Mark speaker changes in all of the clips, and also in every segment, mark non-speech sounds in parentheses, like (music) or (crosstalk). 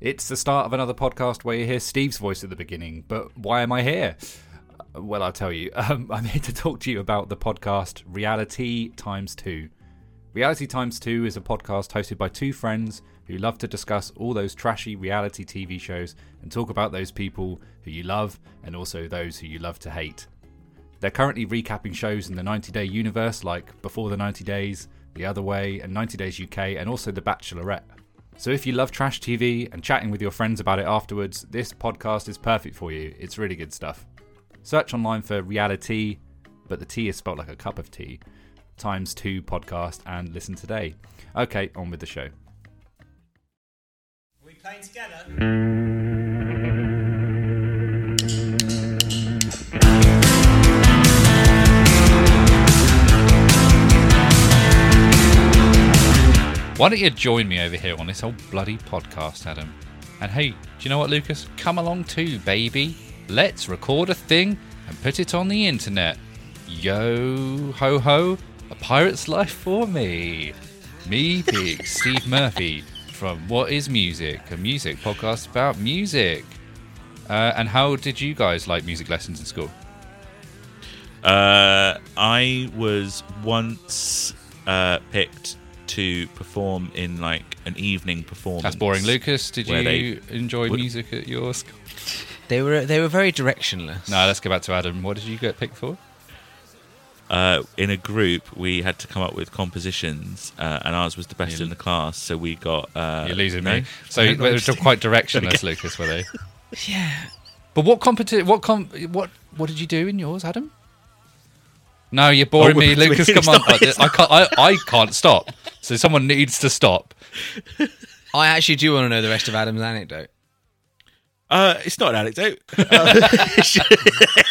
Speaker 1: It's the start of another podcast where you hear Steve's voice at the beginning, but why am I here? Uh, Well, I'll tell you. (laughs) Um, I'm here to talk to you about the podcast Reality Times 2. Reality Times 2 is a podcast hosted by two friends who love to discuss all those trashy reality TV shows and talk about those people who you love and also those who you love to hate. They're currently recapping shows in the 90 Day universe like Before the 90 Days, The Other Way, and 90 Days UK, and also The Bachelorette. So if you love trash TV and chatting with your friends about it afterwards, this podcast is perfect for you. It's really good stuff. Search online for reality, but the tea is spelt like a cup of tea, times two podcast and listen today. Okay, on with the show.
Speaker 2: Are we playing together?
Speaker 1: Why don't you join me over here on this whole bloody podcast, Adam? And hey, do you know what, Lucas? Come along too, baby. Let's record a thing and put it on the internet. Yo ho ho, a pirate's life for me. Me big Steve Murphy from What Is Music, a music podcast about music. Uh, and how did you guys like music lessons in school?
Speaker 3: Uh, I was once uh, picked to perform in like an evening performance.
Speaker 1: That's boring. Lucas, did
Speaker 3: Where
Speaker 1: you enjoy
Speaker 3: would-
Speaker 1: music at your school?
Speaker 4: They were they were very directionless.
Speaker 1: No, let's go back to Adam. What did you get picked for?
Speaker 3: Uh, in a group, we had to come up with compositions, uh, and ours was the best
Speaker 1: You-
Speaker 3: in the class. So we got. Uh,
Speaker 1: You're losing
Speaker 3: no?
Speaker 1: me. So
Speaker 3: No,
Speaker 1: they
Speaker 3: not
Speaker 1: were
Speaker 3: interesting.
Speaker 1: quite directionless, Lucas, were (laughs) they? Yeah. But what competi- What com? What what did you do in yours, Adam? No, you're boring
Speaker 3: Oh,
Speaker 1: me, (laughs)
Speaker 3: it's
Speaker 1: Lucas.
Speaker 3: not-
Speaker 1: Come on,
Speaker 3: it's
Speaker 1: I can't. I, I can't stop. So someone needs to stop.
Speaker 4: I actually do want to know the rest of Adam's anecdote.
Speaker 3: Uh, it's not an
Speaker 1: (laughs)
Speaker 3: anecdote. Uh, (laughs)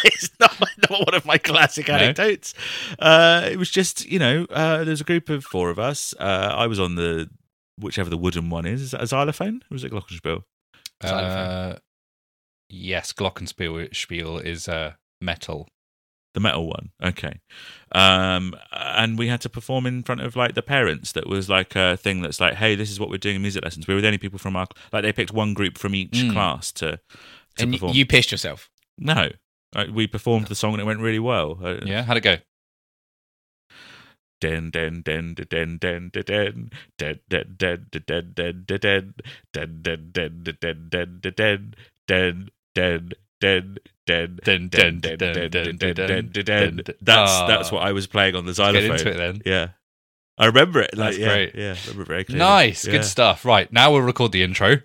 Speaker 3: it's not, not one of my classic anecdotes. Uh, it was just, you know, uh, there's a group of four of us. Uh, I was on the, whichever the wooden one is. Is that a xylophone or is it Glockenspiel?
Speaker 1: Uh, yes, Glockenspiel spiel is uh, metal.
Speaker 3: The metal one. Okay. Um, and we had to perform in front of like the parents. That was like a thing that's like, hey, this is what we're doing in music lessons. We were the only people from our, like they picked one group from each
Speaker 1: Mm.
Speaker 3: class to, to
Speaker 4: and y-
Speaker 3: perform.
Speaker 4: you pissed yourself.
Speaker 3: no. Like, we performed the song and it went really well. Uh,
Speaker 1: Yeah, how'd it go?
Speaker 3: den den den den den den den den den den den den den den den den den den den den den den den den den
Speaker 1: Dun, dun,
Speaker 3: den
Speaker 1: dun,
Speaker 3: den
Speaker 1: dun, dun,
Speaker 3: den
Speaker 1: dun, dun,
Speaker 3: den den
Speaker 1: dun.
Speaker 3: that's
Speaker 1: Ah.
Speaker 3: that's what I was playing on the
Speaker 1: Get into it
Speaker 3: xylophone.
Speaker 1: then.
Speaker 3: Yeah. I remember it. Like,
Speaker 1: That's
Speaker 3: yeah,
Speaker 1: great.
Speaker 3: Yeah, I remember it very clearly.
Speaker 1: Nice,
Speaker 3: Yeah.
Speaker 1: good
Speaker 3: (laughs)
Speaker 1: stuff. Right now we'll record the intro.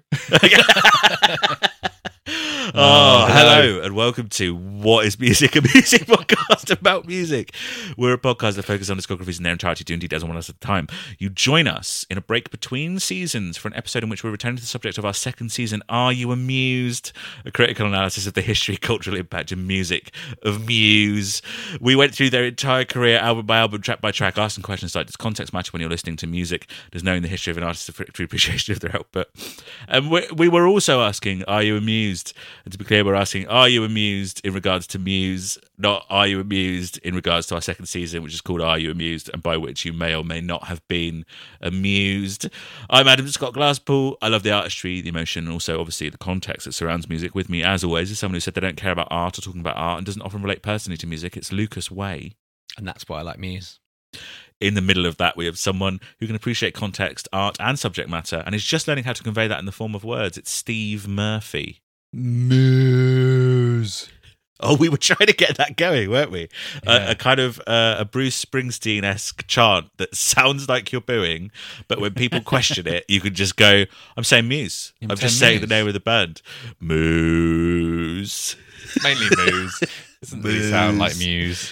Speaker 3: Oh,
Speaker 1: Oh,
Speaker 3: hello, and welcome to What is Music? A music (laughs) podcast about music. We're a podcast that focuses on discographies in their entirety, doing details on one us at a time. You join us in a break between seasons for an episode in which we're returning to the subject of our second season, Are You Amused? A critical analysis of the history, cultural impact, and music of Muse. We went through their entire career, album by album, track by track, asking questions like, does context matter when you're listening to music? Does knowing the history of an artist affect your appreciation of their output? And we, we were also asking, are you amused? And to be clear, we're asking, are you amused in regards to Muse? Not are you amused in regards to our second season, which is called Are You Amused? And by which you may or may not have been amused. I'm Adam Scott Glasspool. I love the artistry, the emotion, and also obviously the context that surrounds music. With me, as always, is someone who said they don't care about art or talking about art and doesn't often relate personally to music. It's Lucas Way
Speaker 4: And that's why I like Muse.
Speaker 3: in the middle of that, we have someone who can appreciate context, art, and subject matter, and is just learning how to convey that in the form of words. It's Steve Murphy.
Speaker 1: Muse.
Speaker 3: Oh, we were trying to get that going, weren't we?
Speaker 1: Yeah.
Speaker 3: A, a kind of uh, a Bruce Springsteen esque chant that (laughs) sounds like you're booing, but when people question it, you can just go, "I'm saying Muse.
Speaker 1: I'm
Speaker 3: I'm, just
Speaker 1: saying
Speaker 3: saying the
Speaker 1: Muse."
Speaker 3: name of the band, Muse."
Speaker 1: Mainly
Speaker 3: (laughs)
Speaker 1: Muse. Doesn't really sound like Muse.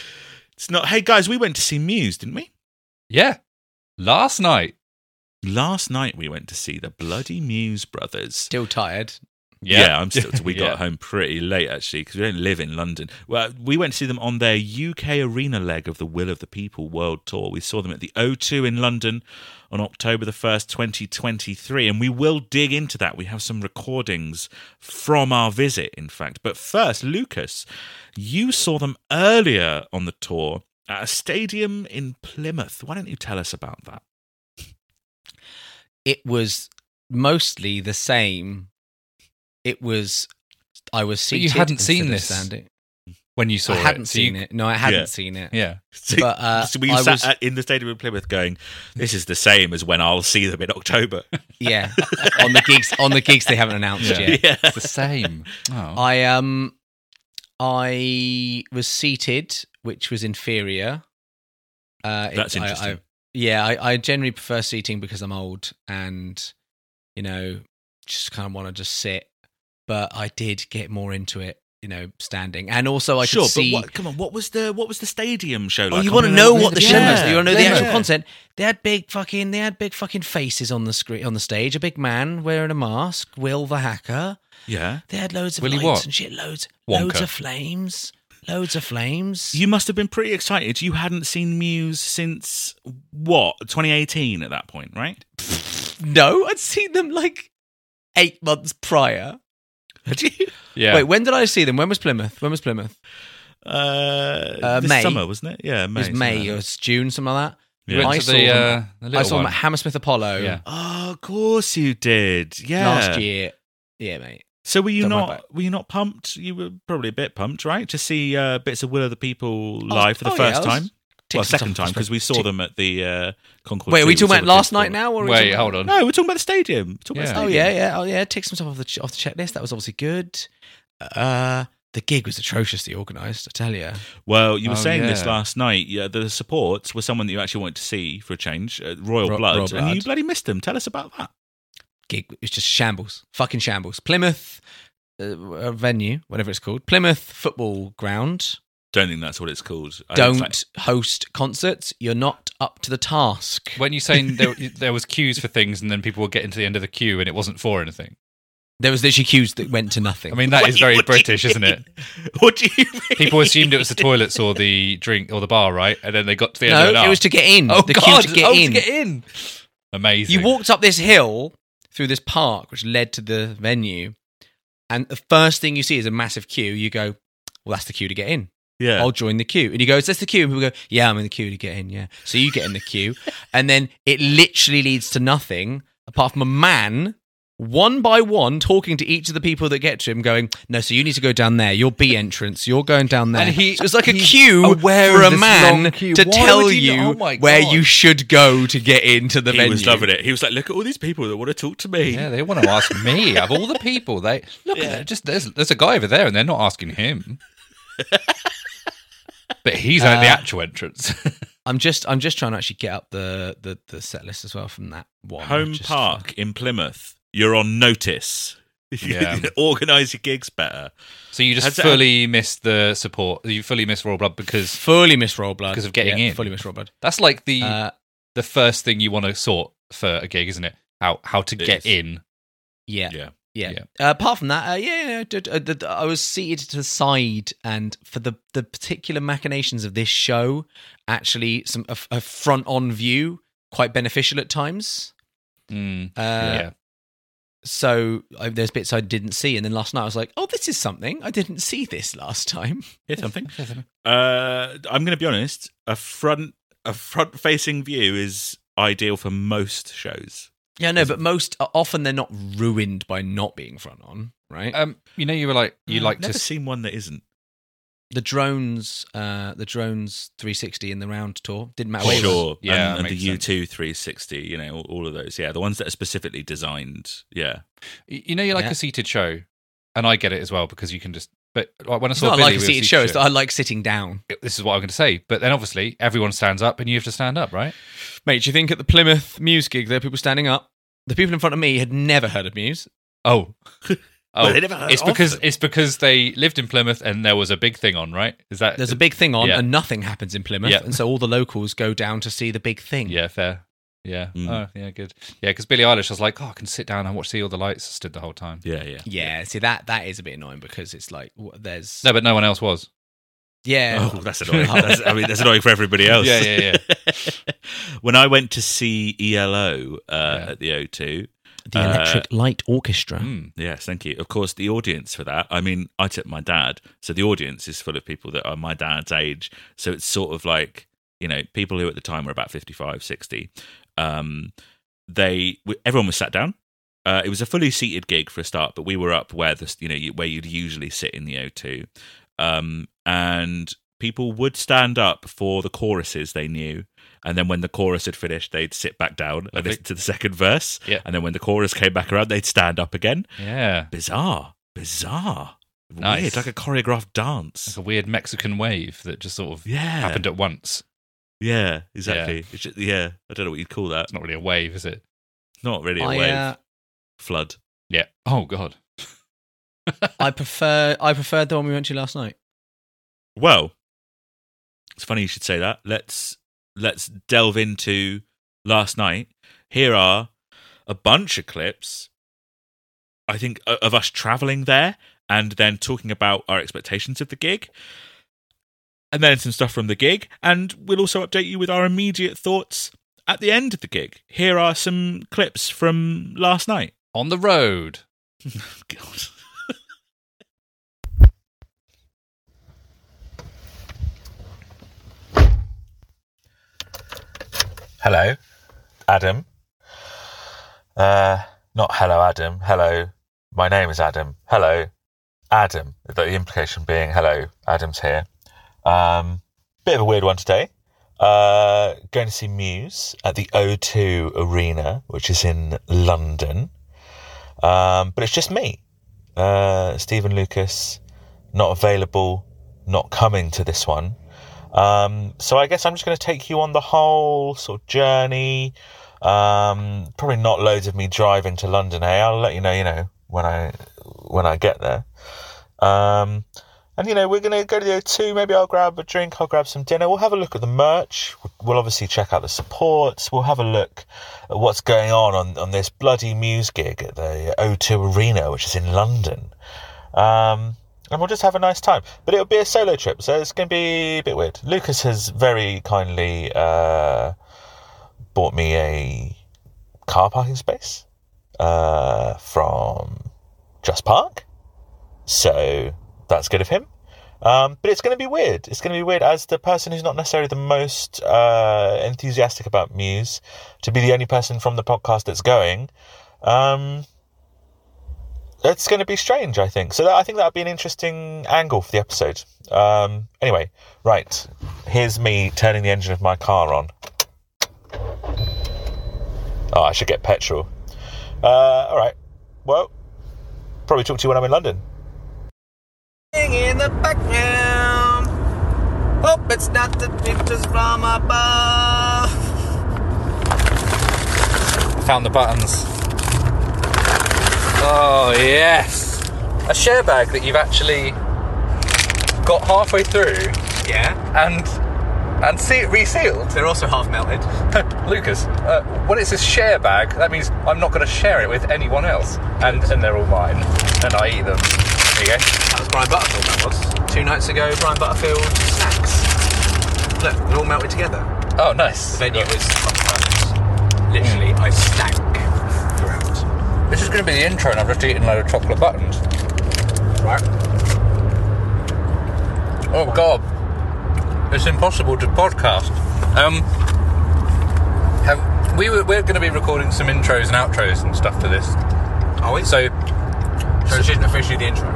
Speaker 3: It's not. Hey guys, we went to see Muse, didn't we?
Speaker 1: Yeah. Last night.
Speaker 3: Last night we went to see the bloody Muse brothers.
Speaker 4: Still tired.
Speaker 3: Yeah, I'm still. (laughs) We
Speaker 1: Yeah.
Speaker 3: got home pretty late actually because we don't live in London. Well, we went to see them on their UK arena leg of the Will of the People World Tour. We saw them at the O2 in London on October the first, 2023, and we will dig into that. We have some recordings from our visit, in fact. But first, Lucas, you saw them earlier on the tour at a stadium in Plymouth. Why don't you tell us about that?
Speaker 4: It was mostly the same it was I was
Speaker 1: But
Speaker 4: seated.
Speaker 1: you hadn't
Speaker 4: instead
Speaker 1: seen
Speaker 4: of
Speaker 1: this.
Speaker 4: standing.
Speaker 1: when you saw
Speaker 4: I
Speaker 1: it.
Speaker 4: hadn't
Speaker 1: So you-
Speaker 4: seen it. No, I hadn't
Speaker 3: Yeah.
Speaker 4: seen it.
Speaker 1: Yeah.
Speaker 3: (laughs) So,
Speaker 4: But, uh,
Speaker 3: so we
Speaker 4: I
Speaker 3: sat
Speaker 4: was-
Speaker 3: at- in the stadium in Plymouth going, this is the same as when I'll see them in
Speaker 4: (laughs)
Speaker 3: October.
Speaker 4: Yeah, on the gigs, on the gigs they haven't announced
Speaker 1: Yeah.
Speaker 3: (laughs)
Speaker 4: yet. (laughs)
Speaker 3: yeah.
Speaker 1: It's the same. Oh.
Speaker 4: I um, I was seated, which was inferior. Uh, it-
Speaker 3: That's
Speaker 4: I- I-
Speaker 3: interesting.
Speaker 4: yeah, I, I generally prefer seating because I'm old and you know just kind of want to just sit. But I did get more into it, you know, standing, and also I
Speaker 3: sure,
Speaker 4: could see.
Speaker 3: but what, come on, what was the what was the stadium show like?
Speaker 4: Oh, you
Speaker 3: I
Speaker 4: want to
Speaker 3: wanna
Speaker 4: know what the show
Speaker 3: yeah.
Speaker 4: was? You want to know the
Speaker 3: Yeah.
Speaker 4: actual
Speaker 3: Yeah.
Speaker 4: content? They had big fucking, they had big fucking faces on the screen, on the stage. A big man wearing a mask, Will the hacker.
Speaker 3: Yeah.
Speaker 4: They had loads of
Speaker 1: Willy
Speaker 4: lights
Speaker 1: what?
Speaker 4: and shit, loads,
Speaker 1: Wonka.
Speaker 4: loads of flames, loads of flames.
Speaker 3: You must have been pretty excited. You hadn't seen Muse since what? 2018 at that point, right?
Speaker 4: no, I'd seen them like eight months prior.
Speaker 3: Had you?
Speaker 1: Yeah.
Speaker 4: Wait, when did I see them? When was Plymouth? When was Plymouth?
Speaker 3: (laughs) Uh,
Speaker 4: Uh,
Speaker 3: this
Speaker 4: May.
Speaker 3: summer, wasn't it? Yeah, May.
Speaker 4: it was
Speaker 3: something
Speaker 4: May
Speaker 3: like
Speaker 4: or
Speaker 3: that.
Speaker 4: it's June, something like that.
Speaker 1: You
Speaker 3: Yeah.
Speaker 1: went
Speaker 4: I
Speaker 1: to
Speaker 4: saw
Speaker 1: the,
Speaker 4: them.
Speaker 1: uh, the
Speaker 4: I
Speaker 1: little
Speaker 4: saw them
Speaker 1: one.
Speaker 4: at Hammersmith Apollo
Speaker 1: Yeah.
Speaker 3: Oh, of course you did. Yeah.
Speaker 4: last year. Yeah, mate.
Speaker 3: So were you
Speaker 4: Don't worry about
Speaker 3: not were you not pumped? You were probably a bit pumped, right? To see uh, bits of Will of the People live for the
Speaker 4: oh, yeah, I
Speaker 3: first
Speaker 4: was
Speaker 3: time. Well,
Speaker 4: Ticked
Speaker 3: second
Speaker 4: off-
Speaker 3: time because we saw them at the uh, Concord.
Speaker 4: Wait, are we
Speaker 3: too.
Speaker 4: talking
Speaker 3: saw
Speaker 4: about
Speaker 3: the
Speaker 4: last
Speaker 3: people.
Speaker 4: night now? Or are we
Speaker 1: Wait,
Speaker 4: talking-
Speaker 1: hold on.
Speaker 4: (laughs)
Speaker 3: No, we're talking about the stadium. We're talking
Speaker 1: Yeah.
Speaker 3: about
Speaker 4: Oh
Speaker 3: the
Speaker 4: yeah,
Speaker 3: stadium.
Speaker 4: yeah, oh yeah. Tick some stuff off the ch- off the checklist. That was obviously good. Uh, the gig was atrociously organised. I tell you.
Speaker 3: Well, you were
Speaker 1: Oh,
Speaker 3: saying this
Speaker 1: yeah.
Speaker 3: last night. Yeah, the supports were someone that you actually wanted to see for a change, uh, Royal,
Speaker 4: Ro-
Speaker 3: Blood,
Speaker 4: Royal
Speaker 3: and you
Speaker 4: Blood.
Speaker 3: bloody missed them. Tell us about that.
Speaker 4: gig it was just shambles, fucking shambles. Plymouth uh, venue, whatever it's called, Plymouth football ground.
Speaker 3: Don't think that's what it's called. I think it's like-
Speaker 4: Don't host concerts. You're not up to the task.
Speaker 1: When you saying there, there was queues for things, and then people were getting to the end of the queue, and it wasn't for anything.
Speaker 4: There was literally queues that went to nothing.
Speaker 1: I mean, that is
Speaker 3: Wait,
Speaker 1: very
Speaker 3: what do you
Speaker 1: British, isn't it?
Speaker 3: what do you mean?
Speaker 1: People assumed it was the toilets or the drink or the bar, right? And then they got to the end of it.
Speaker 4: no, it was to get in.
Speaker 1: oh
Speaker 4: the
Speaker 1: god,
Speaker 4: queue to get
Speaker 1: oh, to
Speaker 4: in.
Speaker 1: get in. Amazing.
Speaker 4: You walked up this hill through this park, which led to the venue, and the first thing you see is a massive queue. You go, "Well, that's the queue to get in."
Speaker 3: Yeah.
Speaker 4: I'll join the queue. And he goes, that's the queue. And people go, yeah, I'm in the queue to get in. Yeah. So you get in
Speaker 1: (laughs)
Speaker 4: the queue. and then it literally leads to nothing apart from a man, one by one, talking to each of the people that get to him, going, no, so you need to go down there. Your B entrance. You're going down there.
Speaker 1: And he-
Speaker 4: so it's like a
Speaker 1: he's
Speaker 4: queue
Speaker 1: aware
Speaker 4: for
Speaker 1: of
Speaker 4: a
Speaker 1: this
Speaker 4: man
Speaker 1: long queue.
Speaker 4: to
Speaker 1: Why
Speaker 4: tell
Speaker 1: would he
Speaker 4: you
Speaker 1: not- oh my
Speaker 4: where
Speaker 1: God.
Speaker 4: you should go to get into the
Speaker 3: he
Speaker 4: venue.
Speaker 3: was loving it. He was like, "Look at all these people that want to talk to me."
Speaker 1: Yeah, they want to ask me of all the people. They look at it, just there's there's a guy over there, and they're not asking
Speaker 4: (laughs)
Speaker 1: him. but he's at the
Speaker 4: Uh,
Speaker 1: actual entrance. (laughs)
Speaker 4: I'm just, I'm just trying to actually get up the, the, the set list as well from that one.
Speaker 3: Home
Speaker 4: Just-
Speaker 3: Park in Plymouth. You're on notice. (laughs)
Speaker 1: Yeah.
Speaker 3: Organize your gigs better.
Speaker 1: so you just
Speaker 3: Has it-
Speaker 1: fully missed the support. You fully missed Royal Blood because
Speaker 4: Fully miss Roll Blood.
Speaker 1: Because of getting
Speaker 4: Yeah,
Speaker 1: in.
Speaker 4: Fully miss Roll Blood.
Speaker 1: that's like the
Speaker 4: Uh,
Speaker 1: the first thing you want to sort for a gig, isn't it? How how to
Speaker 3: It
Speaker 1: get
Speaker 3: is.
Speaker 1: in.
Speaker 4: yeah.
Speaker 3: Yeah.
Speaker 4: Yeah. Uh, apart from that, uh, yeah, yeah, d- d- d- I was seated to the side, and for the, the particular machinations of this show, actually, some a, a front on view quite beneficial at times.
Speaker 1: Mm,
Speaker 4: Uh,
Speaker 1: yeah.
Speaker 4: So I, there's bits I didn't see, and then last night I was like, "Oh, this is something I didn't see this last time." (laughs)
Speaker 3: Hear something? Uh, I'm going to be honest. A front a front facing view is ideal for most shows.
Speaker 4: Yeah, no, but most often they're not ruined by not being front on, right?
Speaker 1: Um, you know, you were like you
Speaker 4: Mm,
Speaker 3: I've
Speaker 1: like to
Speaker 3: never
Speaker 1: s-
Speaker 3: seen one that isn't.
Speaker 4: the drones, uh, the drones 360 in the round tour didn't matter. what it was.
Speaker 3: Sure,
Speaker 1: Yeah, that
Speaker 3: and, and the
Speaker 1: makes
Speaker 3: U
Speaker 1: sense.
Speaker 3: two three sixty, you know, all, all of those. Yeah, the ones that are specifically designed. Yeah,
Speaker 1: Y- You know, you like
Speaker 4: Yeah.
Speaker 1: a seated show, and I get it as well because you can just. But like, when I
Speaker 4: It's
Speaker 1: saw
Speaker 4: not
Speaker 1: Billy
Speaker 4: like a
Speaker 1: with
Speaker 4: seated show. It's that I like sitting down.
Speaker 1: this is what I'm going to say. But then obviously everyone stands up, and you have to stand up, right?
Speaker 4: Mate, do you think at the Plymouth Muse gig there were people standing up? The people in front of me had never heard of Muse.
Speaker 3: (laughs)
Speaker 1: Oh, oh,
Speaker 3: Well, they never heard
Speaker 1: it's
Speaker 3: of
Speaker 1: because
Speaker 3: them.
Speaker 1: it's because they lived in Plymouth, and there was a big thing on, right? Is that
Speaker 4: There's a big thing on,
Speaker 1: Uh, Yeah.
Speaker 4: and nothing happens in Plymouth,
Speaker 1: Yeah.
Speaker 4: and so all the locals go down to see the big
Speaker 1: (laughs)
Speaker 4: thing.
Speaker 1: yeah, fair. Yeah.
Speaker 3: Mm.
Speaker 1: Oh, yeah, good. Yeah, because Billie Eilish, I was like, oh, I can sit down and watch see all the lights. Stood the whole time.
Speaker 3: yeah, yeah.
Speaker 4: Yeah, see that that is a bit annoying because it's like wh- there's
Speaker 1: No, but no one else was.
Speaker 4: yeah.
Speaker 3: Oh, that's annoying. That's- I mean, that's annoying for everybody else.
Speaker 1: (laughs) Yeah, yeah,
Speaker 3: (laughs) when I went to see ELO uh,
Speaker 1: Yeah.
Speaker 3: at the O2,
Speaker 4: the
Speaker 3: uh,
Speaker 4: Electric Light Orchestra.
Speaker 1: Mm.
Speaker 3: Yes, thank you. Of course, the audience for that. I mean, I took my dad, so the audience is full of people that are my dad's age. So it's sort of like you know people who at the time were about 55, 60. Um, they w- everyone was sat down. Uh, it was a fully seated gig for a start, but we were up where the you know you- where you'd usually sit in the O2, um, and people would stand up for the choruses they knew, and then when the chorus had finished, they'd sit back down and
Speaker 5: Lovely.
Speaker 3: listen to the second verse,
Speaker 5: Yeah.
Speaker 3: and then when the chorus came back around, they'd stand up again.
Speaker 5: Yeah.
Speaker 3: Bizarre, bizarre,
Speaker 5: Nice.
Speaker 3: weird, like a choreographed dance.
Speaker 5: It's a weird Mexican wave that just sort of
Speaker 3: Yeah,
Speaker 5: happened at once.
Speaker 3: yeah, exactly. Yeah. It's just, yeah, I don't know what you'd call that.
Speaker 5: It's not really a wave, is it?
Speaker 3: Not really a
Speaker 4: I,
Speaker 3: wave,
Speaker 4: uh,
Speaker 3: flood.
Speaker 5: Yeah. Oh god.
Speaker 4: I prefer I preferred the one we went to last night.
Speaker 3: Well, it's funny you should say that. Let's let's delve into last night. Here are a bunch of clips. I think o- of us traveling there and then talking about our expectations of the gig. And then some stuff from the gig and we'll also update you with our immediate thoughts at the end of the gig. Here are some clips from last night.
Speaker 5: On the road.
Speaker 3: God.
Speaker 2: Hello, Adam. Uh, not hello, Adam. Hello, my name is Adam. Hello, Adam. The implication being, hello, Adam's here. Um, bit of a weird one today. Uh, going to see Muse at the O2 Arena, which is in London. Um, but it's just me. Uh, Stephen Lucas, not available, not coming to this one. Um, so I guess I'm just going to take you on the whole sort of journey. Um, probably not loads of me driving to London. Hey, I'll let you know, you know, when I when I get there. Um, and you know, we're going to go to the O2. Maybe I'll grab a drink. I'll grab some dinner. We'll have a look at the merch. We'll obviously check out the supports. We'll have a look at what's going on on, on this bloody Muse gig at the O2 Arena, which is in London. Um, and we'll just have a nice time. But it'll be a solo trip, so it's going to be a bit weird. Lucas has very kindly uh, bought me a car parking space uh, from Just Park. So that's good of him. Um, but it's going to be weird. It's going to be weird as the person who's not necessarily the most uh, enthusiastic about Muse to be the only person from the podcast that's going. Um, it's going to be strange, I think. So that, I think that'd be an interesting angle for the episode. Um, anyway, right. Here's me turning the engine of my car on. Oh, I should get petrol. Uh, all right. Well, probably talk to you when I'm in London.
Speaker 6: in the background. Hope it's not the pictures from above.
Speaker 5: Found the buttons. Oh yes. A share bag that you've actually got halfway through
Speaker 6: Yeah,
Speaker 5: and and see resealed.
Speaker 6: they're also half melted.
Speaker 5: (laughs) Lucas, uh, when it says share bag, that means I'm not going to share it with anyone else, and and they're all mine, and I eat them. There you go.
Speaker 6: That was Brian Butterfield. That was two nights ago. Brian Butterfield snacks. Look, they're all melted together.
Speaker 5: Oh, nice.
Speaker 6: The venue was perfect. Literally, I stank throughout.
Speaker 5: This is going to be the intro, and I've just eaten a load of chocolate buttons.
Speaker 6: Right?
Speaker 5: Oh God, it's impossible to podcast. Um, have, we were, we're going to be recording some intros and outros and stuff to this.
Speaker 6: Are we? So,
Speaker 5: So,
Speaker 6: so it isn't officially the intro.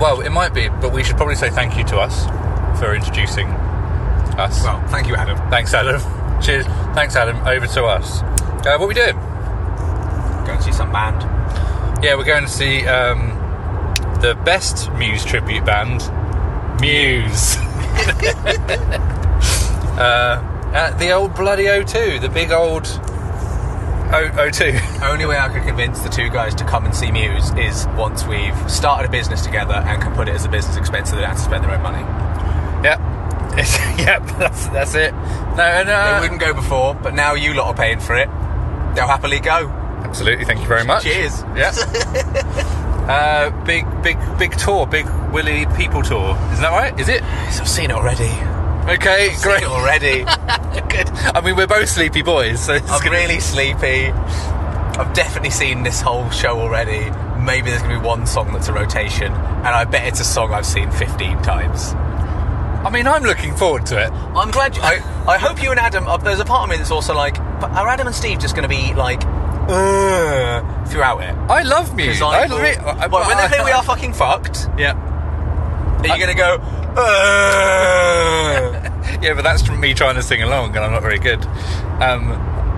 Speaker 5: well, it might be, but we should probably say thank you to us for introducing us.
Speaker 6: Well, thank you, Adam.
Speaker 5: Thanks, Adam. (laughs) Cheers. Thanks, Adam. Over to us. Uh, what we doing?
Speaker 6: Go and see some band.
Speaker 5: Yeah, we're going to see um, the best Muse tribute band, Muse. (laughs) uh, at the old bloody O2, the big old o- O2.
Speaker 6: (laughs) Only way I could convince the two guys to come and see Muse is once we've started a business together and can put it as a business expense so they don't have to spend their own money.
Speaker 5: Yep. It's- yep, (laughs) that's, that's it. No, and,
Speaker 6: They
Speaker 5: uh,
Speaker 6: wouldn't go before, but now you lot are paying for it. They'll happily go.
Speaker 5: absolutely. Thank you very much.
Speaker 6: Cheers.
Speaker 5: Yeah.
Speaker 6: (laughs)
Speaker 5: uh, big, big, big tour. Big Willy people tour. Isn't that right? Is it?
Speaker 6: I've seen it already.
Speaker 5: Okay,
Speaker 6: Seen
Speaker 5: great.
Speaker 6: it (laughs) already.
Speaker 5: Good. I mean, we're both sleepy boys, so it's
Speaker 6: I'm
Speaker 5: gonna-
Speaker 6: really sleepy. I've definitely seen this whole show already. Maybe there's going to be one song that's a rotation, and I bet it's a song I've seen 15 times.
Speaker 5: I mean, I'm looking forward to it.
Speaker 6: I'm glad. You, I I hope you and Adam. Uh, there's a part of me that's also like, but are Adam and Steve just going to be like "Ugh," throughout it.
Speaker 5: I love music.
Speaker 6: Because
Speaker 5: I
Speaker 6: will-
Speaker 5: re- I-
Speaker 6: well, when they play (laughs) "We Are Fucking Fucked,"
Speaker 5: (laughs)
Speaker 6: (laughs)
Speaker 5: Yeah.
Speaker 6: are you gonna go? "Ugh"?
Speaker 5: Yeah, but that's from me trying to sing along, and I'm not very good. Um,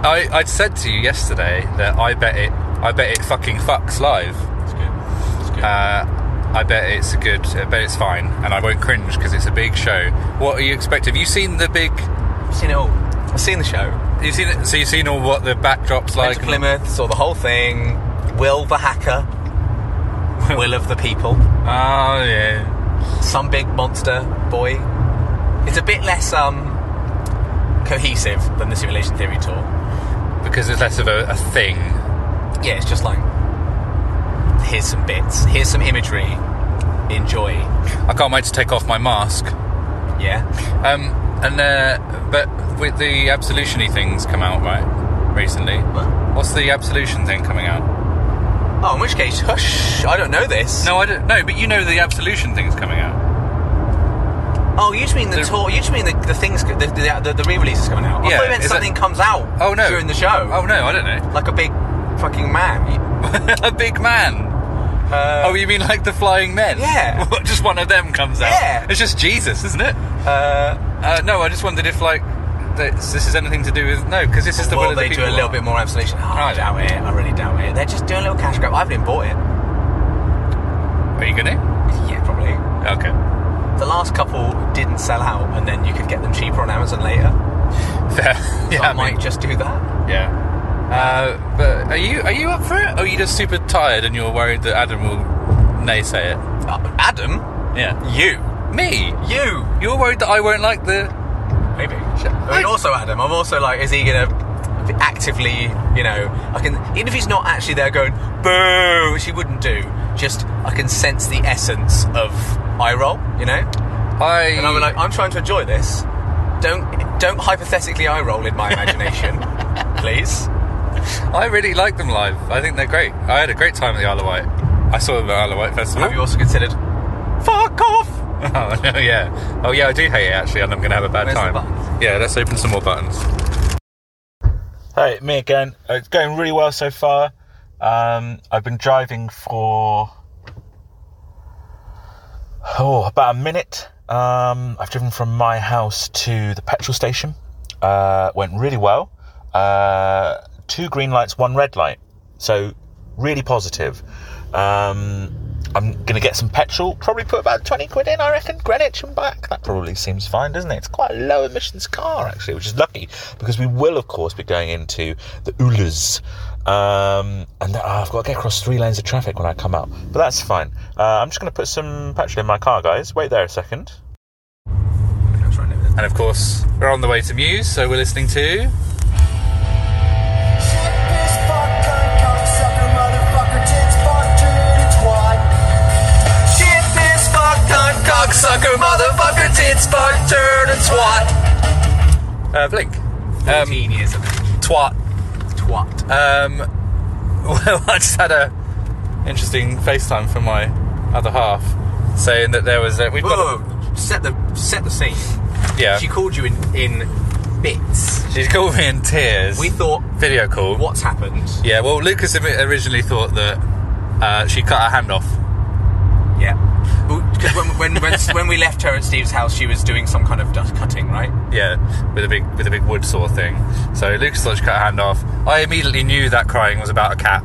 Speaker 5: I I said to you yesterday that I bet it. I bet it fucking fucks live.
Speaker 6: It's good. It's good.
Speaker 5: Uh, I bet it's a good. I bet it's fine, and I won't cringe because it's a big show. What are you expect? Have you seen the big?
Speaker 6: I've seen it all. I've seen the show.
Speaker 5: You've seen it. So you've seen all what the backdrops
Speaker 6: Went
Speaker 5: like.
Speaker 6: to
Speaker 5: and-
Speaker 6: Plymouth, saw the whole thing. Will the (laughs) hacker, Will of the people,
Speaker 5: Oh yeah.
Speaker 6: some big monster boy. It's a bit less um cohesive than the simulation theory tour.
Speaker 5: Because it's less of a, a thing.
Speaker 6: Yeah, it's just like here's some bits, here's some imagery, enjoy.
Speaker 5: I can't wait to take off my mask.
Speaker 6: Yeah,
Speaker 5: Um, and uh, but with the absolutiony things come out right recently.
Speaker 6: What?
Speaker 5: What's the absolution thing coming out?
Speaker 6: Oh, in which case, hush, I don't know this.
Speaker 5: No, I don't. No, but you know the absolution thing's coming out.
Speaker 6: Oh, you just mean the,
Speaker 5: The-
Speaker 6: tour, you just mean the, the things, the, the, the, the re-release is coming out. I
Speaker 5: Yeah,
Speaker 6: thought you meant
Speaker 5: is
Speaker 6: something comes out
Speaker 5: Oh no.
Speaker 6: during the show.
Speaker 5: Oh no, I don't know. (laughs)
Speaker 6: Like a big fucking man.
Speaker 5: a big man.
Speaker 6: Uh,
Speaker 5: Oh, you mean like the flying men?
Speaker 6: Yeah.
Speaker 5: What, (laughs) just one of them comes out.
Speaker 6: Yeah.
Speaker 5: It's just Jesus, isn't it?
Speaker 6: uh,
Speaker 5: Uh, no, I just wondered if like this, this is anything to do with no, because this is the
Speaker 6: well,
Speaker 5: one of the
Speaker 6: they do
Speaker 5: people
Speaker 6: a little bit more absolution. Oh, I
Speaker 5: Right.
Speaker 6: doubt it. I really doubt it. They're just doing a little cash grab. I haven't even bought it.
Speaker 5: Are you gonna?
Speaker 6: Yeah, probably.
Speaker 5: Okay. (laughs)
Speaker 6: The last couple didn't sell out, and then you could get them cheaper on Amazon later.
Speaker 5: Fair.
Speaker 6: So
Speaker 5: yeah.
Speaker 6: I might
Speaker 5: mean,
Speaker 6: just do that.
Speaker 5: yeah. Uh, but are you are you up for it? Or are you just super tired and you're worried that Adam will naysay it?
Speaker 6: Uh, Adam,
Speaker 5: Yeah.
Speaker 6: you,
Speaker 5: Me?
Speaker 6: you,
Speaker 5: You're worried that I won't like the?
Speaker 6: maybe. I mean, also Adam. I'm also like, is he gonna be actively, you know, I can even if he's not actually there going boo, which he wouldn't do. Just I can sense the essence of eye roll, you know.
Speaker 5: I.
Speaker 6: And I'm like, I'm trying to enjoy this. Don't don't hypothetically eye roll in my imagination, (laughs) please.
Speaker 5: I really like them live. I think they're great. I had a great time at the Isle of Wight. I saw them at Isle of Wight Festival.
Speaker 6: Have you also considered? Fuck off.
Speaker 5: (laughs) Oh no, yeah. Oh yeah, I do hate it actually, and I'm gonna have a bad
Speaker 6: Where's the
Speaker 5: time.
Speaker 6: button?
Speaker 5: yeah, let's open some more buttons.
Speaker 3: Hey, me again. Uh, It's going really well so far. Um, I've been driving for oh about a minute. Um, I've driven from my house to the petrol station. Uh, went really well. Uh, two green lights, one red light. So really positive. Um, I'm gonna get some petrol. Probably put about twenty quid in, I reckon. Greenwich and back. That probably seems fine, doesn't it? It's quite a low emissions car actually, which is lucky because we will of course be going into the Ulas. Um, and ah, I've got to get across three lanes of traffic when I come out, but that's fine. Uh, I'm just going to put some petrol in my car, guys. Wait there a second.
Speaker 6: That's right, David.
Speaker 5: And of course, we're on the way to Muse, so we're listening to.
Speaker 7: Shit, piss, fuck, cunt, cocksucker, motherfucker, tits, fuck, turd, and twat.
Speaker 6: Shit, piss, fuck, cunt, cocksucker, motherfucker, tits, fuck, turd, and twat.
Speaker 5: Uh, Blink. Um,
Speaker 6: 14 years of age.
Speaker 5: twat.
Speaker 6: Twat. Uh,
Speaker 5: Um, (laughs) well, I just had a interesting FaceTime from my other half saying that there was. A, we've
Speaker 6: Whoa,
Speaker 5: got.
Speaker 6: whoa, whoa. set the set the scene.
Speaker 5: A, yeah.
Speaker 6: She called you in in bits.
Speaker 5: She's called me in tears.
Speaker 6: We thought,
Speaker 5: video call.
Speaker 6: what's happened?
Speaker 5: Yeah. Well, Lucas imi- originally thought that uh, she cut her hand off.
Speaker 6: Yeah. Because when, when, (laughs) when, when we left her at Steve's house, she was doing some kind of dust cutting, right?
Speaker 5: Yeah, with a big with a big wood saw thing. So Lucas thought she cut her hand off. I immediately knew that crying was about a cat.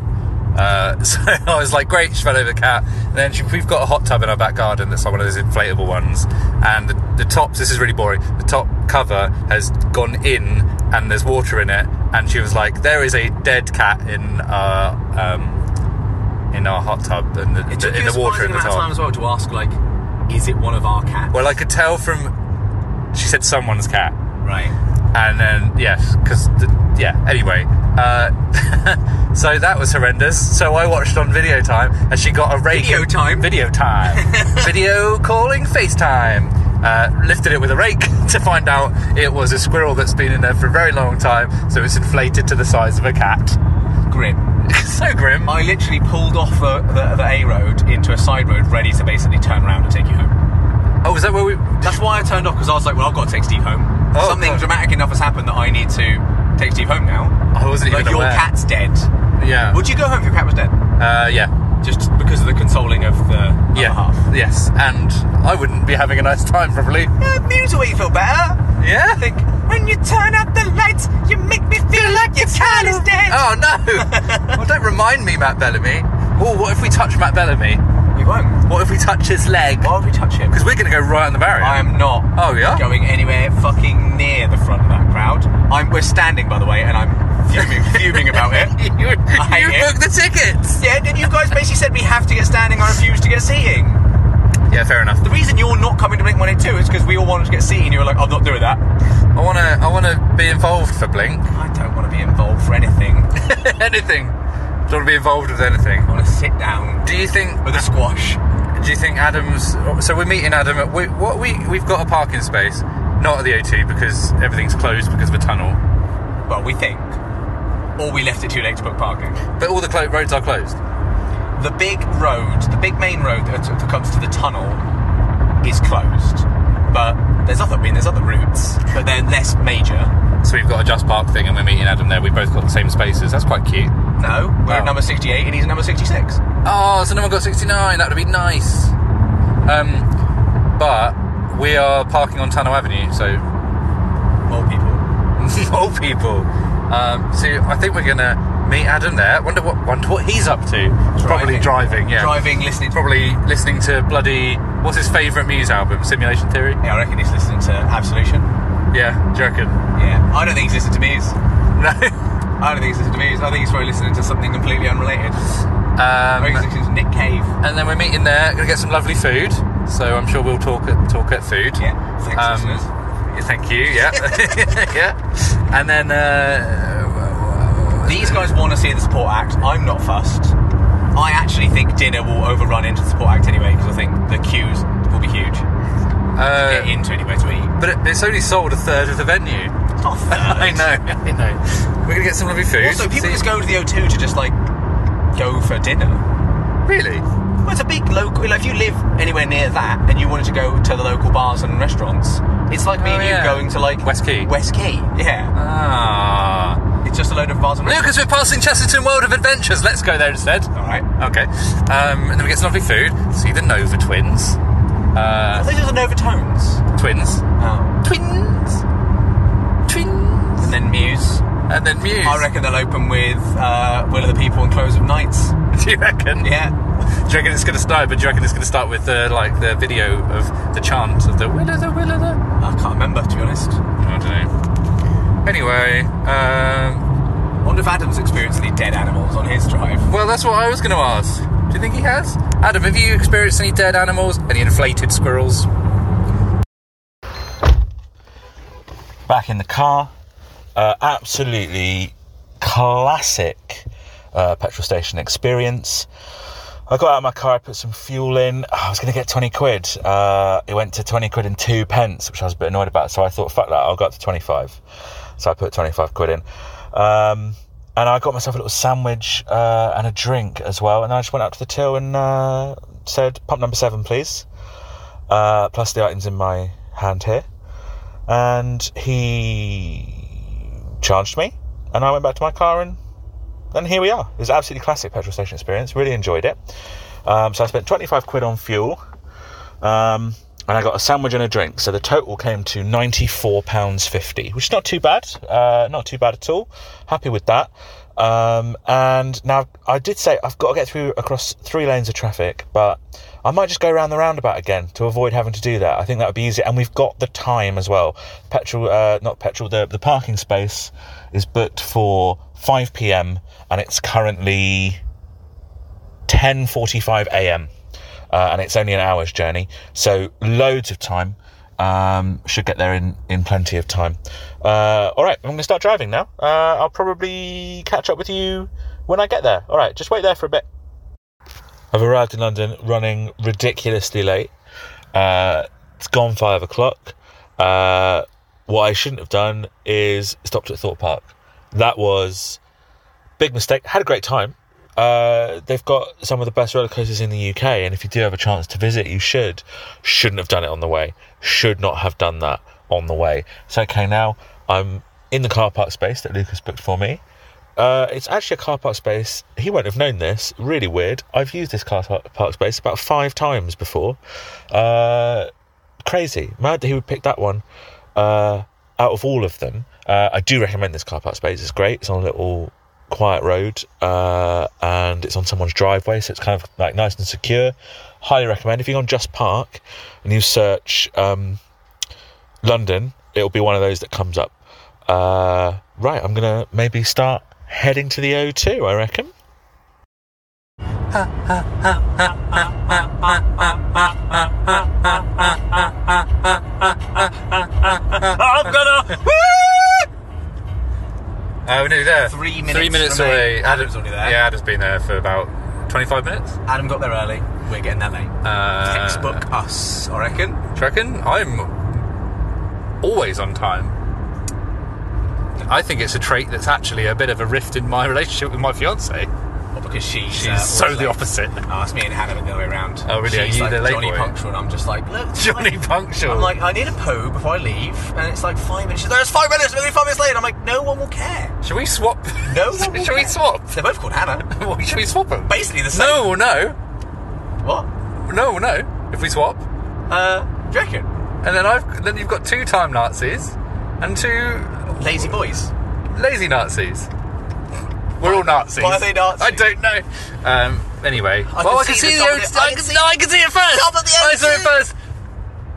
Speaker 5: Uh, (laughs) so I was like, great, she fell over the cat. And then she, we've got a hot tub in our back garden that's like one of those inflatable ones. And the, the top, this is really boring, the top cover has gone in and there's water in it. And she was like, there is a dead cat in our, um, in our hot tub and the, the-
Speaker 6: It took
Speaker 5: in
Speaker 6: you a
Speaker 5: the water
Speaker 6: surprising
Speaker 5: in the
Speaker 6: amount of time
Speaker 5: top.
Speaker 6: as well to ask, like, is it one of our cats?
Speaker 5: Well, I could tell from, she said someone's cat.
Speaker 6: right.
Speaker 5: and then yes, because yeah. Anyway, uh, (laughs) so that was horrendous. So I watched on video time, and she got a rake.
Speaker 6: Video
Speaker 5: and-
Speaker 6: time?
Speaker 5: Video
Speaker 6: (laughs)
Speaker 5: time. video calling FaceTime. Uh, lifted it with a rake (laughs) to find out it was a squirrel that's been in there for a very long time, so it's inflated to the size of a cat.
Speaker 6: Grim. (laughs)
Speaker 5: so grim.
Speaker 6: I literally pulled off the, the, the A road into a side road, ready to basically turn around and take you home.
Speaker 5: Oh, is that where we?
Speaker 6: That's why I turned off because I was like, well, I've got to take Steve home.
Speaker 5: Oh,
Speaker 6: Something
Speaker 5: God.
Speaker 6: dramatic enough has happened that I need to take Steve home now.
Speaker 5: I wasn't
Speaker 6: Like
Speaker 5: even
Speaker 6: your
Speaker 5: aware.
Speaker 6: cat's dead.
Speaker 5: Yeah.
Speaker 6: Would you go home if your cat was dead?
Speaker 5: Uh, yeah.
Speaker 6: Just because of the consoling of the other
Speaker 5: Yeah.
Speaker 6: half.
Speaker 5: Yes. And I wouldn't be having a nice time probably.
Speaker 6: Yeah, music will make Uh, you feel better.
Speaker 5: Yeah.
Speaker 6: I think when you turn out the lights, you make me feel like your cat is dead.
Speaker 5: Oh
Speaker 6: (laughs)
Speaker 5: no! well, don't remind me, Matt Bellamy. Oh, what if we touch Matt Bellamy?
Speaker 6: You won't.
Speaker 5: What if we touch his leg?
Speaker 6: Why would we touch him?
Speaker 5: Because we're going to go right on the barrier.
Speaker 6: I am not.
Speaker 5: Oh, yeah?
Speaker 6: Going anywhere fucking near the front of that crowd. I'm. We're standing, by the way, and I'm
Speaker 5: (laughs)
Speaker 6: fuming, fuming about it.
Speaker 5: (laughs)
Speaker 6: (laughs)
Speaker 5: you you
Speaker 6: hate it.
Speaker 5: booked the tickets.
Speaker 6: Yeah, and you guys basically said we have to get standing. I refuse to get seating.
Speaker 5: Yeah, fair enough.
Speaker 6: The reason you're not coming to Blink 182 is because we all wanted to get seating. You were like, I'm not doing that.
Speaker 5: I want to. I want to be involved for Blink. (laughs)
Speaker 6: I don't want to be involved for anything. I
Speaker 5: anything. Don't want to be involved with anything.
Speaker 6: want to sit down
Speaker 5: Do you think?
Speaker 6: with a squash.
Speaker 5: Do you think Adams? So we're meeting Adam. At, we, what we we've got a parking space, not at the O2 because everything's closed because of a tunnel.
Speaker 6: Well, we think. Or we left it too late to book parking.
Speaker 5: But all the clo- roads are closed.
Speaker 6: The big road, the big main road that, that comes to the tunnel, is closed. But there's other, I mean, there's other routes, but they're less major.
Speaker 5: So we've got a Just Park thing, and we're meeting Adam there. We've both got the same spaces. That's quite cute.
Speaker 6: No, we're
Speaker 5: Oh.
Speaker 6: at number 68 and he's at number 66.
Speaker 5: Oh, so no one got 69. That would be nice. Um, but we are parking on Tunnel Avenue, so (laughs)
Speaker 6: More people.
Speaker 5: old people. Um, so I think we're gonna meet Adam there. Wonder what wonder what he's up to. Probably driving. Yeah.
Speaker 6: Driving, listening. Probably.
Speaker 5: Probably listening to bloody what's his favourite Muse album? Simulation Theory.
Speaker 6: Yeah, (laughs) I reckon he's listening to Absolution.
Speaker 5: Yeah. Do you reckon? (laughs)
Speaker 6: Yeah. I don't think he's listening to Muse.
Speaker 5: No.
Speaker 6: I don't think he's listening to Muse. I think he's probably listening to something completely unrelated. I think he's
Speaker 5: Um,
Speaker 6: listening to Nick Cave.
Speaker 5: and then we're meeting there. Gonna get some lovely food. So I'm sure we'll talk at talk at food.
Speaker 6: Yeah. Thanks,
Speaker 5: Um,
Speaker 6: listeners.
Speaker 5: yeah, Thank you. Yeah.
Speaker 6: (laughs)
Speaker 5: (laughs) yeah. And then. Uh,
Speaker 6: These guys want to see the support act. I'm not fussed. I actually think dinner will overrun into the support act anyway because I think the queues will be huge.
Speaker 5: uh,
Speaker 6: Get into anywhere to eat.
Speaker 5: but it, it's only sold a third of the
Speaker 6: (laughs)
Speaker 5: venue.
Speaker 6: It's not fair.
Speaker 5: I know. (laughs) I know. We're gonna get some lovely food.
Speaker 6: Also, people
Speaker 5: See-
Speaker 6: just go to the O2 to just like go for dinner.
Speaker 5: really.
Speaker 6: Well, it's a big local. Like, if you live anywhere near that and you wanted to go to the local bars and restaurants, it's like me
Speaker 5: Oh,
Speaker 6: and
Speaker 5: yeah.
Speaker 6: you going to like
Speaker 5: West Key.
Speaker 6: West Key. Uh, Yeah,
Speaker 5: Ah.
Speaker 6: it's just a load of bars and
Speaker 5: Lucas, we're passing Chesterton World of Adventures. Let's go there instead.
Speaker 6: All right.
Speaker 5: Okay. Um, and then we get some lovely food. See the Nova twins.
Speaker 6: I
Speaker 5: Uh,
Speaker 6: think there's an overtones.
Speaker 5: twins.
Speaker 6: Oh.
Speaker 5: Twins. Twins.
Speaker 6: And then Muse.
Speaker 5: And then Muse.
Speaker 6: I reckon they'll open with uh, Will of the People and Close of Nights.
Speaker 5: (laughs) Do you reckon?
Speaker 6: Yeah.
Speaker 5: Do you reckon it's going to start? But do you reckon it's going to start with the like the video of the chant of the willa the willa the?
Speaker 6: I can't remember, to be honest.
Speaker 5: I don't know. Anyway, um,
Speaker 6: I wonder if Adam's experienced any dead animals on his drive.
Speaker 5: well, that's what I was going to ask. Do you think he has? Adam, have you experienced any dead animals? Any inflated squirrels?
Speaker 2: back in the car. Uh, absolutely classic uh, petrol station experience. I got out of my car, I put some fuel in. Ah, I was going to get 20 quid. Uh, it went to 20 quid and two pence, which I was a bit annoyed about. So I thought, fuck that, I'll go up to 25. So I put 25 quid in. Um, and I got myself a little sandwich uh, and a drink as well. And I just went up to the till and uh, said, pump number seven, please. Uh, plus the items in my hand here and he charged me and i went back to my car and and here we are it was absolutely classic petrol station experience really enjoyed it um, so i spent 25 quid on fuel um, and i got a sandwich and a drink so the total came to 94 pounds 50 which is not too bad uh, not too bad at all happy with that um, and now i did say i've got to get through across three lanes of traffic but I might just go around the roundabout again to avoid having to do that. I think that would be easier. And we've got the time as well. Petrol, uh, not petrol, the, the parking space is booked for 5 p.m. and it's currently 10.45 a.m. Uh, and it's only an hour's journey. So loads of time. Um, should get there in, in plenty of time. Uh, all right, I'm going to start driving now. Uh, I'll probably catch up with you when I get there. All right, just wait there for a bit. I've arrived in London running ridiculously late. Uh, it's gone five o'clock. Uh, what I shouldn't have done is stopped at Thorpe Park. That was big mistake. Had a great time. Uh, they've got some of the best roller coasters in the UK, and if you do have a chance to visit, you should. Shouldn't have done it on the way. Should not have done that on the way. It's okay now. I'm in the car park space that Lucas booked for me Uh, it's actually a car park space. He won't have known this. Really weird. I've used this car par- park space about five times before. Uh, crazy. Mad that he would pick that one uh, out of all of them. Uh, I do recommend this car park space. It's great. It's on a little quiet road uh, and it's on someone's driveway, so it's kind of like nice and secure. Highly recommend. If you go on Just Park and you search um, London, it'll be one of those that comes up. Uh, right, I'm gonna maybe start heading to the O2. I reckon.
Speaker 6: I'm gonna.
Speaker 5: (laughs) Oh, we're nearly there.
Speaker 6: Three
Speaker 5: Three
Speaker 6: minutes
Speaker 5: minutes
Speaker 6: remain.
Speaker 5: away.
Speaker 6: Adam's already there.
Speaker 5: Yeah, Adam's been there for about 25 minutes.
Speaker 6: Adam got there early. We're getting there late.
Speaker 5: Uh,
Speaker 6: Textbook us, I reckon.
Speaker 5: Do you reckon? I'm always on time. I think it's a trait that's actually a bit of a rift in my (laughs) relationship with my fiance.
Speaker 6: Well, because she's
Speaker 5: She's
Speaker 6: uh, always
Speaker 5: so
Speaker 6: late.
Speaker 5: the opposite. (laughs)
Speaker 6: Oh, it's me and Hannah are the other way around.
Speaker 5: Oh, really? Are
Speaker 6: She's
Speaker 5: you
Speaker 6: like
Speaker 5: the late
Speaker 6: Johnny
Speaker 5: boy?
Speaker 6: Punctual, and I'm just like, look,
Speaker 5: Johnny Punctual.
Speaker 6: I'm like, I need a poo before I leave, and it's like five minutes. She's like, it's five minutes. We're only five minutes late. And I'm like, no one will care.
Speaker 5: Should we swap? (laughs)
Speaker 6: No one will
Speaker 5: Should we
Speaker 6: care.
Speaker 5: swap?
Speaker 6: They're both called Hannah.
Speaker 5: (laughs) Well, Should we swap them?
Speaker 6: Basically the same.
Speaker 5: No, well, no,
Speaker 6: What?
Speaker 5: no, well, no. If we swap,
Speaker 6: Uh, do you reckon?
Speaker 5: and then I've then you've got two time Nazis and two
Speaker 6: Lazy boys.
Speaker 5: lazy Nazis. We're all Nazis.
Speaker 6: why are they Nazis?
Speaker 5: I don't know. Um, anyway,
Speaker 6: I
Speaker 5: well,
Speaker 6: can
Speaker 5: I can
Speaker 6: see
Speaker 5: see
Speaker 6: the
Speaker 5: the. old-
Speaker 6: top of it. I
Speaker 5: I
Speaker 6: can
Speaker 5: can
Speaker 6: see
Speaker 5: no, I can see it first.
Speaker 6: top of the
Speaker 5: I saw it
Speaker 6: O2.
Speaker 5: first.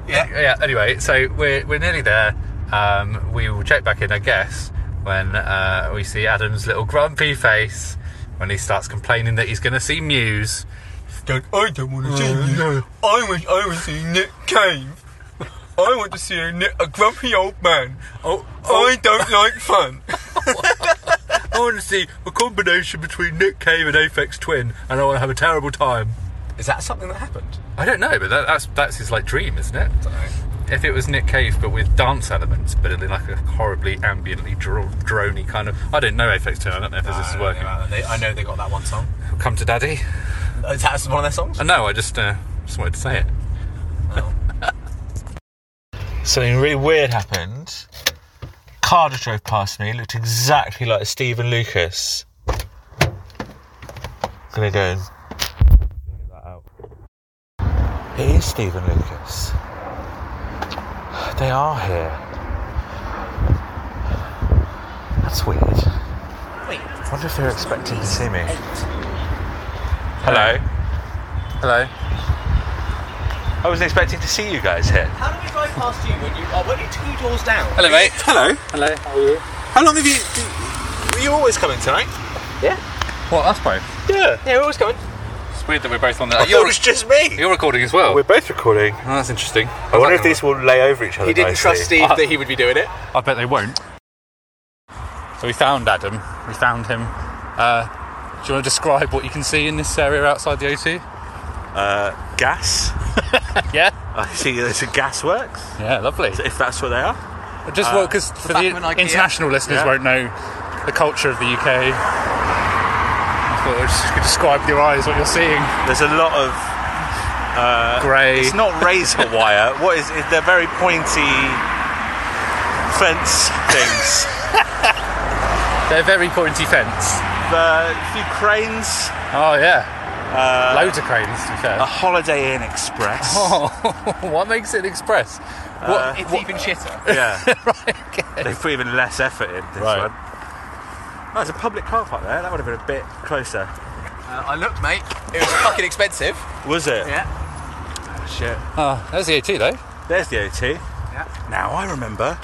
Speaker 6: Yeah.
Speaker 5: yeah. Anyway, so we're we're nearly there. Um, we will check back in, I guess, when uh, we see Adam's little grumpy face when he starts complaining that he's going to see Muse.
Speaker 8: Dad, I don't want to see you. I wish I was seeing Nick Cave. I want to see a, Nick, a grumpy old man. Oh, I don't like fun.
Speaker 5: I want to see a combination between Nick Cave and Aphex Twin, and I want to have a terrible time.
Speaker 6: (laughs) Is that something that happened?
Speaker 5: I don't know, but that, that's that's his like dream, isn't it? If it was Nick Cave, but with dance elements, but in like a horribly ambiently dro- drony kind of. I don't know Aphex Twin. I don't know if this is working.
Speaker 6: Uh, They, I know they got that one song.
Speaker 5: Come to Daddy.
Speaker 6: Is that one of their songs?
Speaker 5: Uh, No, I just uh, just wanted to say it.
Speaker 2: Something really weird happened. Car just drove past me. Looked exactly like Stephen Lucas. Gonna go and figure that out. It is Stephen Lucas. They are here. That's weird. I
Speaker 6: Wait.
Speaker 2: wonder if they're expecting to see me.
Speaker 5: Hello. Hello.
Speaker 2: I wasn't expecting to see you guys here.
Speaker 6: How do we drive past you when you are only two doors down?
Speaker 5: Hello, mate.
Speaker 8: Hello.
Speaker 5: Hello. How are you?
Speaker 8: How long have you? do- Were you always coming tonight?
Speaker 5: Well, that's both.
Speaker 8: Yeah.
Speaker 6: Yeah, we're always coming.
Speaker 5: It's weird that we're both on (laughs) that.
Speaker 8: I thought it was just me.
Speaker 5: you're recording as well.
Speaker 2: We're both recording.
Speaker 5: Oh, that's interesting.
Speaker 2: I wonder if these will lay over each other.
Speaker 6: He didn't
Speaker 2: nicely.
Speaker 6: trust Steve that he would be doing it.
Speaker 5: I bet they won't. So we found Adam. We found him. Uh, do you want to describe what you can see in this area outside the O2?
Speaker 8: Uh, gas.
Speaker 5: (laughs) Yeah.
Speaker 8: I see there's a gasworks.
Speaker 5: Yeah, lovely.
Speaker 8: If that's what they are.
Speaker 5: Just because for the
Speaker 6: Batman Ikea.
Speaker 5: international listeners
Speaker 8: Yeah.
Speaker 5: won't know the culture of the UK. I thought I just could describe with your eyes what you're seeing.
Speaker 8: There's a lot of.
Speaker 5: Grey.
Speaker 8: It's not razor wire. What is? it? They're very pointy fence things. (laughs)
Speaker 5: They're very pointy fence.
Speaker 8: uh, a few cranes,
Speaker 5: Oh yeah. Loads of cranes to be fair.
Speaker 8: a Holiday Inn Express.
Speaker 5: (laughs) Oh, what makes it an express? What,
Speaker 6: Uh, It's
Speaker 5: what-
Speaker 6: even shitter. Uh,
Speaker 8: Yeah,
Speaker 5: (laughs) right, okay.
Speaker 8: they put even less effort in this
Speaker 5: Right.
Speaker 8: one. Oh, there's a public car park there. That would have been a bit closer.
Speaker 6: Uh, I looked, mate. It was fucking expensive.
Speaker 8: Was it?
Speaker 6: Yeah. Ah,
Speaker 8: Shit.
Speaker 5: Oh, there's the AT though.
Speaker 8: There's the OT. Now I remember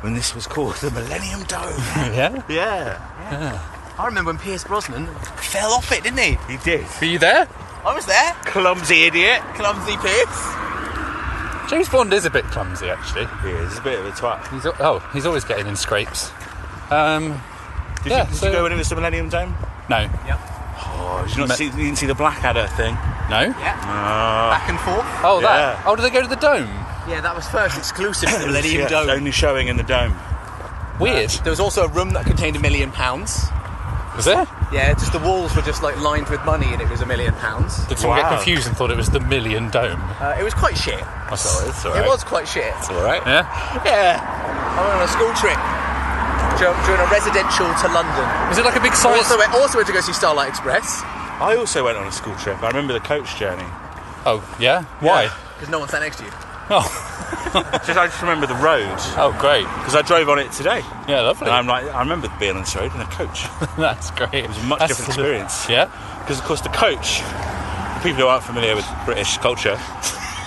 Speaker 8: when this was called the Millennium Dome.
Speaker 5: Yeah.
Speaker 8: yeah,
Speaker 6: I remember when Pierce Brosnan fell off it, didn't he?
Speaker 8: he did.
Speaker 5: Were you there?
Speaker 6: I was there.
Speaker 8: Clumsy idiot.
Speaker 6: Clumsy Pierce.
Speaker 5: James Bond is a bit clumsy actually.
Speaker 8: He is a bit of a twat.
Speaker 5: He's al- oh, he's always getting in scrapes. Um,
Speaker 8: Did,
Speaker 5: Yeah,
Speaker 8: you, did
Speaker 5: so-
Speaker 8: you go when it was the Millennium Dome?
Speaker 5: no,
Speaker 8: Oh, did you,
Speaker 5: Me-
Speaker 8: not see, you didn't see the Blackadder thing?
Speaker 5: no.
Speaker 6: Back and forth.
Speaker 5: Oh, that.
Speaker 8: Yeah.
Speaker 5: Oh, did they go to the dome?
Speaker 6: Yeah, that was first exclusive to the Millennium
Speaker 8: Yeah, it's
Speaker 6: Dome.
Speaker 8: Only showing in the dome.
Speaker 5: Weird.
Speaker 6: There was also a room that contained a million pounds.
Speaker 5: Was there?
Speaker 6: Yeah, just the walls were just like lined with money, and it was a million pounds.
Speaker 5: Did someone get
Speaker 8: Wow.
Speaker 5: confused and thought it was the Million Dome?
Speaker 6: Uh, it was quite shit.
Speaker 5: I saw
Speaker 8: It's
Speaker 6: It was quite shit.
Speaker 8: all right.
Speaker 5: Yeah.
Speaker 6: Yeah. I went on a school trip. dur- during a residential to London.
Speaker 5: Is it like a big
Speaker 6: I
Speaker 5: science?
Speaker 6: also went, also went to go see Starlight Express
Speaker 9: I also went on a school trip. I remember the coach journey.
Speaker 5: Oh, yeah. Why?
Speaker 6: because no one sat next to you.
Speaker 9: Just, I just remember the road
Speaker 5: Oh, great.
Speaker 9: because I drove on it today.
Speaker 5: Yeah, lovely.
Speaker 9: And I'm like, I remember being on this road in a coach.
Speaker 5: (laughs) That's great.
Speaker 9: It was a much
Speaker 5: That's
Speaker 9: different
Speaker 5: the-
Speaker 9: experience.
Speaker 5: Yeah.
Speaker 9: Because, of course, the coach, for people who aren't familiar with
Speaker 5: (laughs)
Speaker 9: British culture,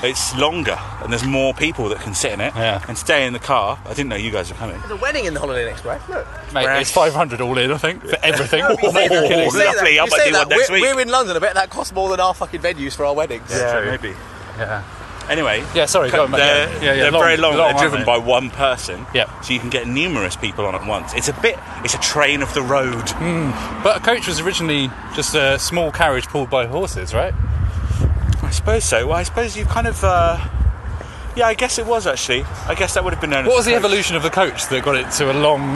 Speaker 9: it's longer and there's more people that can sit in it
Speaker 5: Yeah.
Speaker 9: and stay in the car. I didn't know you guys were coming.
Speaker 6: There's a wedding in the Holiday Inn Express. Look.
Speaker 5: Mate,
Speaker 9: Whereas-
Speaker 5: it's 500 all in, I think, for everything. (laughs)
Speaker 6: No, you say that,
Speaker 9: (laughs) Oh,
Speaker 6: you say that,
Speaker 9: lovely, I
Speaker 6: you
Speaker 9: might
Speaker 6: say
Speaker 9: do
Speaker 6: that.
Speaker 9: one next
Speaker 6: we're,
Speaker 9: week.
Speaker 6: We're in London. I bet that costs more than our fucking venues for our weddings.
Speaker 9: Yeah, maybe.
Speaker 5: Yeah.
Speaker 9: Anyway,
Speaker 5: Yeah, sorry, go on, mate.
Speaker 9: they're,
Speaker 5: Yeah, yeah, yeah,
Speaker 9: they're
Speaker 5: long-
Speaker 9: very long.
Speaker 5: long,
Speaker 9: they're
Speaker 5: aren't
Speaker 9: driven
Speaker 5: they?
Speaker 9: by one person.
Speaker 5: Yeah.
Speaker 9: So you can get numerous people on at once. It's a bit. It's a train of the road.
Speaker 5: But a coach was originally just a small carriage pulled by horses, right?
Speaker 9: I suppose so. Well, I suppose you kind of. Uh, yeah, I guess it was actually. I guess that would have been known. as
Speaker 5: What was the
Speaker 9: coach.
Speaker 5: evolution of the coach that got it to a long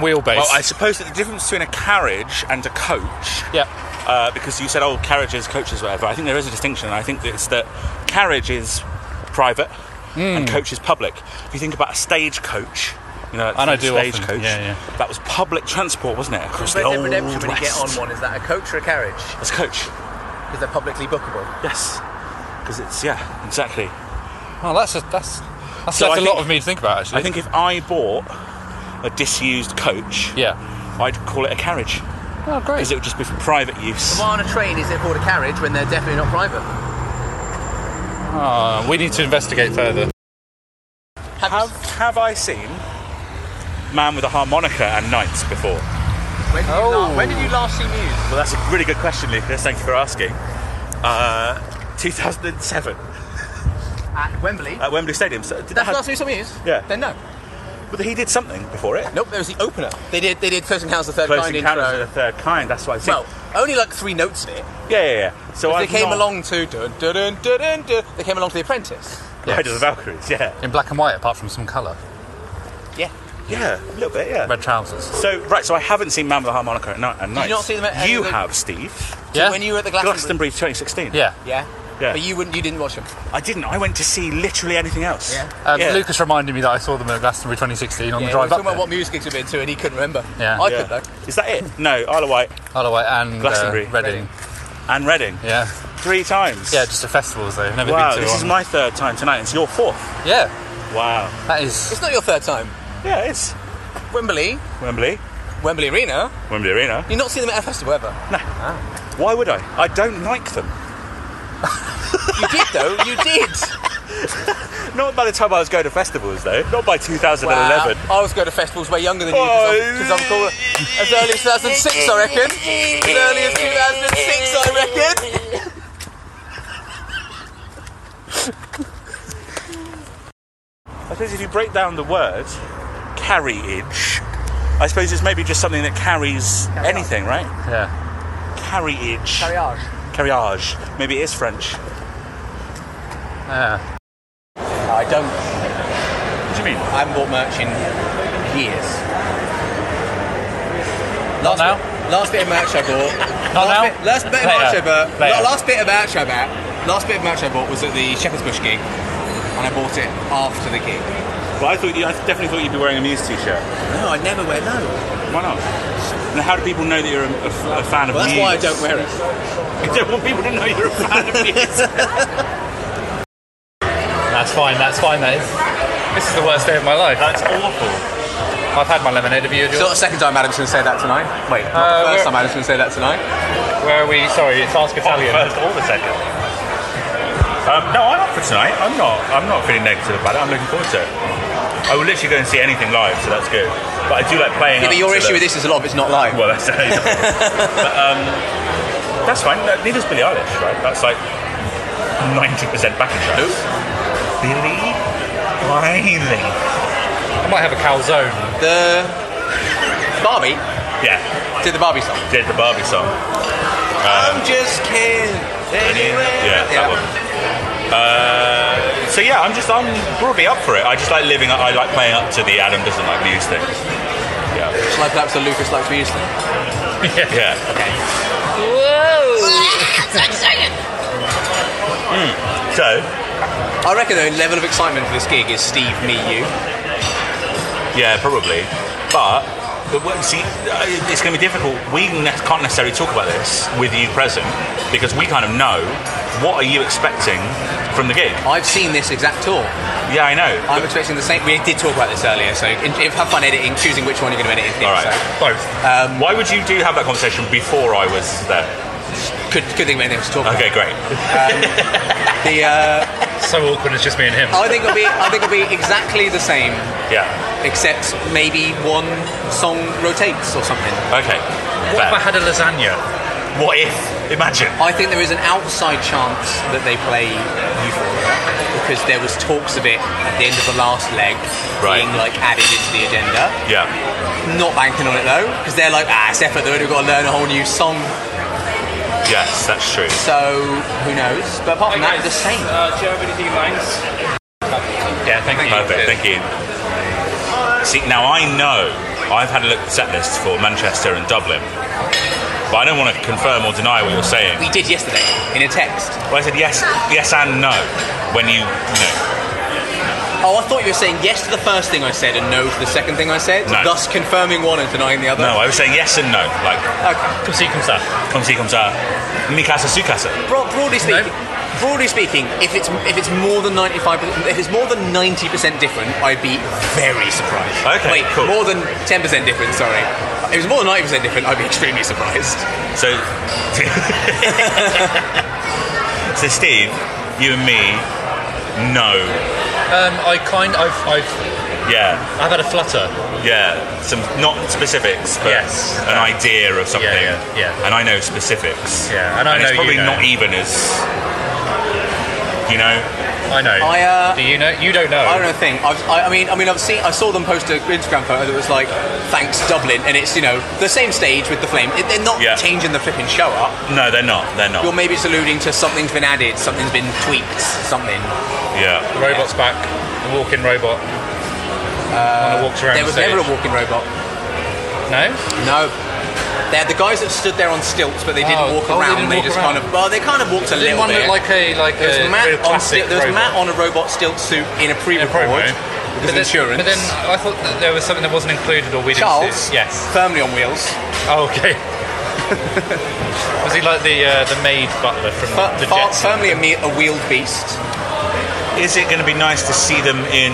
Speaker 5: wheelbase?
Speaker 9: Well, I suppose that the difference between a carriage and a coach.
Speaker 5: yeah.
Speaker 9: Uh, because you said, oh, carriages, coaches, whatever. I think there is a distinction. and I think that it's that carriage is private and
Speaker 5: Hmm.
Speaker 9: coach is public. If you think about a stagecoach, you know,
Speaker 5: And I
Speaker 9: the
Speaker 5: do often,
Speaker 9: stagecoach.
Speaker 5: yeah, yeah.
Speaker 9: That was public transport, wasn't it? Across
Speaker 6: Red
Speaker 9: the
Speaker 6: Dead
Speaker 9: old
Speaker 6: Redemption, when you get
Speaker 9: west.
Speaker 6: on one, is that a coach or a carriage?
Speaker 9: It's coach.
Speaker 6: Because they're publicly bookable.
Speaker 9: Yes. Because it's yeah, exactly.
Speaker 5: Well, Oh, that's a, that's that's
Speaker 9: So
Speaker 5: left
Speaker 9: I
Speaker 5: a
Speaker 9: think-
Speaker 5: lot of me to think about actually.
Speaker 9: I think if I bought a disused coach,
Speaker 5: yeah.
Speaker 9: I'd call it a carriage
Speaker 5: Oh,
Speaker 9: because
Speaker 5: great.
Speaker 9: it would just be for private use.
Speaker 6: Why on a train is it called a carriage when they're definitely not private?
Speaker 5: Uh, we need to investigate further.
Speaker 9: Have have I seen Man with a Harmonica and Knights before?
Speaker 6: When did, you last, when did you last see Muse?
Speaker 9: Well, that's a really good question, Lucas. Thank you for asking. Uh, 2007
Speaker 6: At Wembley.
Speaker 9: at Wembley Stadium. So did that
Speaker 6: That's the
Speaker 9: have,
Speaker 6: last time you saw Muse.
Speaker 9: Yeah.
Speaker 6: Then no.
Speaker 9: but he did something before it.
Speaker 6: Nope. There was the opener. They did. They did Close Encounters of the Third
Speaker 9: Close
Speaker 6: Kind
Speaker 9: Encounters of
Speaker 6: intro.
Speaker 9: the Third Kind. That's what I've seen.
Speaker 6: Well, only like three notes in it.
Speaker 9: yeah, yeah, yeah. So
Speaker 6: They
Speaker 9: I
Speaker 6: came along to dun, dun, dun, dun, dun, dun. They came along to The Apprentice.
Speaker 9: Ride of the Valkyries. Yeah,
Speaker 5: In black and white, apart from some colour.
Speaker 6: Yeah.
Speaker 9: yeah, a little bit. Yeah.
Speaker 5: Red trousers.
Speaker 9: So right, so I haven't seen Man with a Harmonica at night. At night.
Speaker 6: not see them at any
Speaker 9: You
Speaker 6: of the-
Speaker 9: have, Steve.
Speaker 5: Yeah.
Speaker 6: When you were at the Glastonbury.
Speaker 9: Glastonbury 2016.
Speaker 5: yeah.
Speaker 6: Yeah.
Speaker 9: Yeah.
Speaker 6: But you wouldn't. You didn't watch them.
Speaker 9: I didn't. I went to see literally anything else.
Speaker 6: Yeah.
Speaker 5: Um,
Speaker 9: Yeah.
Speaker 5: Lucas reminded me that I saw them at Glastonbury 2016 on the drive
Speaker 6: we were
Speaker 5: up.
Speaker 6: talking about
Speaker 5: There.
Speaker 6: what music gigs we've been to, and he couldn't remember.
Speaker 5: Yeah.
Speaker 6: I
Speaker 9: Yeah.
Speaker 6: could though.
Speaker 9: Is that it? No, Isle of Wight
Speaker 5: Other way and
Speaker 9: Glastonbury.
Speaker 5: uh, Reading.
Speaker 6: Reading.
Speaker 9: and Reading.
Speaker 5: Yeah.
Speaker 9: Three times.
Speaker 5: Yeah, just the festivals though. Never
Speaker 9: Wow,
Speaker 5: been to
Speaker 9: this is
Speaker 5: one.
Speaker 9: my third time tonight. It's your fourth.
Speaker 5: Yeah.
Speaker 9: Wow.
Speaker 5: That is.
Speaker 6: It's not your third time.
Speaker 9: Yeah, it's
Speaker 6: Wembley,
Speaker 9: Wembley,
Speaker 6: Wembley Arena.
Speaker 9: Wembley Arena.
Speaker 6: You've not seen them at a festival ever.
Speaker 9: Why would I? I don't like them.
Speaker 6: (laughs) You did though. You did.
Speaker 9: (laughs) Not by the time I was going to festivals though. Not by 2011.
Speaker 6: Wow. I was going to festivals way younger than you because I'm, 'cause I'm cooler. As early as 2006, I reckon. As early as 2006, I reckon.
Speaker 9: I suppose if you break down the word carriage, I suppose it's maybe just something that carries anything, right?
Speaker 5: Yeah.
Speaker 9: Carriage. Carriage. Maybe it is French.
Speaker 5: Yeah.
Speaker 6: I don't.
Speaker 9: What do you mean?
Speaker 6: I haven't bought merch in years. Last
Speaker 5: now?
Speaker 6: Bit, last bit of merch I bought.
Speaker 5: Not now?
Speaker 6: last Bit, last bit of
Speaker 5: Later.
Speaker 6: merch I bought.
Speaker 5: Later.
Speaker 6: la- Last bit of merch I bought. Last bit of merch I bought was at the Shepherd's Bush gig, and I bought it after the gig.
Speaker 9: Well, I thought you, I definitely thought you'd be wearing a Muse t-shirt.
Speaker 6: No, I never wear no.
Speaker 9: Why not? And how do people know that you're a, a f- a fan of
Speaker 6: Well, that's
Speaker 9: Muse?
Speaker 6: why I
Speaker 9: (laughs)
Speaker 6: don't wear it.
Speaker 9: I don't want people to know you're a fan
Speaker 6: (laughs)
Speaker 9: of Muse.
Speaker 5: That's fine. That's fine. That is. This is the worst day of my life.
Speaker 9: That's awful.
Speaker 5: I've had my lemonade. Have you? had
Speaker 6: It's
Speaker 5: yours?
Speaker 6: not the second time Adam's going to say that tonight. Wait,
Speaker 5: Uh,
Speaker 6: not the
Speaker 5: we're-
Speaker 6: first time Adam's going to say that tonight.
Speaker 5: Where are we? Sorry, it's Ask Italian.
Speaker 9: First or the second. Um, no, I'm up for tonight. I'm not. I'm not feeling negative about it. I'm looking forward to it. I will literally go and see anything live, so that's good. But I do like playing.
Speaker 6: Yeah, but
Speaker 9: up
Speaker 6: your
Speaker 9: to
Speaker 6: issue
Speaker 9: the-
Speaker 6: with this is a lot of it's not live.
Speaker 9: Well, that's
Speaker 6: (laughs)
Speaker 9: but, um, that's fine. No, neither's Billie Eilish, right? That's like ninety percent backing track. Billie Eilish.
Speaker 5: I might have a calzone.
Speaker 6: The Barbie
Speaker 9: Yeah.
Speaker 6: did the Barbie song.
Speaker 9: did the Barbie (laughs) song.
Speaker 6: I'm just kidding.
Speaker 9: Yeah, that one. Uh, so yeah, I'm just I'm broadly up for it. I just like living. up- I like playing up to the Adam doesn't like Muse thing. Yeah,
Speaker 6: Shall I play up to Lucas likes music?
Speaker 9: yeah. Okay. Whoa! So
Speaker 6: I reckon the level of excitement for this gig is Steve, me, you.
Speaker 9: yeah, probably. But, but what- see, uh, it's going to be difficult. We ne- can't necessarily talk about this with you present because we kind of know what are you expecting from the gig.
Speaker 6: I've seen this exact talk.
Speaker 9: Yeah, I know.
Speaker 6: I'm expecting the same. We did talk about this earlier, so in, in- have fun editing, choosing which one you're going to edit. in,
Speaker 9: All right,
Speaker 6: So,
Speaker 9: both.
Speaker 5: Um,
Speaker 9: Why would you do have that conversation before I was there?
Speaker 6: could, could think of anything else to talk about.
Speaker 9: Okay, great.
Speaker 6: The, uh,
Speaker 5: So awkward, it's just me and him.
Speaker 6: I think it'll be. I think it'll be exactly the same,
Speaker 9: Oh. Yeah.
Speaker 6: except maybe one song rotates or something.
Speaker 9: Okay.
Speaker 5: What if I had a lasagna?
Speaker 9: Fair. What if? Imagine.
Speaker 6: I think there is an outside chance that they play Euphoria because there was talks of it at the end of the last leg
Speaker 9: Right.
Speaker 6: being like added into the agenda.
Speaker 9: Yeah.
Speaker 6: Not banking on it though, because they're like, ah, it's effort. They've got to learn a whole new song.
Speaker 9: Yes, that's true.
Speaker 6: So who knows? But apart from that, the same.
Speaker 5: Uh, do you have anything in mind? Yeah, thank, you.
Speaker 9: Perfect. Thank you. See, now I know I've had a look at the set lists for Manchester and Dublin, but I don't want to confirm or deny what you're saying.
Speaker 6: We did yesterday in a text.
Speaker 9: Well, I said yes, yes and no when you, you know,
Speaker 6: Oh, I thought you were saying yes to the first thing I said and no to the second thing I said,
Speaker 9: No.
Speaker 6: thus confirming one and denying the other.
Speaker 9: no, I was saying yes and no, like
Speaker 6: Okay.
Speaker 5: Come see, come start.
Speaker 9: come see, come sir, mi casa su casa.
Speaker 6: Bro- broadly speaking, broadly speaking, if it's if it's more than ninety five, if it's more than ninety percent different, I'd be very surprised. Wait,
Speaker 9: Okay, cool.
Speaker 6: more than ten percent different. Sorry, if it was more than ninety percent different, I'd be extremely surprised.
Speaker 9: So, so Steve, you and me, no,
Speaker 5: Um, I kind I've, I've,
Speaker 9: yeah,
Speaker 5: I've had a flutter.
Speaker 9: yeah, uh, some not specifics, but
Speaker 5: Yes.
Speaker 9: an idea of something.
Speaker 5: yeah, yeah.
Speaker 9: And I know specifics.
Speaker 5: Yeah, and I
Speaker 9: and
Speaker 5: know
Speaker 9: it's probably
Speaker 5: you know.
Speaker 9: not even as you know.
Speaker 5: I know.
Speaker 6: I uh,
Speaker 5: Do you know? You don't know.
Speaker 6: I don't know a thing. I've, I, I mean, I mean, I've seen, I saw them post an Instagram photo that was like, "Thanks Dublin," and it's you know the same stage with the flame. It, they're not
Speaker 9: Yeah.
Speaker 6: changing the flipping show up.
Speaker 9: No, they're not. They're not.
Speaker 6: Or maybe it's alluding to something's been added, something's been tweaked, something.
Speaker 9: yeah.
Speaker 5: The robot's back. The walking robot. Uh, walks around
Speaker 6: There
Speaker 5: the
Speaker 6: was
Speaker 5: stage.
Speaker 6: never a walking robot.
Speaker 5: No.
Speaker 6: No. They're the guys that stood there on stilts, but they didn't
Speaker 5: Oh,
Speaker 6: walk
Speaker 5: oh, they
Speaker 6: around.
Speaker 5: didn't
Speaker 6: They,
Speaker 5: walk
Speaker 6: just
Speaker 5: around.
Speaker 6: kind of well, they kind of walked a
Speaker 5: Didn't
Speaker 6: little
Speaker 5: one
Speaker 6: bit.
Speaker 5: look like a like
Speaker 6: there was
Speaker 5: a
Speaker 6: Matt
Speaker 5: real
Speaker 6: on
Speaker 5: classic
Speaker 6: sti- there was
Speaker 5: robot.
Speaker 6: Matt on a robot stilt suit
Speaker 5: In a
Speaker 6: in a pre-record.
Speaker 5: promo.
Speaker 6: Because
Speaker 5: But then-
Speaker 6: insurance.
Speaker 5: But then I thought that there was something that wasn't included or we didn't
Speaker 6: Charles,
Speaker 5: see. Yes.
Speaker 6: firmly on wheels,
Speaker 5: Oh, okay. (laughs) was he like the uh, the maid butler from
Speaker 6: but
Speaker 5: the
Speaker 6: far,
Speaker 9: (laughs)
Speaker 5: Jetsons?
Speaker 6: firmly a, me- a wheeled beast.
Speaker 9: Is it going to be nice to see them in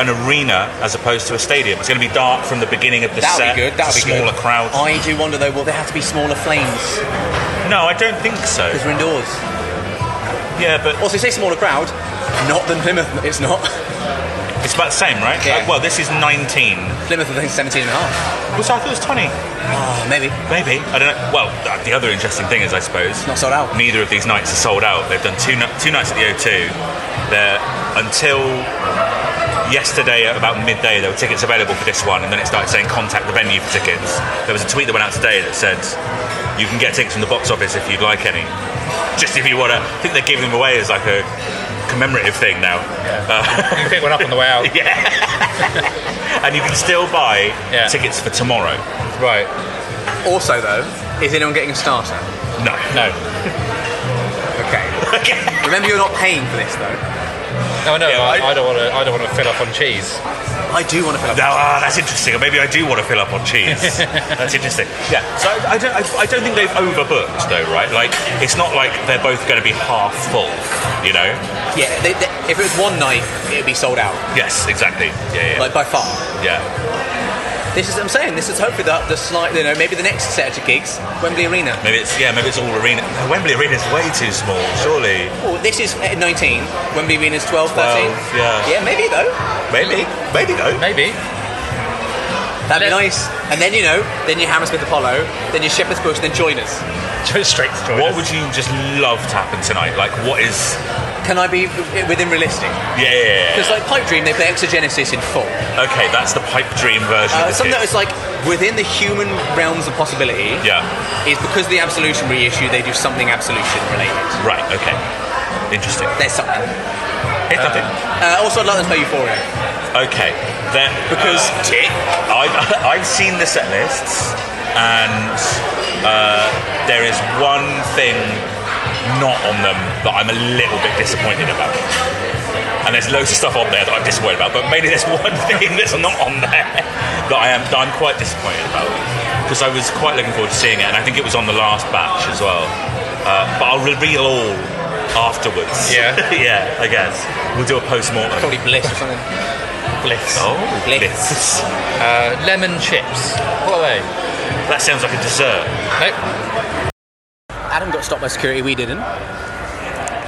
Speaker 9: an arena as opposed to a stadium? It's going to be dark from the beginning of the
Speaker 6: That'll
Speaker 9: set.
Speaker 6: be good. That'll
Speaker 9: it's a
Speaker 6: be
Speaker 9: smaller
Speaker 6: good.
Speaker 9: crowd.
Speaker 6: I do wonder though. Will there have to be smaller flames
Speaker 9: No, I don't think so.
Speaker 6: because we're indoors?
Speaker 9: Yeah, but
Speaker 6: Also, say smaller crowd. Not than Plymouth. It's not.
Speaker 9: it's about the same, right?
Speaker 6: Yeah.
Speaker 9: Uh, well, this is 19.
Speaker 6: Plymouth, I think, 17 and a half.
Speaker 9: Well, so I thought it was 20.
Speaker 6: Oh, maybe.
Speaker 9: Ah, Maybe. I don't know. Well, th- the other interesting thing is, I suppose,
Speaker 6: Not sold out.
Speaker 9: neither of these nights are sold out. They've done two, ni- two nights at the O2. They're, until yesterday at about midday, there were tickets available for this one, and then it started saying contact the venue for tickets. There was a tweet that went out today that said, you can get tickets from the box office if you'd like any. Just if you want to. I think they're giving them away as like a commemorative thing now.
Speaker 5: You can pick one up on the way out.
Speaker 9: (laughs) And you can still buy
Speaker 5: Yeah.
Speaker 9: tickets (laughs) for tomorrow.
Speaker 5: Right.
Speaker 6: Also, though, is anyone getting a starter?
Speaker 9: No.
Speaker 5: No.
Speaker 6: (laughs) Okay. Remember, you're not paying for this though.
Speaker 5: No, no.
Speaker 9: Yeah,
Speaker 5: I,
Speaker 9: I-
Speaker 5: I don't want to. I don't want to fill up on cheese. (laughs)
Speaker 6: I do want to fill up.
Speaker 9: Now, ah, that's interesting. Or maybe I do want to fill up on (laughs) cheese. that's interesting. Yeah. So I, I don't. I, I don't think they've overbooked though, right? Like it's not like they're both going to be half full. You know?
Speaker 6: Yeah, they, they, if it was one night, it'd be sold out,
Speaker 9: Yes, exactly. Yeah.
Speaker 6: like by far.
Speaker 9: Yeah. yeah.
Speaker 6: This is I'm saying. This is hopefully the, the slight, you know, maybe the next set of gigs, Wembley Arena.
Speaker 9: Maybe it's yeah. Maybe it's all arena. No, Wembley Arena's way too small. Surely.
Speaker 6: Oh, this is at 19. Wembley Arena's 12, 13.
Speaker 9: 12, yeah.
Speaker 6: Yeah, maybe though.
Speaker 9: Maybe. Maybe though.
Speaker 5: Maybe.
Speaker 6: That'd be
Speaker 5: Let's-
Speaker 6: nice. And then you know, then you Hammersmith Apollo, then you Shepherd's Bush, then join us.
Speaker 5: Straight to join
Speaker 9: What
Speaker 5: us.
Speaker 9: would you just love to happen tonight? Like what is?
Speaker 6: Can I be within realistic?
Speaker 9: Yeah. yeah, yeah.
Speaker 6: Because like Pipe Dream, they play Exogenesis in full.
Speaker 9: Okay, that's the pipe dream version.
Speaker 6: Uh,
Speaker 9: of
Speaker 6: something
Speaker 9: it.
Speaker 6: that is like within the human realms of possibility.
Speaker 9: Yeah.
Speaker 6: Is because of the absolution reissue, they do something absolution related.
Speaker 9: Right. Okay. Interesting.
Speaker 6: There's something.
Speaker 9: It's nothing.
Speaker 6: Uh, also, I'd like them to play Euphoria.
Speaker 9: Okay, then because I've, I've (laughs) seen the set lists, and uh, there is one thing not on them that I'm a little bit disappointed about. And there's loads of stuff on there that I'm disappointed about, but mainly (laughs) there's one thing that's not on there (laughs) that I am that I'm quite disappointed about because I was quite looking forward to seeing it, and I think it was on the last batch as well. Uh, but I'll reveal all afterwards.
Speaker 5: Yeah.
Speaker 9: (laughs) yeah, I guess we'll do a post
Speaker 6: (laughs)
Speaker 9: mortem.
Speaker 5: Probably bliss or something. Bliss.
Speaker 9: Oh, bliss.
Speaker 5: Uh, lemon chips. What are they?
Speaker 9: That sounds like a dessert.
Speaker 5: Nope.
Speaker 6: Adam got stopped by security. We didn't.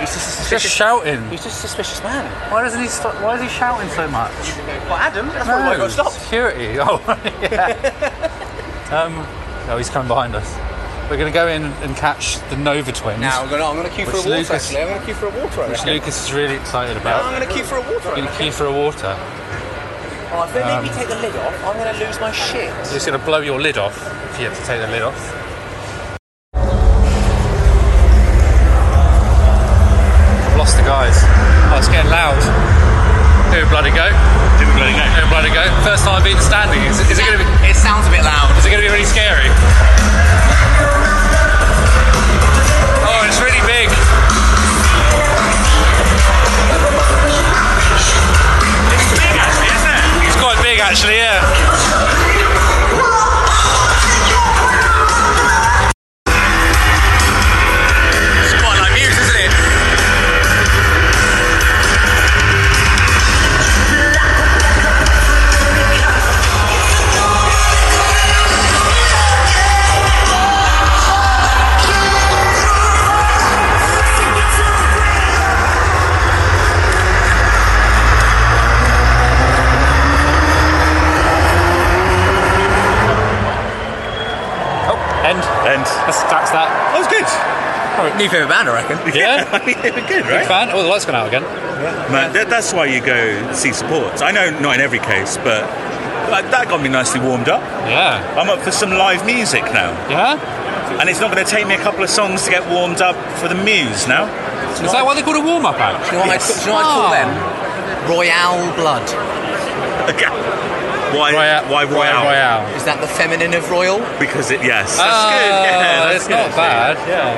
Speaker 6: He's just a
Speaker 5: Just
Speaker 6: suspicious.
Speaker 5: shouting.
Speaker 6: He's just a suspicious man.
Speaker 5: Why doesn't he? Stop, why is he shouting so much?
Speaker 6: Well, Adam, that's
Speaker 9: Oh
Speaker 6: probably why I got stopped.
Speaker 5: Security. (laughs) Oh, yeah. um, oh, he's coming behind us. We're going to go in and catch the Nova Twins,
Speaker 6: Now I'm gonna, I'm gonna queue for a
Speaker 5: Which
Speaker 6: water.
Speaker 5: Lucas-
Speaker 6: Actually, I'm gonna queue for a water. I
Speaker 5: which
Speaker 6: reckon.
Speaker 5: Lucas is really excited
Speaker 6: I'm
Speaker 5: about.
Speaker 6: gonna queue for a water.
Speaker 5: Going
Speaker 6: I
Speaker 5: to
Speaker 6: reckon.
Speaker 5: queue for a water.
Speaker 6: Oh, if they make me take the lid off, I'm gonna lose my shit.
Speaker 5: It's going to blow your lid off if you have to take the lid off. I've lost the guys. Oh, it's getting loud. Here we bloody go.
Speaker 9: Here we bloody go.
Speaker 5: Here we bloody go. First time I've been standing. Is, is it going to be?
Speaker 6: It sounds a bit loud.
Speaker 5: Is it going to be really scary? Oh, it's really big.
Speaker 9: It's big actually, isn't it?
Speaker 5: It's quite big, actually. Yeah.
Speaker 6: It's quite like Muse, isn't it?
Speaker 5: Oh, end.
Speaker 9: And
Speaker 5: That's, that's that.
Speaker 9: that was good.
Speaker 6: New favorite band, I (laughs) reckon.
Speaker 5: Yeah.
Speaker 9: (laughs) I mean, it was good, right?
Speaker 5: Fan. Oh, the lights gone out again.
Speaker 9: Man, that, that's why you go see supports. I know not in every case, but like, that got me nicely warmed up.
Speaker 5: Yeah.
Speaker 9: I'm up for some live music now,
Speaker 5: Yeah.
Speaker 9: and it's not going to take me a couple of songs to get warmed up for the muse now.
Speaker 5: Is that why they called a warm-up act?
Speaker 6: Do you know what I- do you know what I call them? Royale Oh. blood.
Speaker 9: Okay. Why? why Royale?
Speaker 5: Royale.
Speaker 6: Is that the feminine of royal?
Speaker 9: Because it yes.
Speaker 5: Ah,
Speaker 9: Yeah, that's
Speaker 5: it's
Speaker 9: good.
Speaker 5: not bad. Yeah.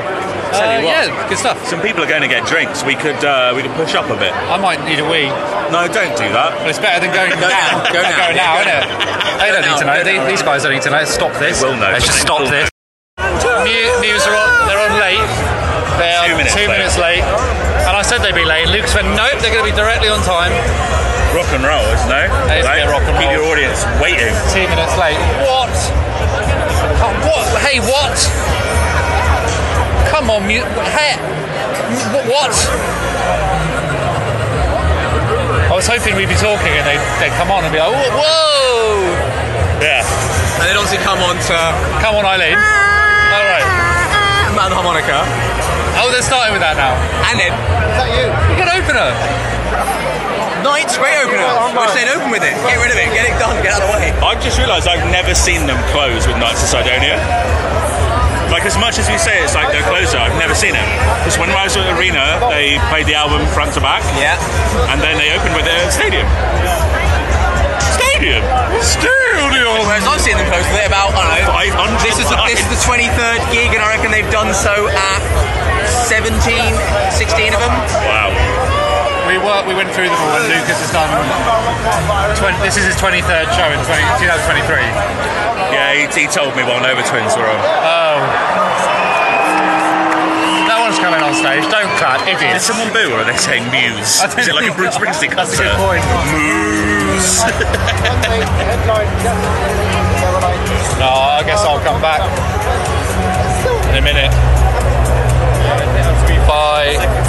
Speaker 9: Tell you what.
Speaker 5: yeah, good stuff.
Speaker 9: Some people are going to get drinks. We could uh, we could push up a bit.
Speaker 5: I might need a wee,
Speaker 9: No, don't do that.
Speaker 5: but it's better than going now.
Speaker 6: now, go now.
Speaker 5: Go now, isn't it? They don't need to know.
Speaker 6: Go now,
Speaker 5: They-
Speaker 6: go
Speaker 5: These guys don't need to know. Stop this.
Speaker 9: They will know.
Speaker 5: Let's just
Speaker 9: They
Speaker 5: stop
Speaker 9: will
Speaker 5: this. Mu- Muse are on. They're on late. They are
Speaker 9: Two minutes
Speaker 5: late.
Speaker 9: late.
Speaker 5: And I said they'd be late. Luke said, nope, they're going to be directly on time.
Speaker 9: Rock and roll, isn't it?
Speaker 5: That is a bit rock and
Speaker 9: Keep
Speaker 5: roll.
Speaker 9: your audience waiting.
Speaker 5: Two minutes late. What? Oh, what? Hey, what? Come on, mute. Hey, wh- what? I was hoping we'd be talking and they'd, they'd come on and be like, "Whoa, whoa!
Speaker 9: Yeah.
Speaker 6: And then obviously come on to
Speaker 5: Come on, Eileen. All right.
Speaker 6: Man Harmonica.
Speaker 5: Oh, they're starting with that now.
Speaker 6: And then
Speaker 5: You can open her.
Speaker 6: Night's Great Opener. We're saying open with it. Get rid of it. Get it done. Get out of the way.
Speaker 9: I've just realised I've never seen them close with Knights of Sidonia. Like as much as we say it's like their closer, I've never seen it. Because when I was at Arena, they played the album front to back,
Speaker 6: Yeah.
Speaker 9: and then they opened with it at Stadium. Stadium. Stadium.
Speaker 6: Whereas I've seen them close with it about, I don't know.
Speaker 9: 500
Speaker 6: This is, the, this is the 23rd gig, and I reckon they've done so at 17, 16 of them.
Speaker 9: Wow.
Speaker 5: We were, we went through them all and Lucas has done. 20, this is his 23rd show in 20, 2023.
Speaker 9: Yeah, he, he told me while Nova Twins were on.
Speaker 5: That one's coming on stage. Don't clap,
Speaker 9: Did
Speaker 5: idiots.
Speaker 9: someone boo, or are they saying muse?
Speaker 5: I don't
Speaker 9: Is it like a
Speaker 5: know.
Speaker 9: Bruce Springsteen
Speaker 5: That's a
Speaker 9: concert?
Speaker 5: good (laughs) point. (laughs)
Speaker 9: Muse.
Speaker 5: No, I guess I'll come back in a minute. Bye.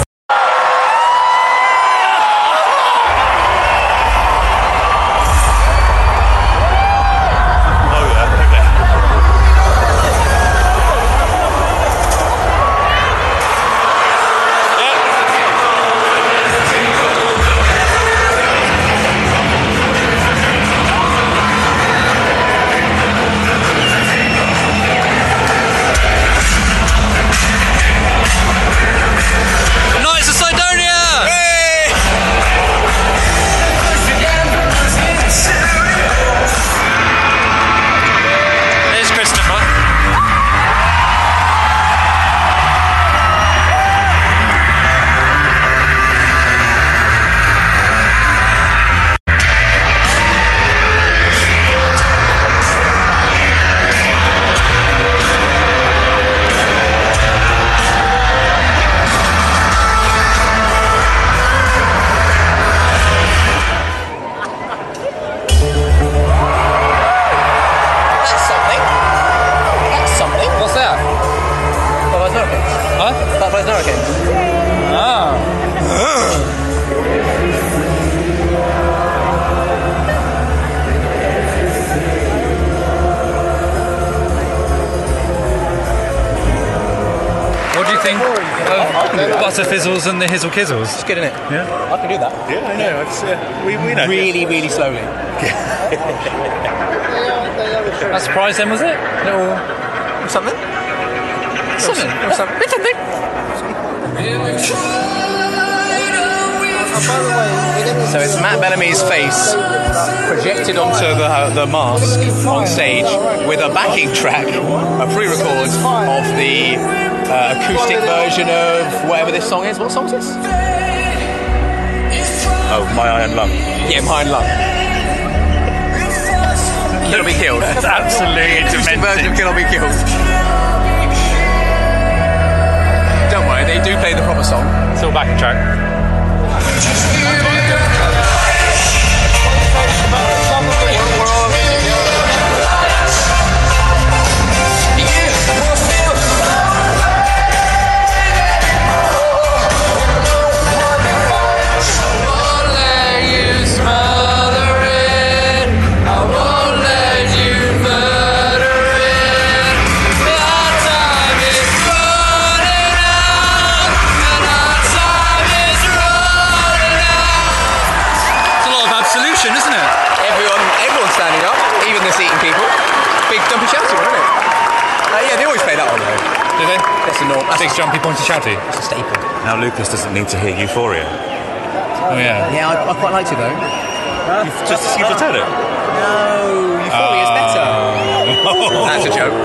Speaker 6: Oh, American. Oh.
Speaker 5: What do you think of Butter Fizzles and the Hizzle Kizzles?
Speaker 6: It's good, isn't it? Yeah. I can do that.
Speaker 9: Yeah, I know. It's, uh, we, we know.
Speaker 6: Really, really slowly.
Speaker 5: That surprised them, was it? Little
Speaker 6: Something? Something. Something. Something. So it's Matt Bellamy's face projected onto the, uh, the mask on stage with a backing track, a pre-record of the uh, acoustic version of whatever this song is. What song is this?
Speaker 9: Oh, my iron lung.
Speaker 6: Yeah, Mind Love. Kill Be Killed.
Speaker 9: It's absolutely
Speaker 6: Acoustic version of
Speaker 9: demented.
Speaker 6: Kill or Be Killed. Don't worry, they do play the proper song.
Speaker 5: still back track. It's a lot of absolution, isn't it?
Speaker 6: Everyone, everyone's standing up, even the seating people. Big jumpy shouty one, isn't it? Uh, yeah, they always play that one though.
Speaker 5: Do they?
Speaker 6: That's a norm. That's
Speaker 5: Big jumpy pointy shouty.
Speaker 6: a staple.
Speaker 9: Now Lucas doesn't need to hear Euphoria.
Speaker 5: Oh yeah.
Speaker 6: Yeah, I, I quite liked it though.
Speaker 9: You've just you've just heard it.
Speaker 6: No, Euphoria is better.
Speaker 9: Oh.
Speaker 6: (laughs) That's a joke.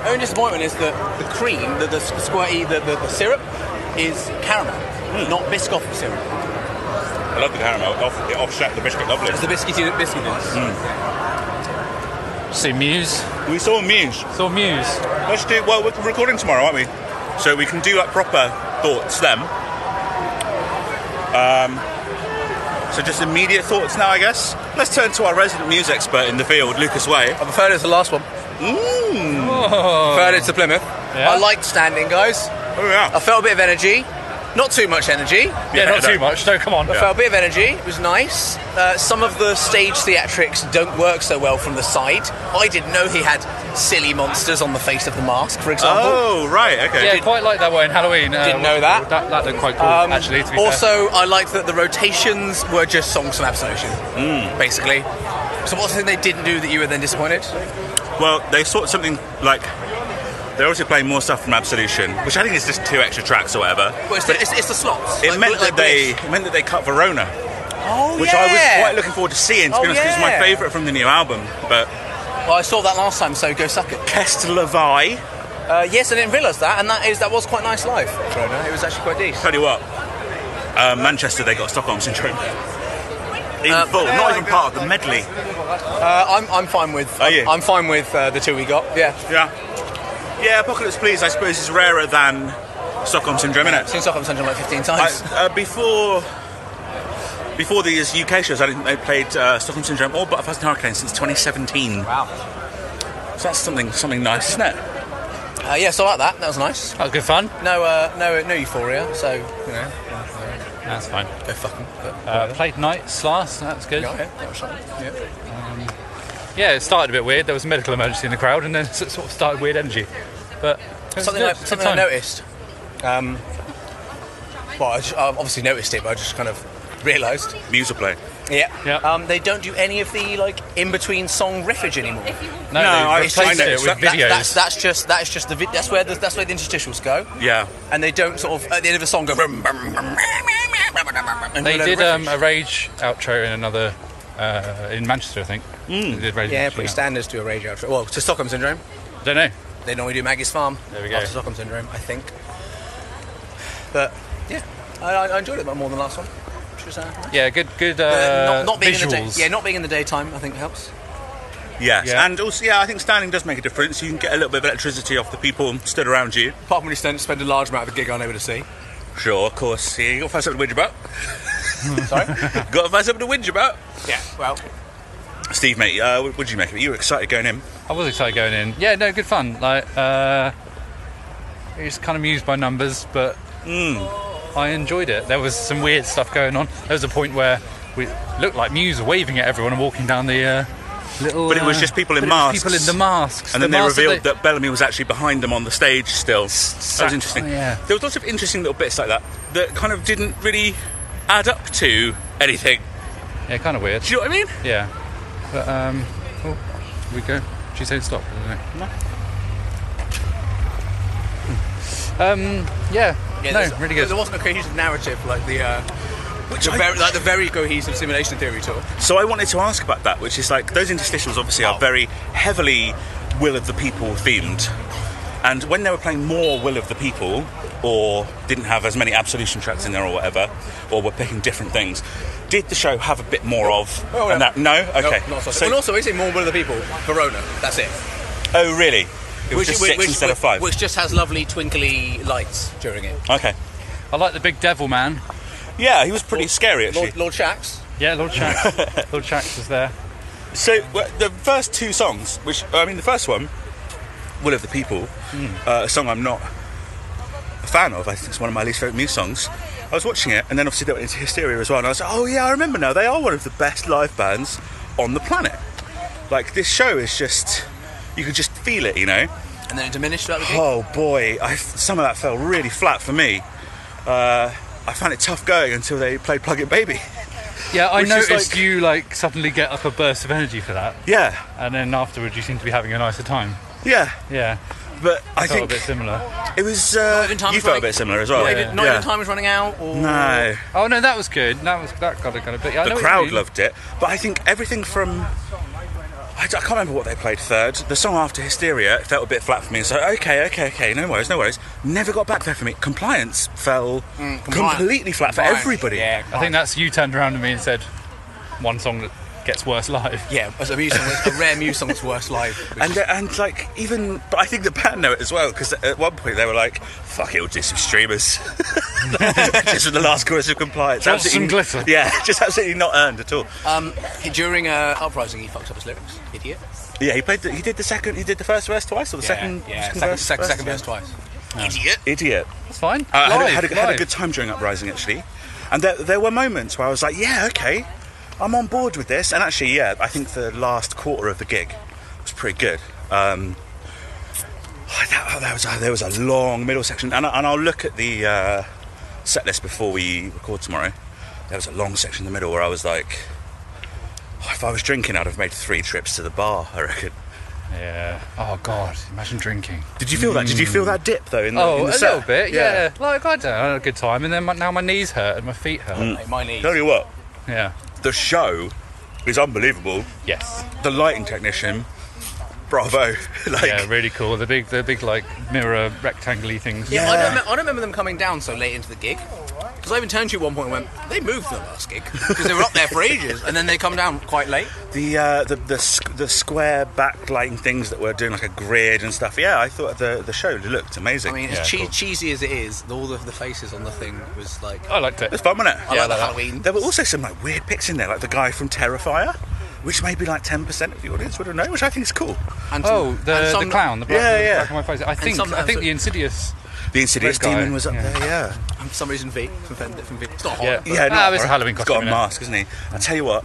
Speaker 6: Only disappointment is that the cream, the, the squirty, the, the, the syrup, is caramel, not Biscoff syrup.
Speaker 9: I love the caramel. It off- It offset the biscuit lovely.
Speaker 6: It's the biscuity biscuitiness.
Speaker 5: See Muse.
Speaker 9: We saw Muse.
Speaker 5: Saw Muse.
Speaker 9: Let's do. Well, we're recording tomorrow, aren't we? So we can do like proper thoughts then. Um, so just immediate thoughts now, I guess. Let's turn to our resident muse expert in the field, Lucas Way.
Speaker 6: I'm afraid it's the last one.
Speaker 9: Mmm.
Speaker 6: Third into Plymouth.
Speaker 5: Yeah.
Speaker 6: I liked standing, guys.
Speaker 9: Oh yeah.
Speaker 6: I felt a bit of energy. Not too much energy.
Speaker 5: Yeah, not
Speaker 9: no.
Speaker 5: too much. No, come on.
Speaker 6: I felt a bit of energy. It was nice. Uh, some of the stage theatrics don't work so well from the side. I didn't know he had silly monsters on the face of the mask, for example.
Speaker 9: Oh right. Okay.
Speaker 5: Yeah, quite like that one in Halloween. Uh,
Speaker 6: Didn't know that.
Speaker 5: That, that looked quite cool,
Speaker 6: Um,
Speaker 5: actually, to be fair.
Speaker 6: also, I liked that the rotations were just songs from Absolution,
Speaker 9: Mm.
Speaker 6: basically. So what's the thing they didn't do that you were then disappointed?
Speaker 9: Well, they sort of something like they're obviously playing more stuff from Absolution, which I think is just two extra tracks or whatever.
Speaker 6: Well, it's, the, it's, it's the slots.
Speaker 9: It
Speaker 6: Like,
Speaker 9: meant
Speaker 6: like
Speaker 9: that they
Speaker 6: Bliss.
Speaker 9: it meant that they cut Verona,
Speaker 6: Oh,
Speaker 9: which
Speaker 6: yeah.
Speaker 9: I was quite looking forward to seeing. To be
Speaker 6: Oh,
Speaker 9: honest, 'cause it's my
Speaker 6: yeah.
Speaker 9: favourite from the new album. But
Speaker 6: Well, I saw that last time, so go suck it.
Speaker 9: Kest Levi,
Speaker 6: Uh, yes, I didn't realise that, and that is that was quite nice live. Corona. It was actually quite decent.
Speaker 9: tell you what, uh, Manchester they got Stockholm syndrome in
Speaker 6: Uh,
Speaker 9: full, not even part of the medley.
Speaker 6: Uh, I'm, I'm fine with
Speaker 9: Are
Speaker 6: I'm,
Speaker 9: you?
Speaker 6: I'm fine with uh, the two we got. Yeah,
Speaker 9: Yeah, yeah. Apocalypse, please. I suppose is rarer than Stockholm syndrome, isn't it?
Speaker 6: since Stockholm Syndrome like 15 times.
Speaker 9: I, uh, before before these UK shows, I didn't they played uh, Stockholm Syndrome or Butterflies and Hurricanes since 2017. Wow. So that's something something nice, isn't it?
Speaker 6: uh, yeah, so I like that. That was nice.
Speaker 5: that was good fun.
Speaker 6: No, uh, no, no euphoria. So you know,
Speaker 5: That's fine.
Speaker 6: go fucking. But,
Speaker 5: Uh, played Knights last. That's good.
Speaker 6: yeah, that was something. Yeah.
Speaker 5: Yeah, it started a bit weird. There was a medical emergency in the crowd, and then it sort of started weird energy. But it was
Speaker 6: something
Speaker 5: good.
Speaker 6: I,
Speaker 5: Good
Speaker 6: something I
Speaker 5: time.
Speaker 6: noticed. Um, well, I, ju- I obviously noticed it, but I just kind of realised
Speaker 9: Music play.
Speaker 6: Yeah.
Speaker 5: Yeah.
Speaker 6: Um, they don't do any of the like in between song riffage anymore.
Speaker 5: No,
Speaker 9: No, I-
Speaker 5: they replaced
Speaker 9: I know,
Speaker 5: it with
Speaker 9: that-
Speaker 5: videos.
Speaker 6: That's, that's just that's just the vid- that's where the, that's where the interstitials go,
Speaker 9: Yeah.
Speaker 6: and they don't sort of at the end of a song go. Brum, brum, brum, brum, brum, brum, brum, and
Speaker 5: they
Speaker 6: do a load of
Speaker 5: did um,
Speaker 6: riffage.
Speaker 5: a Rage outro in another uh, in Manchester, I think. They did Rage
Speaker 6: Hmm. yeah,
Speaker 5: outro.
Speaker 6: pretty standards to a rage outro. Well, to Stockholm Syndrome,
Speaker 5: Don't know.
Speaker 6: they normally do Maggie's Farm.
Speaker 5: There we go.
Speaker 6: After Stockholm Syndrome, I think. But yeah, I, I enjoyed it more than last one. Which was, uh, nice.
Speaker 5: Yeah, good, good uh,
Speaker 6: Uh, not, not being in the day,
Speaker 5: visuals.
Speaker 6: yeah, not being in the daytime, I think helps.
Speaker 9: Yes.
Speaker 5: Yeah.
Speaker 9: And also, yeah, I think standing does make a difference. You can get a little bit of electricity off the people stood around you.
Speaker 6: Apart from when you spend, spend a large amount of the gig unable to see.
Speaker 9: Sure, of course. Yeah, you got to find something to whinge about. (laughs)
Speaker 6: Sorry.
Speaker 9: got to find something to whinge about.
Speaker 6: yeah. Well,
Speaker 9: Steve, mate, uh, what did you make of it? You were excited going in.
Speaker 5: I was excited going in. Yeah, no, good fun. Like, uh, it was kind of used by numbers, but
Speaker 9: Hmm.
Speaker 5: I enjoyed it. There was some weird stuff going on. There was a point where we looked like Muse waving at everyone and walking down the uh, little.
Speaker 9: But it was
Speaker 5: uh,
Speaker 9: just people in
Speaker 5: but it was People in
Speaker 9: masks.
Speaker 5: the masks.
Speaker 9: And
Speaker 5: The
Speaker 9: then they
Speaker 5: masks
Speaker 9: revealed that Bellamy was actually behind them on the stage still. That was interesting.
Speaker 5: oh, yeah.
Speaker 9: There was lots of interesting little bits like that that kind of didn't really add up to anything.
Speaker 5: Yeah, kind of weird.
Speaker 9: Do you know what I mean?
Speaker 5: Yeah. But, um, oh, we go. She said stop, didn't it? No. Um, yeah.
Speaker 6: yeah,
Speaker 5: no,
Speaker 6: there's-
Speaker 5: really good.
Speaker 6: There wasn't a cohesive narrative like the. Uh,
Speaker 9: Which
Speaker 6: the
Speaker 9: I-
Speaker 6: very, like the very cohesive simulation theory tour.
Speaker 9: So I wanted to ask about that, which is like those interstitials obviously are very heavily will of the people themed. And when they were playing more Will of the People, or didn't have as many Absolution tracks in there, or whatever, or were picking different things, did the show have a bit more of?
Speaker 6: Oh, yeah.
Speaker 9: and that, no, okay.
Speaker 6: Nope, not sausage.
Speaker 9: So-
Speaker 6: and also, is it more one of the people? Verona. That's it.
Speaker 9: oh, really? It was just six instead
Speaker 6: which-
Speaker 9: of five.
Speaker 6: Which just has lovely twinkly lights during it.
Speaker 9: okay.
Speaker 5: I like the big devil man.
Speaker 9: Yeah, he was pretty scary actually.
Speaker 6: Lord, Lord Shax.
Speaker 5: Yeah, Lord Shax. Lord Shax was there.
Speaker 9: So well, the first two songs, which I mean, the first one, "Will of the People,"
Speaker 5: Hmm.
Speaker 9: uh, a song I'm not a fan of. I think it's one of my least favorite Muse songs. I was watching it, and then obviously they went into Hysteria as well, and I was like, "Oh yeah, I remember now. They are one of the best live bands on the planet." Like this show is just, you could just feel it, you know.
Speaker 6: And then it diminished throughout the gig.
Speaker 9: Oh boy, I, some of that fell really flat for me. Uh, I found it tough going until they played "Plug It Baby."
Speaker 5: Yeah, I
Speaker 9: Which is
Speaker 5: noticed
Speaker 9: like-
Speaker 5: you like suddenly get like a burst of energy for that,
Speaker 9: Yeah,
Speaker 5: and then afterwards you seem to be having a nicer time.
Speaker 9: yeah,
Speaker 5: Yeah,
Speaker 9: but I,
Speaker 5: I felt
Speaker 9: think
Speaker 5: a bit similar.
Speaker 9: It was. Uh,
Speaker 6: even time
Speaker 9: you
Speaker 6: for
Speaker 9: felt
Speaker 6: like-
Speaker 9: a bit similar as well.
Speaker 6: Not, even, not even time was running out. Or
Speaker 9: No,
Speaker 5: Oh no, that was good. That was that kind of kind of bit. Yeah, I know
Speaker 9: the
Speaker 5: what you
Speaker 9: crowd
Speaker 5: mean.
Speaker 9: loved it, but I think everything from. I, d- I can't remember what they played third. The song after Hysteria felt a bit flat for me. So okay, okay, okay, no worries, no worries. Never got back there for me. Compliance fell
Speaker 5: Mm,
Speaker 6: Compliance.
Speaker 9: completely flat for
Speaker 6: Compliance,
Speaker 9: everybody.
Speaker 6: Yeah,
Speaker 5: I think that's you turned around to me and said, "One song that gets worse live."
Speaker 6: yeah. As a, Muse song, that's- a rare Muse song that's worse live. which
Speaker 9: And,
Speaker 6: is-
Speaker 9: uh, and like even, but I think the band know it as well because at one point they were like, "Fuck it, we'll do
Speaker 5: (laughs)
Speaker 9: some streamers." (laughs) just with the last chorus of compliance,
Speaker 5: Drop some glitter.
Speaker 9: Yeah, (laughs) just absolutely not earned at all.
Speaker 6: um, during uh, Uprising, he fucked up his lyrics. Idiot.
Speaker 9: Yeah, he played. The, he did the second. He did the first verse twice, or the second.
Speaker 6: yeah,
Speaker 9: second,
Speaker 6: second,
Speaker 9: verse,
Speaker 6: second,
Speaker 9: first?
Speaker 6: second verse twice.
Speaker 9: Idiot. Idiot.
Speaker 5: That's fine.
Speaker 9: Uh, I had, a-
Speaker 5: Live,
Speaker 9: had, a, had a
Speaker 5: live.
Speaker 9: good time during Uprising actually, and there, there were moments where I was like, yeah, okay, I'm on board with this. And actually, yeah, I think the last quarter of the gig was pretty good. Um, that, that was there was a long middle section, and, I, and I'll look at the uh, set list before we record tomorrow. There was a long section in the middle where I was like, "Oh, if I was drinking, I'd have made three trips to the bar. I reckon.
Speaker 5: Yeah. Oh god, imagine drinking.
Speaker 9: Did you feel that? Did you feel that dip though? In the, in
Speaker 5: Oh, a
Speaker 9: the set?
Speaker 5: little bit. Yeah. Like I don't know, I had a good time, and then my, now my knees hurt and my feet hurt.
Speaker 6: Like, my knees.
Speaker 9: Tell you what,
Speaker 5: Yeah.
Speaker 9: the show is unbelievable.
Speaker 5: Yes.
Speaker 9: The lighting technician, bravo! (laughs) like,
Speaker 5: Yeah, really cool. The big, the big like mirror rectangle things.
Speaker 6: Yeah, I, don't remember, I don't remember them coming down so late into the gig. Because I even turned to you at one point and went, they moved the last gig. Because they were up there for ages and then they come down quite late.
Speaker 9: the uh, the the, sq- the square back lighting things that were doing like a grid and stuff. Yeah, I thought the the show looked amazing.
Speaker 6: I mean,
Speaker 5: Yeah,
Speaker 6: as chee-
Speaker 5: cool.
Speaker 6: cheesy as it is, the- all the, the faces on the thing was like,
Speaker 5: I liked it.
Speaker 9: it was fun, wasn't it?
Speaker 6: I like the Halloween.
Speaker 9: There were also some like weird pics in there, like the guy from Terrifier, which maybe like ten percent of the audience would have known, which I think is cool.
Speaker 6: And some-
Speaker 5: Oh,
Speaker 6: and
Speaker 5: the,
Speaker 6: some-
Speaker 5: the clown, the black,
Speaker 9: Yeah,
Speaker 5: the
Speaker 9: yeah.
Speaker 5: black and white face. I think
Speaker 6: some-
Speaker 5: I think the Insidious.
Speaker 9: The insidious
Speaker 5: Red guy,
Speaker 9: demon was up
Speaker 5: yeah.
Speaker 9: there, yeah.
Speaker 6: and some reason V. From Fen- from v. It's not hot.
Speaker 5: Yeah,
Speaker 6: but-
Speaker 9: Yeah, no,
Speaker 5: Ah, it's a
Speaker 9: right.
Speaker 5: Halloween
Speaker 9: He's
Speaker 5: costume.
Speaker 9: got a
Speaker 5: innit?
Speaker 9: mask, isn't he? I tell you what,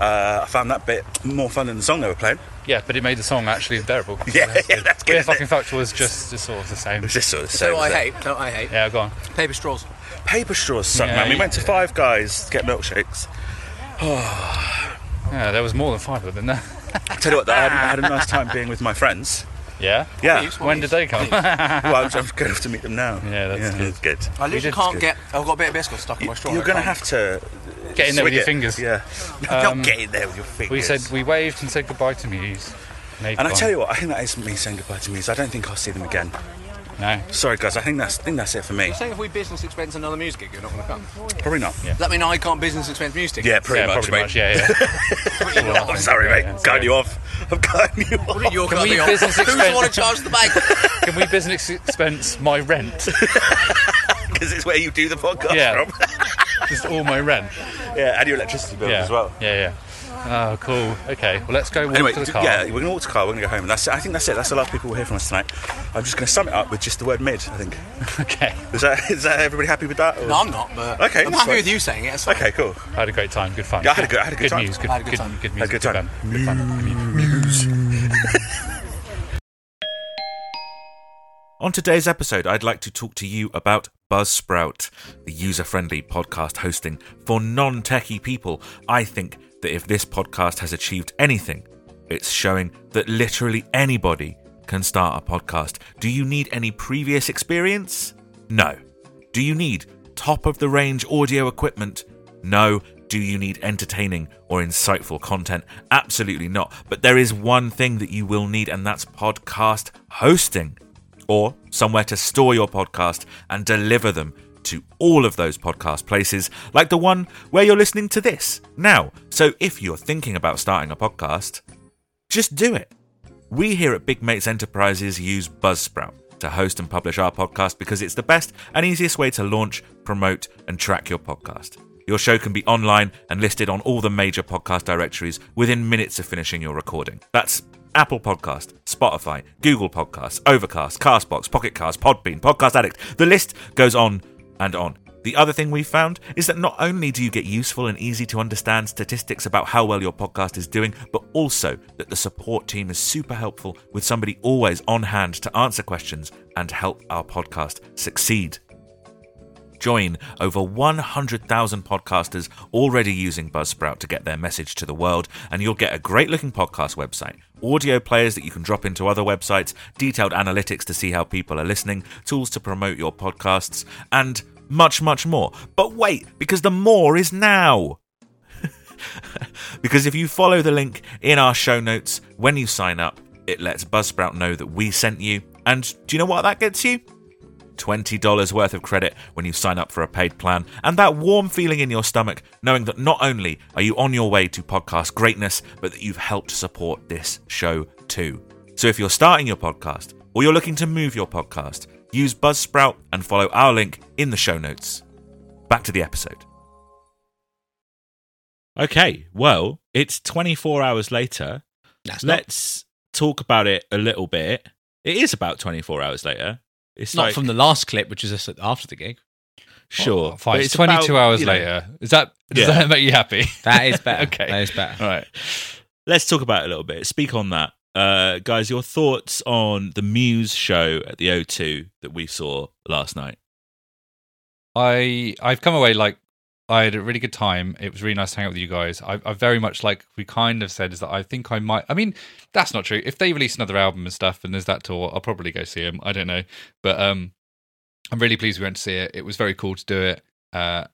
Speaker 9: uh, I found that bit more fun than the song they were playing. (laughs)
Speaker 5: Yeah, but it made the song actually terrible.
Speaker 9: Yeah, yeah, that's good,
Speaker 5: Weird
Speaker 9: isn't it?
Speaker 5: fucking fact was just, just sort of the same.
Speaker 9: It's just sort of the
Speaker 6: So
Speaker 9: same,
Speaker 6: I
Speaker 9: isn't it?
Speaker 6: hate, so I hate.
Speaker 5: Yeah, go on.
Speaker 6: Paper straws.
Speaker 9: Paper straws suck,
Speaker 5: Yeah,
Speaker 9: man. We
Speaker 5: you- (laughs)
Speaker 9: went to Five Guys to get milkshakes,
Speaker 5: Yeah, there was more than five of them there.
Speaker 9: I tell you what, though, I had, I had a nice time being with my friends.
Speaker 5: Yeah?
Speaker 9: Yeah.
Speaker 5: When did they (laughs) come?
Speaker 9: (laughs) Well, I'm, I'm going to have to meet them now.
Speaker 5: (laughs) Yeah, that's good.
Speaker 9: It's good.
Speaker 6: I literally
Speaker 5: did-
Speaker 6: can't get. I've got a bit of biscuit stuck in my straw.
Speaker 9: You're
Speaker 6: I
Speaker 9: going to
Speaker 6: can't-
Speaker 9: have to
Speaker 5: Get in there with
Speaker 9: swig
Speaker 5: your
Speaker 9: it.
Speaker 5: fingers. Um,
Speaker 9: Yeah. (laughs) No, don't get in there with your fingers.
Speaker 5: We said we waved and said goodbye to Muse. they've
Speaker 9: and I
Speaker 5: gone.
Speaker 9: tell you what, I think that is me saying goodbye to me. I don't think I'll see them again.
Speaker 5: no.
Speaker 9: Sorry, guys. I think that's I think that's it for me.
Speaker 6: You're saying if we business expense another music gig, you're not going to come.
Speaker 9: Probably not. Yeah.
Speaker 6: Does that mean I can't business expense music?
Speaker 9: Yeah, pretty
Speaker 5: yeah,
Speaker 9: much,
Speaker 5: probably
Speaker 9: mate.
Speaker 5: much. Yeah,
Speaker 9: (laughs)
Speaker 5: yeah.
Speaker 9: I'm sorry, mate. I'm cutting you off. (laughs) I'm cutting you off.
Speaker 6: You're
Speaker 5: Can we
Speaker 6: cutting me off.
Speaker 5: business
Speaker 6: Who's the
Speaker 5: expense-
Speaker 6: one to charge the bank? (laughs)
Speaker 5: Can we business expense my
Speaker 9: (laughs)
Speaker 5: rent?
Speaker 9: Because it's where you do the podcast
Speaker 5: Yeah.
Speaker 9: from.
Speaker 5: Just all my rent.
Speaker 9: yeah, and your electricity bill
Speaker 5: Yeah.
Speaker 9: as well.
Speaker 5: Yeah, yeah. Oh, cool. Okay. Well, let's go walk
Speaker 9: Anyway,
Speaker 5: to the
Speaker 9: d-
Speaker 5: car.
Speaker 9: yeah, we're going to walk to the car. We're going to go home. And that's. it. I think that's it. That's the last people will hear from us tonight. I'm just going to sum it up with just the word mid. I think.
Speaker 5: (laughs) Okay.
Speaker 9: Is that is that everybody happy with that? or-
Speaker 6: No, I'm not. But
Speaker 9: Okay,
Speaker 6: I'm
Speaker 9: that's
Speaker 6: happy
Speaker 9: fine.
Speaker 6: with you saying it. That's fine.
Speaker 9: Okay, cool.
Speaker 5: I had a great time. Good fun.
Speaker 9: Yeah, I had a good- I had a good time.
Speaker 5: News, good,
Speaker 6: I had a good time.
Speaker 5: Good, good
Speaker 9: Had a
Speaker 5: music.
Speaker 9: good time.
Speaker 5: band, good fun.
Speaker 3: On today's episode, I'd like to talk to you about Buzzsprout, the user friendly podcast hosting for non techie people. I think that if this podcast has achieved anything, it's showing that literally anybody can start a podcast. Do you need any previous experience? No. Do you need top of the range audio equipment? No. Do you need entertaining or insightful content? Absolutely not. But there is one thing that you will need, and that's podcast hosting or somewhere to store your podcast and deliver them to all of those podcast places, like the one where you're listening to this now. So if you're thinking about starting a podcast, just do it. We here at Big Mates Enterprises use Buzzsprout to host and publish our podcast because it's the best and easiest way to launch, promote, and track your podcast. Your show can be online and listed on all the major podcast directories within minutes of finishing your recording. That's Apple Podcast, Spotify, Google Podcasts, Overcast, Castbox, Pocket Cast, Podbean, Podcast Addict. The list goes on and on. The other thing we've found is that not only do you get useful and easy to understand statistics about how well your podcast is doing, but also that the support team is super helpful with somebody always on hand to answer questions and help our podcast succeed. Join over 100,000 podcasters already using Buzzsprout to get their message to the world, and you'll get a great looking podcast website, audio players that you can drop into other websites, detailed analytics to see how people are listening, tools to promote your podcasts, and much, much more. But wait, because the more is now! (laughs) because if you follow the link in our show notes when you sign up, it lets Buzzsprout know that we sent you. And do you know what that gets you? $20 worth of credit when you sign up for a paid plan, and that warm feeling in your stomach knowing that not only are you on your way to podcast greatness, but that you've helped support this show too. So if you're starting your podcast or you're looking to move your podcast, use Buzzsprout and follow our link in the show notes. Back to the episode. Okay, well, it's 24 hours later.
Speaker 4: That's not,
Speaker 3: Let's talk about it a little bit. It is about 24 hours later. It's
Speaker 4: not from the last clip, which is just after the gig.
Speaker 3: Sure.
Speaker 5: Oh, fine.
Speaker 3: but
Speaker 5: It's 22
Speaker 3: about,
Speaker 5: hours
Speaker 3: you know,
Speaker 5: later. Is that, does
Speaker 3: Yeah.
Speaker 5: that make you happy?
Speaker 4: That is better.
Speaker 5: (laughs) Okay.
Speaker 4: That is better.
Speaker 3: All right. Let's talk about it a little bit. Speak on that. Uh, guys, your thoughts on the Muse show at the O2 that we saw last night?
Speaker 5: I I've come away like I had a really good time. It was really nice to hang out with you guys. I, I very much like we kind of said is that I think I might. I mean, that's not true. If they release another album and stuff, and there's that tour, I'll probably go see them. I don't know, but um, I'm really pleased we went to see it. It was very cool to do it uh,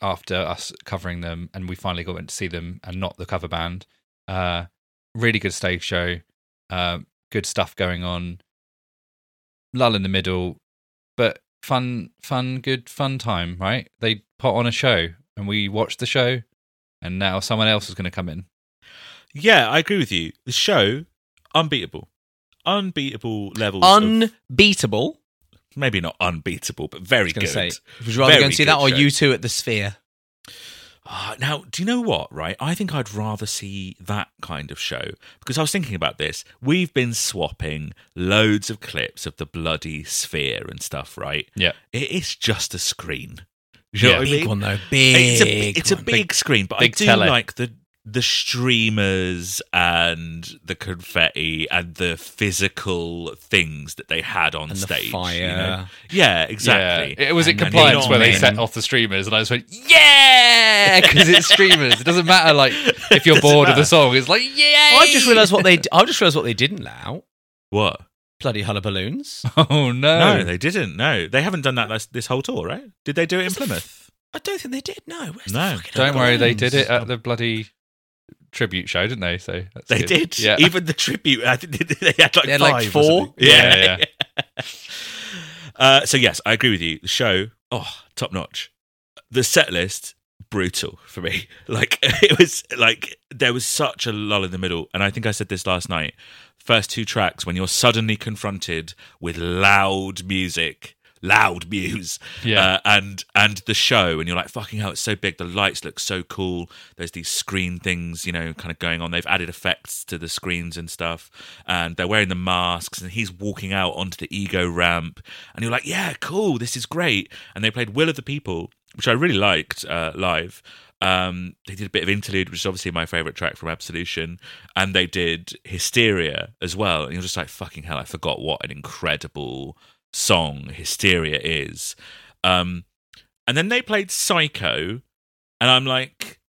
Speaker 5: after us covering them, and we finally got went to see them and not the cover band. Uh, really good stage show. Um, good stuff going on. Lull in the middle but fun, fun, good, fun time, right? They put on a show and we watched the show, and now someone else is going to come in.
Speaker 3: Yeah, I agree with you. The show, unbeatable. Unbeatable levels. of,
Speaker 4: Unbeatable.
Speaker 3: maybe not unbeatable, but very
Speaker 4: I was going
Speaker 3: good.
Speaker 4: to say, would you rather
Speaker 3: Very
Speaker 4: go and see that
Speaker 3: good
Speaker 4: or
Speaker 3: show.
Speaker 4: you two at the Sphere?
Speaker 3: Ah, now, do you know what, right? I think I'd rather see that kind of show because I was thinking about this. We've been swapping loads of clips of the bloody sphere and stuff, right?
Speaker 5: Yeah.
Speaker 3: It is just a screen. Do you know
Speaker 5: Yeah.
Speaker 3: what I
Speaker 4: Big
Speaker 3: mean?
Speaker 4: one though. Big.
Speaker 3: it's a it's a
Speaker 4: one.
Speaker 3: big, screen, but
Speaker 5: big
Speaker 3: I do
Speaker 5: telly.
Speaker 3: like the the streamers and the confetti and the physical things that they had on
Speaker 4: And the
Speaker 3: stage. you
Speaker 4: fire.
Speaker 3: know? Yeah, exactly.
Speaker 5: Yeah. It was at
Speaker 3: And then-
Speaker 5: compliance
Speaker 3: you know
Speaker 5: where
Speaker 3: what I
Speaker 5: they
Speaker 3: mean?
Speaker 5: set off the streamers, and I just went,
Speaker 3: (laughs)
Speaker 5: yeah, because it's streamers. It doesn't matter like if you're
Speaker 3: Doesn't
Speaker 5: bored of
Speaker 3: matter.
Speaker 5: the song. It's like, yeah.
Speaker 4: I just realised what they. I just realised what they didn't allow.
Speaker 3: What?
Speaker 4: Bloody hullaballoons.
Speaker 5: (laughs)
Speaker 1: (laughs)
Speaker 5: Oh
Speaker 3: No,
Speaker 5: no.
Speaker 3: they didn't. No, they haven't done that this, this whole tour, right? Did they do it in Plymouth?
Speaker 4: I don't think they did. No. Where's
Speaker 3: No.
Speaker 4: The fucking
Speaker 5: Don't worry, they did it
Speaker 4: hullaballoons?
Speaker 5: at the bloody tribute show, didn't they? So that's
Speaker 3: They
Speaker 5: good.
Speaker 3: did.
Speaker 5: Yeah.
Speaker 3: Even the tribute, I think they- they had like
Speaker 4: They had,
Speaker 3: five
Speaker 4: like,
Speaker 3: or
Speaker 4: four.
Speaker 3: something. (laughs) Yeah.
Speaker 5: Yeah,
Speaker 3: uh, so yes, I agree with you. The show, oh, top notch. The set list, brutal for me. (laughs) Like it was like there was such a lull in the middle, and I think I said this last night. First two tracks, when you're suddenly confronted with loud music, loud muse,
Speaker 5: Yeah.
Speaker 3: uh, and and the show, and you're like, fucking hell, it's so big. The lights look so cool. There's these screen things, you know, kind of going on. They've added effects to the screens and stuff, and they're wearing the masks, and he's walking out onto the ego ramp, and you're like, yeah, cool, this is great. And they played Will of the People, which I really liked uh, live. Um, they did a bit of interlude, which is obviously my favorite track from Absolution, and they did Hysteria as well. And you're just like, fucking hell, I forgot what an incredible song Hysteria is. Um, and then they played Psycho, and I'm like,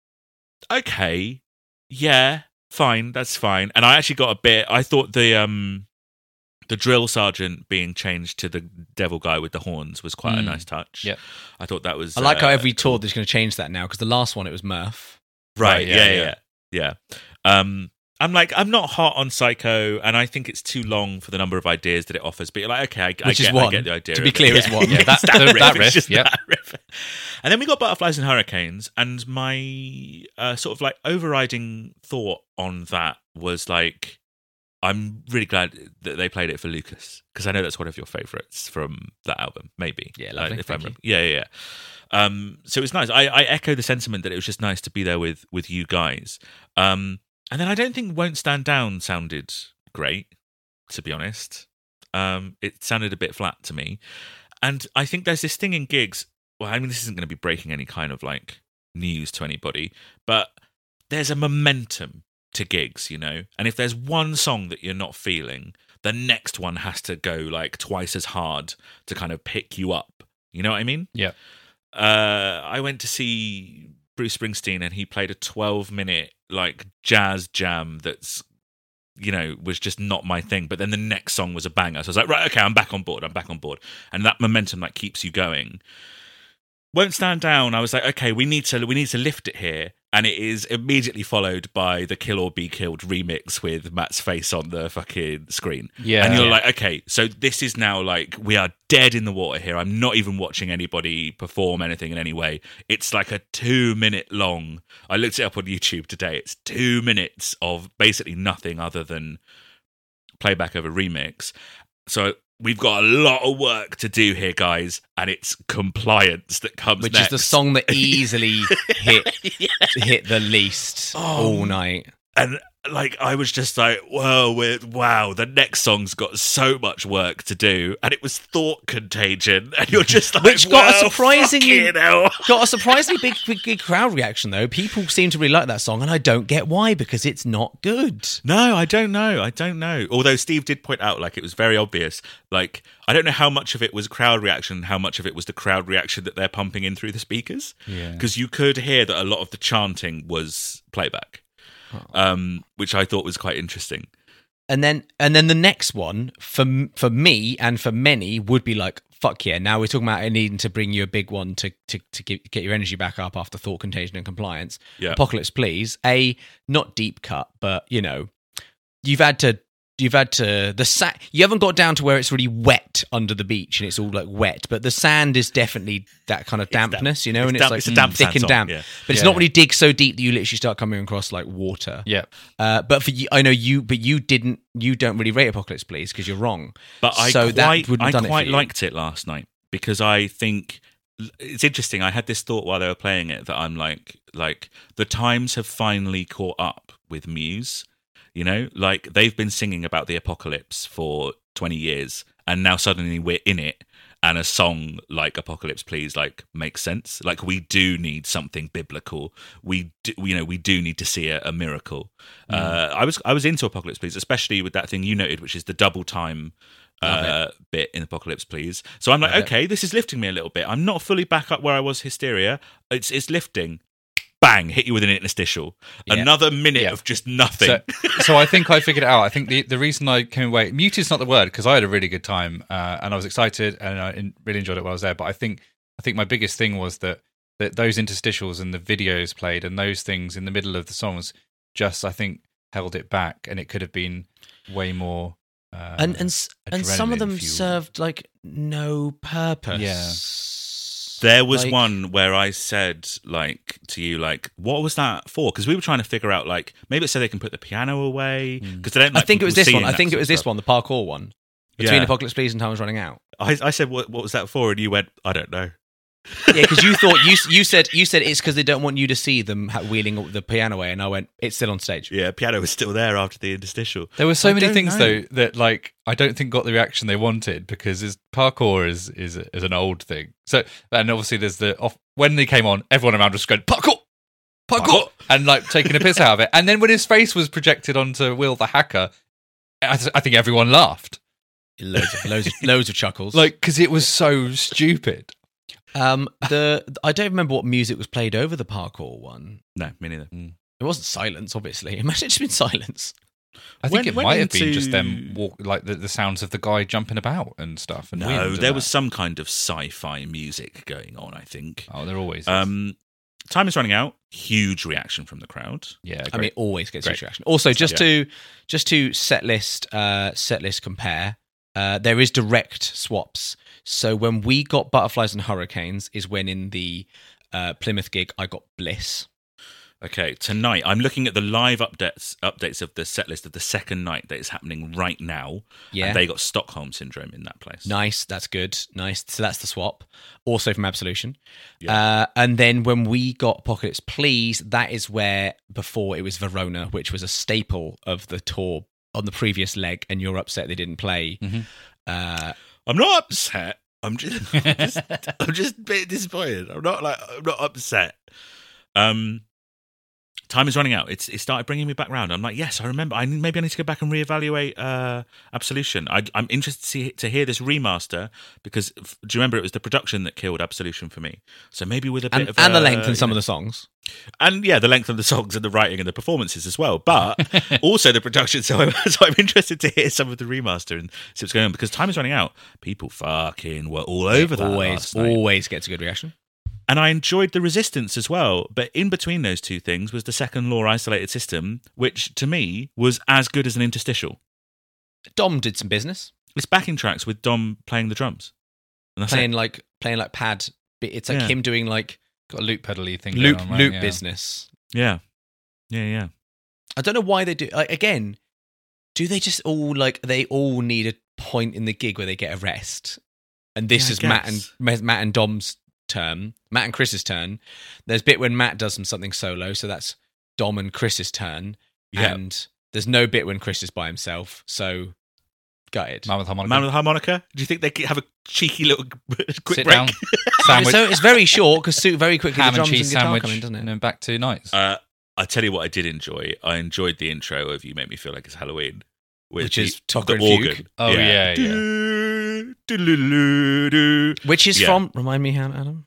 Speaker 3: okay, yeah, fine, that's fine. And I actually got a bit. I thought the um, the drill sergeant being changed to the devil guy with the horns was quite a
Speaker 5: Mm.
Speaker 3: nice touch.
Speaker 5: Yep.
Speaker 3: I thought that was.
Speaker 4: I like how
Speaker 3: uh,
Speaker 4: every tour they're going to change that now because the last one it was Murph.
Speaker 3: Right.
Speaker 5: Right,
Speaker 3: Yeah. Yeah.
Speaker 5: yeah,
Speaker 3: Yeah. Um, I'm like, I'm not hot on Psycho, and I think it's too long for the number of ideas that it offers. But you're like, okay, I, I
Speaker 4: Which is
Speaker 3: get, I
Speaker 4: one.
Speaker 3: get the idea.
Speaker 4: To be
Speaker 3: of it.
Speaker 4: clear, is
Speaker 3: (laughs)
Speaker 4: one. Yeah,
Speaker 3: it's
Speaker 5: that- that
Speaker 3: riff,
Speaker 5: riff,
Speaker 3: it's just
Speaker 5: yep.
Speaker 3: that riff. And then we got butterflies and hurricanes, and my uh, sort of like overriding thought on that was like, I'm really glad that they played it for Lucas because I know that's one of your favorites from that album, maybe. Uh,
Speaker 4: Yeah, lovely.
Speaker 3: if
Speaker 4: Thank
Speaker 3: I'm, yeah, yeah, yeah. Um, so it was nice. I, I echo the sentiment that it was just nice to be there with with you guys. Um, and then I don't think "Won't Stand Down" sounded great, to be honest. Um, it sounded a bit flat to me, and I think there's this thing in gigs. Well, I mean, this isn't going to be breaking any kind of like news to anybody, but there's a momentum to gigs, you know? And if there's one song that you're not feeling, the next one has to go like twice as hard to kind of pick you up. You know what I mean?
Speaker 5: Yeah.
Speaker 3: Uh, I went to see Bruce Springsteen and he played a 12 minute like jazz jam that's, you know, was just not my thing. But then the next song was a banger. So I was like, right, okay, I'm back on board. I'm back on board. And that momentum like keeps you going won't stand down i was like okay we need to we need to lift it here and it is immediately followed by the kill or be killed remix with matt's face on the fucking screen
Speaker 5: Yeah.
Speaker 3: and you're
Speaker 5: Yeah.
Speaker 3: like okay so this is now like we are dead in the water here i'm not even watching anybody perform anything in any way it's like a two minute long i looked it up on youtube today it's two minutes of basically nothing other than playback over remix. So we've got a lot of work to do here, guys, and it's compliance that comes
Speaker 4: which
Speaker 3: next.
Speaker 4: is the song that easily hit hit the least
Speaker 3: Oh.
Speaker 4: all night.
Speaker 3: And like I was just like, whoa, we're, wow, the next song's got so much work to do, and it was thought contagion, and
Speaker 4: (laughs)
Speaker 3: you're just like,
Speaker 4: Which got a
Speaker 3: "Whoa,
Speaker 4: surprisingly-
Speaker 3: fucking hell."
Speaker 4: Got a surprisingly big, big, big crowd reaction though. People seem to really like that song, and I don't get why because it's not good.
Speaker 3: No, I don't know. I don't know. Although Steve did point out, like, it was very obvious. Like, I don't know how much of it was crowd reaction, and how much of it was the crowd reaction that they're pumping in through the speakers. Because you could hear that a lot of the chanting was playback, um, which I thought was quite interesting.
Speaker 4: And then, and then the next one for m- for me and for many would be like, fuck yeah! Now we're talking about needing to bring you a big one to to to get, get your energy back up after thought contagion and compliance.
Speaker 3: Yeah.
Speaker 4: Apocalypse, please. A not deep cut, but you know, you've had to you've had to the sa- you haven't got down to where it's really wet under the beach and it's all like wet, but the sand is definitely that kind of
Speaker 3: damp.
Speaker 4: dampness, you know,
Speaker 3: It's
Speaker 4: and
Speaker 3: damp.
Speaker 4: it's like
Speaker 3: It's a damp
Speaker 4: mm, thick
Speaker 3: sand
Speaker 4: and
Speaker 3: song,
Speaker 4: damp.
Speaker 3: yeah.
Speaker 4: But it's
Speaker 5: Yeah.
Speaker 4: not really dig so deep that you literally start coming across like water.
Speaker 5: Yeah.
Speaker 4: Uh, but for you, I know you, but you didn't. You don't really rate Apocalypse, please, because you're wrong.
Speaker 3: But I
Speaker 4: So that
Speaker 3: quite,
Speaker 4: wouldn't have
Speaker 3: I
Speaker 4: done it for
Speaker 3: quite
Speaker 4: you.
Speaker 3: liked it last night because I think it's interesting. I had this thought while they were playing it that I'm like, like the times have finally caught up with Muse. You know, like they've been singing about the apocalypse for 20 years, and now suddenly we're in it, and a song like Apocalypse Please like makes sense. Like we do need something biblical. We do, you know we do need to see a, a miracle.
Speaker 4: Mm.
Speaker 3: Uh, I was I was into Apocalypse Please, especially with that thing you noted, which is the double time. Uh, bit in Apocalypse, please. So I'm like, okay, this is lifting me a little bit. I'm not fully back up where I was hysteria. It's it's lifting. Bang! Hit you with an interstitial. Another minute
Speaker 1: Yeah.
Speaker 3: of just nothing.
Speaker 1: So, so I think I figured it out. I think the, the reason I came away mute is not the word because I had a really good time uh, and I was excited and I in- really enjoyed it while I was there. But I think I think my biggest thing was that that those interstitials and the videos played and those things in the middle of the songs just I think held it back and it could have been way more. Uh,
Speaker 4: and and s- and some of them
Speaker 1: adrenaline fueled.
Speaker 4: served like no purpose.
Speaker 3: There was
Speaker 4: Like-
Speaker 3: one where I said, like, to you, like, what was that for? Because we were trying to figure out, like, maybe it's so they can put the piano away. Because they don't.
Speaker 4: Hmm. I
Speaker 3: like,
Speaker 4: think it was
Speaker 3: people
Speaker 4: this one.
Speaker 3: seeing
Speaker 4: I
Speaker 3: that
Speaker 4: think it
Speaker 3: sort of
Speaker 4: was this
Speaker 3: stuff.
Speaker 4: one, the parkour one. Between
Speaker 3: Yeah.
Speaker 4: Apocalypse Please and Time Was Running Out. (laughs)
Speaker 3: I, I said, what, what was that for? And you went, I don't know.
Speaker 4: Yeah, because you thought you s- you said you said it's because they don't want you to see them ha- wheeling the piano away, and I went, it's still on stage.
Speaker 3: Yeah, piano was still there after the interstitial.
Speaker 1: There were so
Speaker 3: I
Speaker 1: many
Speaker 3: don't
Speaker 1: things
Speaker 3: know.
Speaker 1: though that like I don't think got the reaction they wanted because is, parkour is is is an old thing. So and obviously there's the off when they came on, everyone around was going parkour, parkour,
Speaker 3: Parkour.
Speaker 1: and like taking a piss out of it. And then when his face was projected onto Will the hacker, I, th- I think everyone laughed
Speaker 4: Loads
Speaker 3: (laughs)
Speaker 4: of loads of, loads of chuckles.
Speaker 1: like because it was so stupid.
Speaker 4: um, the I don't remember what music was played over the parkour one.
Speaker 3: No, me neither.
Speaker 4: It wasn't silence, obviously. (laughs) Imagine it's been silence.
Speaker 1: I think
Speaker 3: When-
Speaker 1: it
Speaker 3: when
Speaker 1: might have been
Speaker 3: into-
Speaker 1: just them walk like the, the sounds of the guy jumping about and stuff. And wind
Speaker 3: No,
Speaker 1: and
Speaker 3: there
Speaker 1: that.
Speaker 3: was some kind of sci fi music going on, I think.
Speaker 1: oh, there always is.
Speaker 3: Um, time is running out. Huge reaction from the crowd.
Speaker 1: yeah.
Speaker 4: I mean, it always gets
Speaker 1: Great.
Speaker 4: huge reaction. Also, just
Speaker 3: Yeah.
Speaker 4: to just to set list uh, set list compare, uh, there is direct swaps. So when we got butterflies and hurricanes is when in the uh, Plymouth gig I got bliss.
Speaker 3: Okay, tonight I'm looking at the live updates updates of the set list of the second night that is happening right now.
Speaker 4: Yeah.
Speaker 3: And they got Stockholm syndrome in that place.
Speaker 4: Nice, that's good. Nice. So that's the swap. Also from Absolution.
Speaker 3: Yeah.
Speaker 4: Uh, and then when we got Apocalypse Please, that is where before it was Verona, which was a staple of the tour on the previous leg, and you're upset they didn't play. Uh,
Speaker 3: I'm not upset. I'm just, (laughs) I'm just I'm just a bit disappointed. I'm not like I'm not upset. Um Time is running out. It's it started bringing me back round. I'm like, yes, I remember. I need- maybe I need to go back and reevaluate uh, Absolution. I, I'm interested to see to hear this remaster because f- do you remember it was the production that killed Absolution for me? So maybe with a bit
Speaker 4: and,
Speaker 3: of
Speaker 4: and the
Speaker 3: a-
Speaker 4: length
Speaker 3: you
Speaker 4: in some
Speaker 3: know-
Speaker 4: of the songs.
Speaker 3: and yeah, the length of the songs and the writing and the performances as well, but
Speaker 4: (laughs)
Speaker 3: also the production. So I'm, (laughs) so I'm interested to hear some of the remaster and see what's going on because time is running out. People fucking were all over that
Speaker 4: always,
Speaker 3: last night.
Speaker 4: always gets a good reaction.
Speaker 3: and I enjoyed the resistance as well. But in between those two things was the second law isolated system, which to me was as good as an interstitial.
Speaker 4: Dom did some business
Speaker 3: It's backing tracks with Dom playing the drums. And that's it.
Speaker 4: playing like playing like pad. but It's like
Speaker 3: Yeah.
Speaker 4: him doing like
Speaker 1: got a loop pedally thing.
Speaker 4: loop
Speaker 1: going on, right?
Speaker 4: loop
Speaker 1: Yeah.
Speaker 4: business.
Speaker 3: Yeah. Yeah, yeah.
Speaker 4: I don't know why they do. Like, again, do they just all like they all need a point in the gig where they get a rest? And this
Speaker 3: Yeah, I
Speaker 4: is Matt and
Speaker 3: guess.
Speaker 4: Ma- Matt and Dom's turn. Matt and Chris's turn. There's a bit when Matt does some something solo, so that's Dom and Chris's turn.
Speaker 3: Yeah.
Speaker 4: And there's no bit when Chris is by himself. So gutted.
Speaker 1: Mammoth harmonica.
Speaker 3: Man with a harmonica. Do you think they could have a cheeky little (laughs) quick
Speaker 1: Sit
Speaker 3: break? (laughs)
Speaker 1: down. Sandwich.
Speaker 4: So it's very short because Sue very quickly
Speaker 1: ham
Speaker 4: the
Speaker 1: and
Speaker 4: drums and,
Speaker 1: cheese
Speaker 4: guitar
Speaker 1: sandwich,
Speaker 4: come in, doesn't it?
Speaker 1: and then back to nights.
Speaker 3: Uh, I tell you what, I did enjoy. I enjoyed the intro of "You Make Me Feel Like It's Halloween," with
Speaker 4: Which
Speaker 3: the-
Speaker 4: is
Speaker 3: the
Speaker 4: Tucker and Fugue.
Speaker 3: organ.
Speaker 1: Oh, yeah, yeah.
Speaker 3: Do, do, do, do, do.
Speaker 4: Which is
Speaker 3: Yeah.
Speaker 4: from remind me, Han- Adam.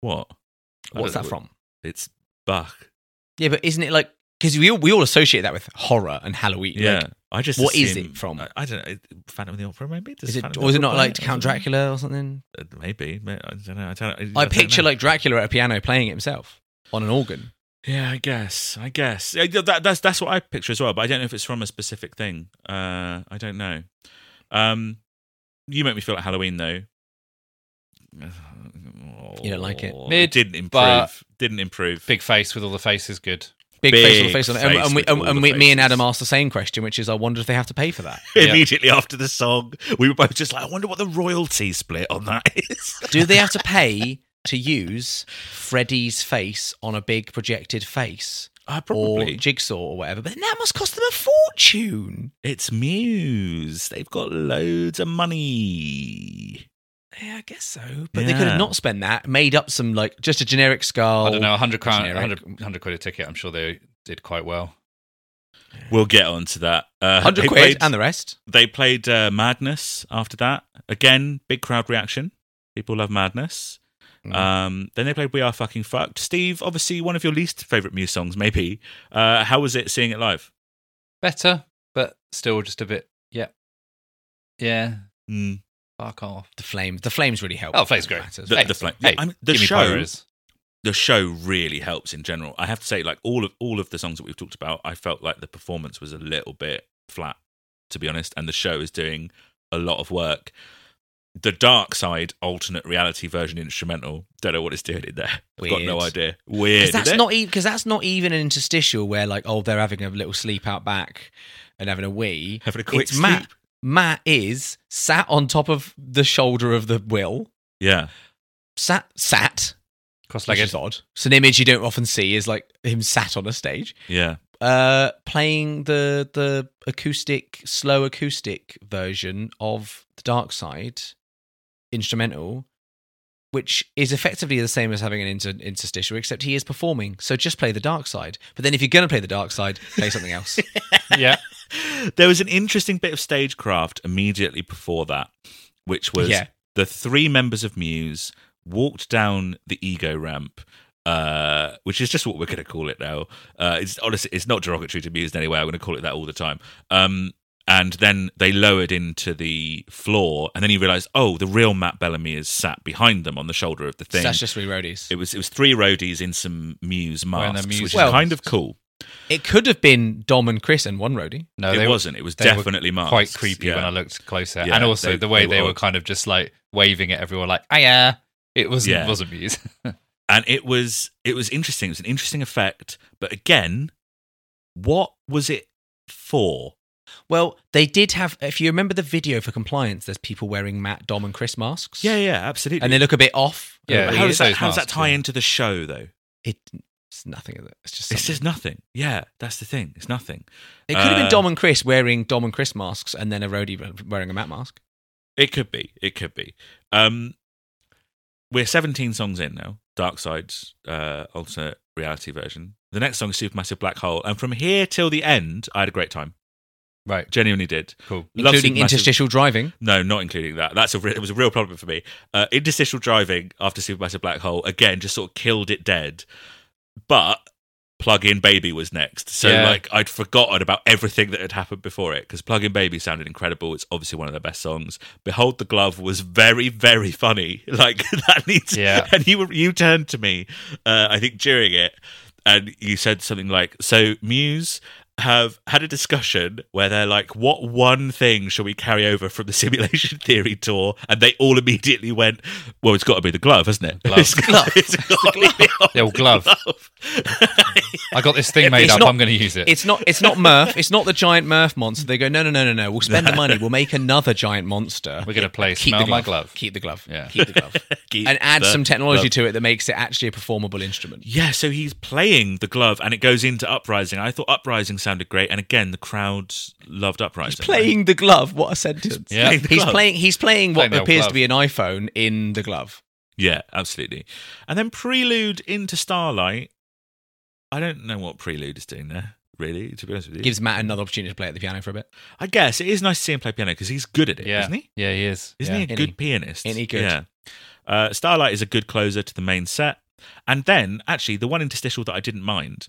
Speaker 3: What? I
Speaker 4: What's
Speaker 3: don't
Speaker 4: that
Speaker 3: know.
Speaker 4: from?
Speaker 3: It's Bach.
Speaker 4: Yeah, but isn't it like because we all, we all associate that with horror and Halloween?
Speaker 3: Yeah,
Speaker 4: like,
Speaker 3: I just
Speaker 4: what is
Speaker 3: assume-
Speaker 4: it from?
Speaker 3: I, I don't know. Phantom of the Opera, maybe. Does
Speaker 4: Is it,
Speaker 3: Phantom
Speaker 4: or
Speaker 3: of
Speaker 4: is
Speaker 3: the
Speaker 4: it not
Speaker 3: Opera
Speaker 4: like
Speaker 3: play it?
Speaker 4: Count Dracula or something?
Speaker 3: Uh, Maybe. May- I don't know. I don't. I,
Speaker 4: I
Speaker 3: don't
Speaker 4: picture
Speaker 3: know.
Speaker 4: like Dracula at a piano playing it himself on an organ.
Speaker 3: Yeah, I guess. I guess Yeah, that, that's that's what I picture as well. But I don't know if it's from a specific thing. Uh, I don't know. Um, you make me feel like Halloween though.
Speaker 4: You don't like it?
Speaker 1: Mid,
Speaker 3: didn't improve.
Speaker 1: but-
Speaker 3: didn't improve.
Speaker 1: Big face with all the faces, good.
Speaker 4: Big,
Speaker 3: Big
Speaker 4: face on the face on it. And,
Speaker 3: face
Speaker 4: and, we,
Speaker 3: with
Speaker 4: and,
Speaker 3: all
Speaker 4: and
Speaker 3: the
Speaker 4: we, me and
Speaker 3: faces.
Speaker 4: Adam asked the same question, which is I wonder if they have to pay for that.
Speaker 3: Immediately after the song, we were both just like, "I wonder what the royalty split on that (laughs) is."
Speaker 4: Do they have to pay to use Freddy's face on a big projected face?
Speaker 3: Uh,
Speaker 4: Or
Speaker 3: probably.
Speaker 4: jigsaw or whatever. But then that must cost them a fortune.
Speaker 3: It's Muse. They've got loads of money.
Speaker 4: Yeah, I guess so. But they could
Speaker 3: Yeah.
Speaker 4: have not spent that, made up some like just a generic skull.
Speaker 1: I don't know, 100 crown,
Speaker 4: generic.
Speaker 1: 100, 100 quid a ticket. I'm sure they did quite well.
Speaker 3: We'll get on to that. Uh,
Speaker 4: 100
Speaker 3: they
Speaker 4: quid
Speaker 3: played-
Speaker 4: and the rest.
Speaker 3: They played uh, Madness after that. Again, big crowd reaction. People love Madness. Um, then they played We Are Fucking Fucked. Steve, obviously one of your least favourite Muse songs, maybe. Uh, how was it seeing it live?
Speaker 1: Better, but still just a bit. Yeah. Yeah.
Speaker 3: Mm.
Speaker 1: Fuck off.
Speaker 4: The flames. The flames really help.
Speaker 1: Oh, Flames great.
Speaker 4: Matters.
Speaker 3: The,
Speaker 1: Hey,
Speaker 3: the, flame.
Speaker 1: hey,
Speaker 3: I mean, the
Speaker 1: give me
Speaker 3: show,
Speaker 1: pyros.
Speaker 3: the show really helps in general. I have to say, like all of all of the songs that we've talked about, I felt like the performance was a little bit flat, to be honest. And the show is doing a lot of work. The dark side alternate reality version instrumental. Don't know what it's doing in there. I've got no
Speaker 4: Weird.
Speaker 3: idea. Weird.
Speaker 4: Because that's
Speaker 3: isn't it?
Speaker 4: not because that's not even an interstitial where like oh they're having a little sleep out back and having a wee.
Speaker 3: Having a quick
Speaker 4: it's Matt.
Speaker 3: sleep.
Speaker 4: Matt is sat on top of the shoulder of the will.
Speaker 3: Yeah.
Speaker 4: Sat sat.
Speaker 1: Cross
Speaker 4: Like
Speaker 1: legged.
Speaker 4: it's odd. It's an image you don't often see is like him sat on a stage,
Speaker 3: Yeah.
Speaker 4: uh, playing the the acoustic slow acoustic version of the Dark Side instrumental, which is effectively the same as having an inter- interstitial, except he is performing. So just play the Dark Side. But then if you're going to play the Dark Side, play
Speaker 3: (laughs)
Speaker 4: something else.
Speaker 1: Yeah.
Speaker 3: There was an interesting bit of stagecraft immediately before that, which was
Speaker 4: Yeah.
Speaker 3: the three members of Muse walked down the ego ramp, uh, which is just what we're going to call it now. Uh, it's honestly, it's not derogatory to Muse in any way. I'm going to call it that all the time. Um, and then they lowered into the floor, and then you realise, oh, the real Matt Bellamy is sat behind them on the shoulder of the thing.
Speaker 4: That's just three roadies.
Speaker 3: it was it was three roadies in some Muse
Speaker 1: Wearing their
Speaker 3: masks,
Speaker 1: Muse
Speaker 3: which
Speaker 4: masks.
Speaker 3: is kind of cool.
Speaker 4: It could have been Dom and Chris and one roadie.
Speaker 1: No,
Speaker 3: it
Speaker 1: they were-
Speaker 3: wasn't. It was
Speaker 1: they were
Speaker 3: definitely masks.
Speaker 1: Quite creepy
Speaker 3: Yeah.
Speaker 1: when I looked closer.
Speaker 3: Yeah,
Speaker 1: and also
Speaker 3: they-
Speaker 1: the way
Speaker 3: they
Speaker 1: they
Speaker 3: were
Speaker 1: were,
Speaker 3: odd.
Speaker 1: kind of just like waving at everyone, like, ah, yeah. It wasn't,
Speaker 3: Yeah.
Speaker 1: wasn't Muse.
Speaker 3: and it was it was interesting. It was an interesting effect, but again, what was it for?
Speaker 4: Well, they did have. If you remember the video for compliance, there's people wearing Matt, Dom, and Chris masks.
Speaker 3: Yeah, yeah, absolutely.
Speaker 4: and they look a bit off.
Speaker 1: Yeah,
Speaker 3: But
Speaker 1: he
Speaker 3: how
Speaker 1: is
Speaker 3: does that
Speaker 1: those
Speaker 3: how does that
Speaker 1: masks,
Speaker 3: tie
Speaker 1: yeah.
Speaker 3: into the show though?
Speaker 4: it, it's nothing of it. It's just.
Speaker 3: It's
Speaker 4: something.
Speaker 3: just nothing. Yeah, that's the thing. It's nothing.
Speaker 4: it could have
Speaker 3: uh,
Speaker 4: been Dom and Chris wearing Dom and Chris masks, and then a roadie we- wearing a Matt mask.
Speaker 3: It could be. It could be. Um, we're 17 songs in now. Dark Side's uh, alternate reality version. The next song is Supermassive Black Hole, and from here till the end, I had a great time.
Speaker 1: (laughs) right.
Speaker 3: Genuinely did.
Speaker 1: Cool.
Speaker 3: Love
Speaker 4: including
Speaker 3: Supermassive-
Speaker 4: interstitial driving.
Speaker 3: No, not including that. That's a re- it was a real problem for me. Uh, interstitial driving after Supermassive Black Hole again just sort of killed it dead. But Plug In Baby was next, so
Speaker 1: Yeah.
Speaker 3: like I'd forgotten about everything that had happened before it because Plug In Baby sounded incredible. It's obviously one of their best songs. Behold the Glove was very very funny. (laughs) Like that needs.
Speaker 1: Yeah.
Speaker 3: (laughs) And you were you turned to me, uh, I think during it, and you said something like, "So Muse." have had a discussion where they're like, what one thing shall we carry over from the (laughs) simulation theory tour? And they all immediately went, well, it's got to be the glove, hasn't it? (laughs)
Speaker 1: Glove.
Speaker 3: It's got, (laughs) it's got to be the
Speaker 1: The old glove.
Speaker 3: (laughs) glove.
Speaker 1: I got this
Speaker 3: (laughs)
Speaker 1: thing made
Speaker 4: It's
Speaker 1: up.
Speaker 4: not-
Speaker 1: I'm going to use it.
Speaker 4: It's not. It's not Murph. It's not the giant Murph monster. They go, no, no, no, no, no. We'll spend the money. We'll make another giant monster.
Speaker 1: We're going to play
Speaker 4: Keep
Speaker 1: Smell
Speaker 4: the glove.
Speaker 1: My Glove.
Speaker 4: Keep the glove.
Speaker 1: Yeah.
Speaker 4: Keep the glove.
Speaker 3: Keep
Speaker 4: and add
Speaker 3: the
Speaker 4: some technology
Speaker 3: glove.
Speaker 4: to it that makes it actually a performable instrument.
Speaker 3: Yeah, so he's playing the glove and it goes into Uprising. I thought Uprising sounded great. And again, the crowd loved Uprising.
Speaker 4: Playing the glove. What a sentence.
Speaker 1: Yeah.
Speaker 3: Playing the
Speaker 4: He's
Speaker 3: glove.
Speaker 4: playing. He's playing what
Speaker 1: Playing the old
Speaker 4: appears
Speaker 1: glove.
Speaker 4: to be an iPhone in the glove.
Speaker 3: Yeah, absolutely. And then Prelude into Starlight. I don't know what Prelude is doing there, really, to be honest with you.
Speaker 4: Gives Matt another opportunity to play at the piano for a bit.
Speaker 3: I guess it is nice to see him play piano because he's good at it,
Speaker 1: yeah.
Speaker 3: not he?
Speaker 1: Yeah, he is.
Speaker 3: Isn't
Speaker 1: yeah.
Speaker 3: he a
Speaker 4: Ain't
Speaker 3: good
Speaker 4: he?
Speaker 3: pianist?
Speaker 4: Ain't he good?
Speaker 3: Yeah. Uh, Starlight is a good closer to the main set. And then, actually, the one interstitial that I didn't mind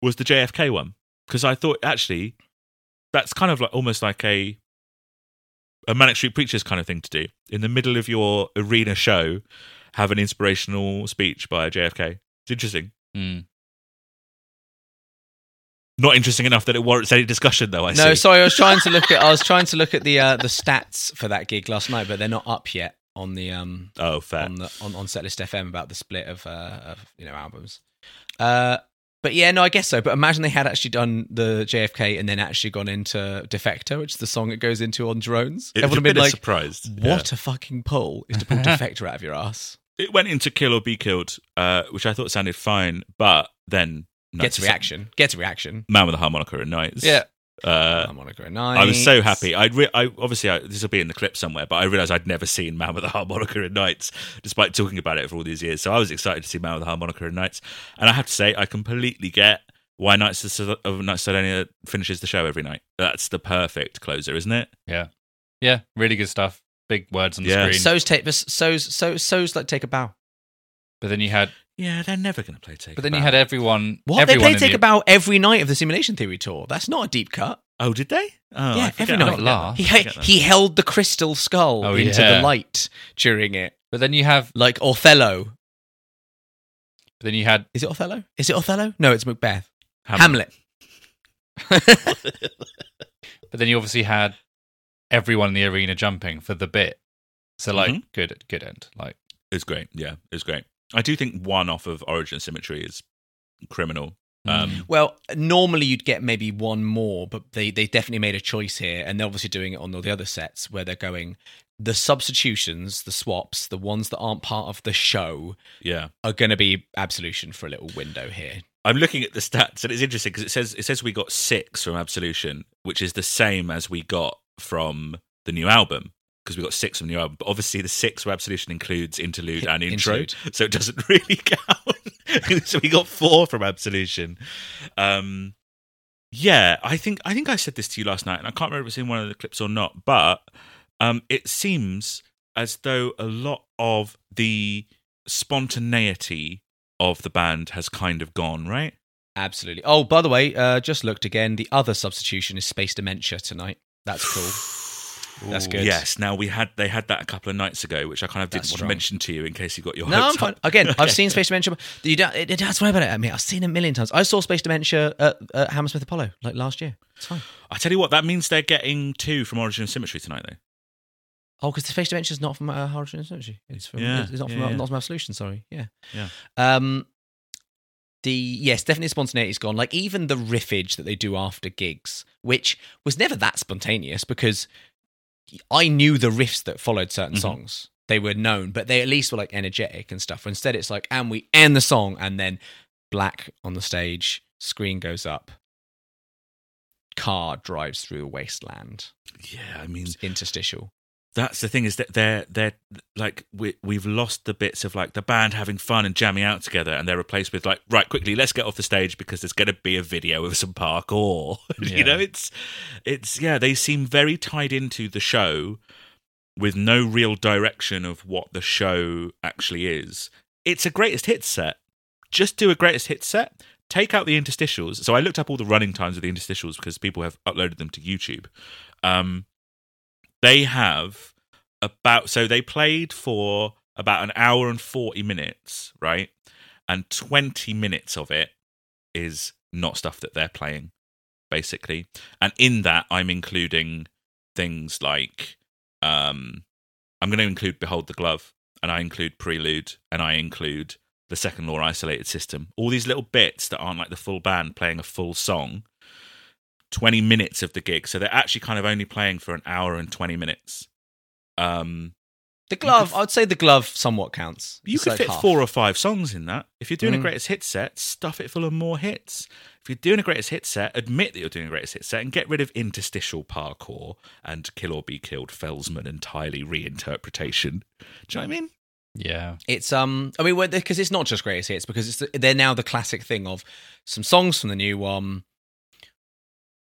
Speaker 3: was the JFK one because I thought, actually, that's kind of like almost like a a Manic Street Preachers kind of thing to do in the middle of your arena show, have an inspirational speech by JFK. It's interesting.
Speaker 1: Mm.
Speaker 3: Not interesting enough that it warrants any discussion, though. I
Speaker 4: no,
Speaker 3: see.
Speaker 4: sorry, I was trying to look
Speaker 3: (laughs)
Speaker 4: at I was trying to look at the uh, the stats for that gig last night, but they're not up yet on the um
Speaker 3: oh, fair.
Speaker 4: on the on, on Setlist FM about the split of uh, of you know albums. Uh, but yeah, no, I guess so. But imagine they had actually done the JFK and then actually gone into Defector, which is the song it goes into on drones.
Speaker 3: It was a
Speaker 4: Everyone would have
Speaker 3: bit
Speaker 4: been
Speaker 3: of
Speaker 4: like,
Speaker 3: surprised. Yeah.
Speaker 4: "What a fucking pull is
Speaker 3: (laughs)
Speaker 4: to pull Defector out of your ass."
Speaker 3: it went into kill or be killed, uh, which I thought sounded fine, but then
Speaker 4: Gets a
Speaker 3: Nazis-
Speaker 4: reaction. Gets a reaction.
Speaker 3: Man with a harmonica and knives.
Speaker 1: Yeah.
Speaker 3: Uh,
Speaker 4: I'm on a grenade.
Speaker 3: I was so happy. I, re- I obviously I, this will be in the clip somewhere, but I realised I'd never seen Man with the Harmonica and Knights, despite talking about it for all these years. So I was excited to see Man with the Harmonica and Knights, and I have to say, I completely get why Knights of Sil- of Knights of Sidonia finishes the show every night. That's the perfect closer, isn't it?
Speaker 1: Yeah. Yeah, really good stuff. Big words on the
Speaker 3: Yeah.
Speaker 1: screen.
Speaker 4: So's take so's so so's like take a bow.
Speaker 1: but then you had
Speaker 3: Yeah, they're never going to play Take.
Speaker 1: but then
Speaker 3: a
Speaker 1: you
Speaker 3: Bow.
Speaker 1: had everyone
Speaker 4: What
Speaker 1: everyone
Speaker 4: they play
Speaker 1: in
Speaker 4: take
Speaker 1: the-
Speaker 4: a bow every night of the simulation theory tour. That's not a deep cut.
Speaker 3: oh, did they? Oh,
Speaker 4: Yeah,
Speaker 3: I forget
Speaker 4: every
Speaker 3: about
Speaker 4: night.
Speaker 1: Not
Speaker 3: that.
Speaker 1: laugh.
Speaker 4: He
Speaker 3: forget that.
Speaker 4: he held the crystal skull
Speaker 1: Oh,
Speaker 4: into
Speaker 1: yeah.
Speaker 4: the light during it,
Speaker 1: But then you have
Speaker 4: like Othello.
Speaker 1: but then you had
Speaker 4: Is it Othello? Is it Othello? No, it's Macbeth.
Speaker 3: Hamlet.
Speaker 4: Hamlet.
Speaker 1: but then you obviously had everyone in the arena jumping for the bit. So like
Speaker 4: Mm-hmm.
Speaker 1: good good end. Like
Speaker 3: It's great. Yeah, it's great. I do think one off of Origin Symmetry is criminal. Um,
Speaker 4: Well, normally you'd get maybe one more, but they, they definitely made a choice here, and they're obviously doing it on all the other sets where they're going the substitutions, the swaps, the ones that aren't part of the show
Speaker 3: yeah.
Speaker 4: are going to be absolution for a little window here.
Speaker 3: I'm looking at the stats, and it's interesting because it says it says we got six from Absolution, which is the same as we got from the new album because we got six from the new album. But obviously, the six from Absolution includes interlude and intro,
Speaker 4: Interlude.
Speaker 3: so it doesn't (laughs) really count. (laughs) so we got four from Absolution. Um, yeah, I think I think I said this to you last night, and I can't remember if it's in one of the clips or not, but um, it seems as though a lot of the spontaneity of the band has kind of gone, right?
Speaker 4: Absolutely. Oh, by the way, uh, just looked again. The other substitution is Space Dementia tonight. That's
Speaker 3: (sighs)
Speaker 4: cool. That's good.
Speaker 3: Yes. Now we had they had that a couple of nights ago, which I kind of didn't
Speaker 4: That's
Speaker 3: want
Speaker 4: strong.
Speaker 3: to mention to you in case you got your
Speaker 4: No, I'm
Speaker 3: hopes
Speaker 4: fine.
Speaker 3: up.
Speaker 4: Again,
Speaker 3: (laughs)
Speaker 4: I've seen Space Dementia. You don't, it, it, that's what about it. I mean, I've seen it a million times. I saw Space Dementia at, at Hammersmith Apollo like last year. It's fine.
Speaker 3: I tell you what, that means they're getting two from Origin of Symmetry tonight, though.
Speaker 4: Oh, because the face dimension is not from uh, Hydrogen Energy. It's from
Speaker 3: Yeah,
Speaker 4: it's not
Speaker 3: yeah,
Speaker 4: from uh,
Speaker 3: yeah.
Speaker 4: not from Absolution. Sorry, yeah,
Speaker 3: Yeah.
Speaker 4: Um, the yes, definitely spontaneity's gone. Like even the riffage that they do after gigs, which was never that spontaneous because I knew the riffs that followed certain
Speaker 3: Mm-hmm.
Speaker 4: songs. They were known, but they at least were like energetic and stuff. Instead, it's like and we end the song and then black on the stage, screen goes up, car drives through a wasteland,
Speaker 3: Yeah, I mean,
Speaker 4: interstitial.
Speaker 3: that's the thing is that they're they're like we we've lost the bits of like the band having fun and jamming out together, and they're replaced with like right quickly let's get off the stage because there's going to be a video of some parkour. (laughs)
Speaker 1: Yeah.
Speaker 3: you know, it's it's yeah they seem very tied into the show with no real direction of what the show actually is. It's a greatest hits set. Just do a greatest hits set. Take out the interstitials. So I looked up all the running times of the interstitials because people have uploaded them to YouTube. Um, they have about so they played for about an hour and 40 minutes right and 20 minutes of it is not stuff that they're playing basically and in that i'm including things like um i'm going to include behold the glove and i include prelude and i include the second law isolated system all these little bits that aren't like the full band playing a full song 20 minutes of the gig so they're actually kind of only playing for an hour and 20 minutes um
Speaker 4: The glove, I'd say the glove somewhat counts.
Speaker 3: you
Speaker 4: It's
Speaker 3: could
Speaker 4: like
Speaker 3: fit
Speaker 4: half.
Speaker 3: four or five songs in that. If you're doing
Speaker 4: Mm.
Speaker 3: a greatest hit set, stuff it full of more hits. If you're doing a greatest hit set, admit that you're doing a greatest hit set and get rid of interstitial parkour and kill or be killed Felsman entirely reinterpretation. Do you know what I mean?
Speaker 1: yeah.
Speaker 4: It's um, I mean, because it's not just greatest hits, because it's the, they're now the classic thing of some songs from the new one.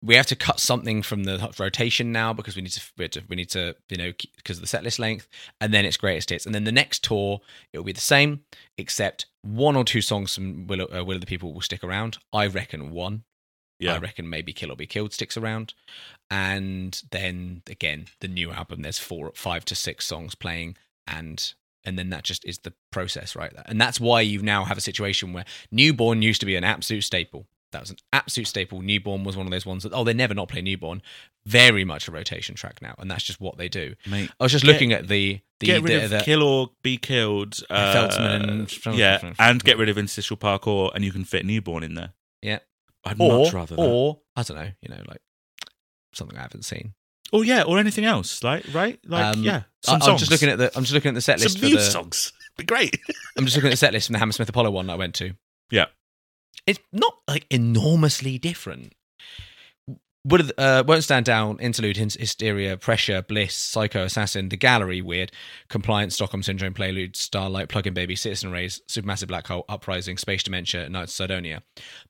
Speaker 4: We have to cut something from the rotation now because we need to we, have to, we need to you know because of the set list length, and then it's greatest hits, and then the next tour it'll be the same, except one or two songs from Will uh, Will of the People will stick around. I reckon one. I reckon maybe Kill or Be Killed sticks around. And then again, the new album, there's four, five to six songs playing, and and then that just is the process, right? And that's why you now have a situation where Newborn used to be an absolute staple. That was an absolute staple. Newborn was one of those ones that oh, they never not play Newborn. Very much a rotation track now, and that's just what they do.
Speaker 3: Mate,
Speaker 4: I was just
Speaker 3: get-
Speaker 4: looking at the the,
Speaker 3: get rid
Speaker 4: the-
Speaker 3: of
Speaker 4: the-
Speaker 3: kill or be killed. Uh,
Speaker 4: Feltzman and-
Speaker 3: yeah, and get rid of interstitial parkour, and you can fit newborn in there.
Speaker 4: Yeah.
Speaker 3: I'd
Speaker 4: or
Speaker 3: much rather that. Or,
Speaker 4: or I don't know, you know, like something I haven't seen.
Speaker 3: oh yeah, or anything else, like right, like
Speaker 4: Um,
Speaker 3: yeah.
Speaker 4: I,
Speaker 3: Some
Speaker 4: I'm
Speaker 3: songs.
Speaker 4: just looking at the I'm just looking at the set list
Speaker 3: some
Speaker 4: for
Speaker 3: new
Speaker 4: the,
Speaker 3: songs. (laughs) Be great.
Speaker 4: I'm just looking at the set list from the Hammersmith Apollo one that I went to.
Speaker 3: Yeah.
Speaker 4: It's not like enormously different. Would uh, won't stand down. Interlude, Hys- hysteria, pressure, bliss, psycho, assassin, the gallery, weird, compliance, Stockholm syndrome, prelude, starlight, plug-in baby, citizen rays, supermassive black hole, uprising, space dementia, night Sidonia.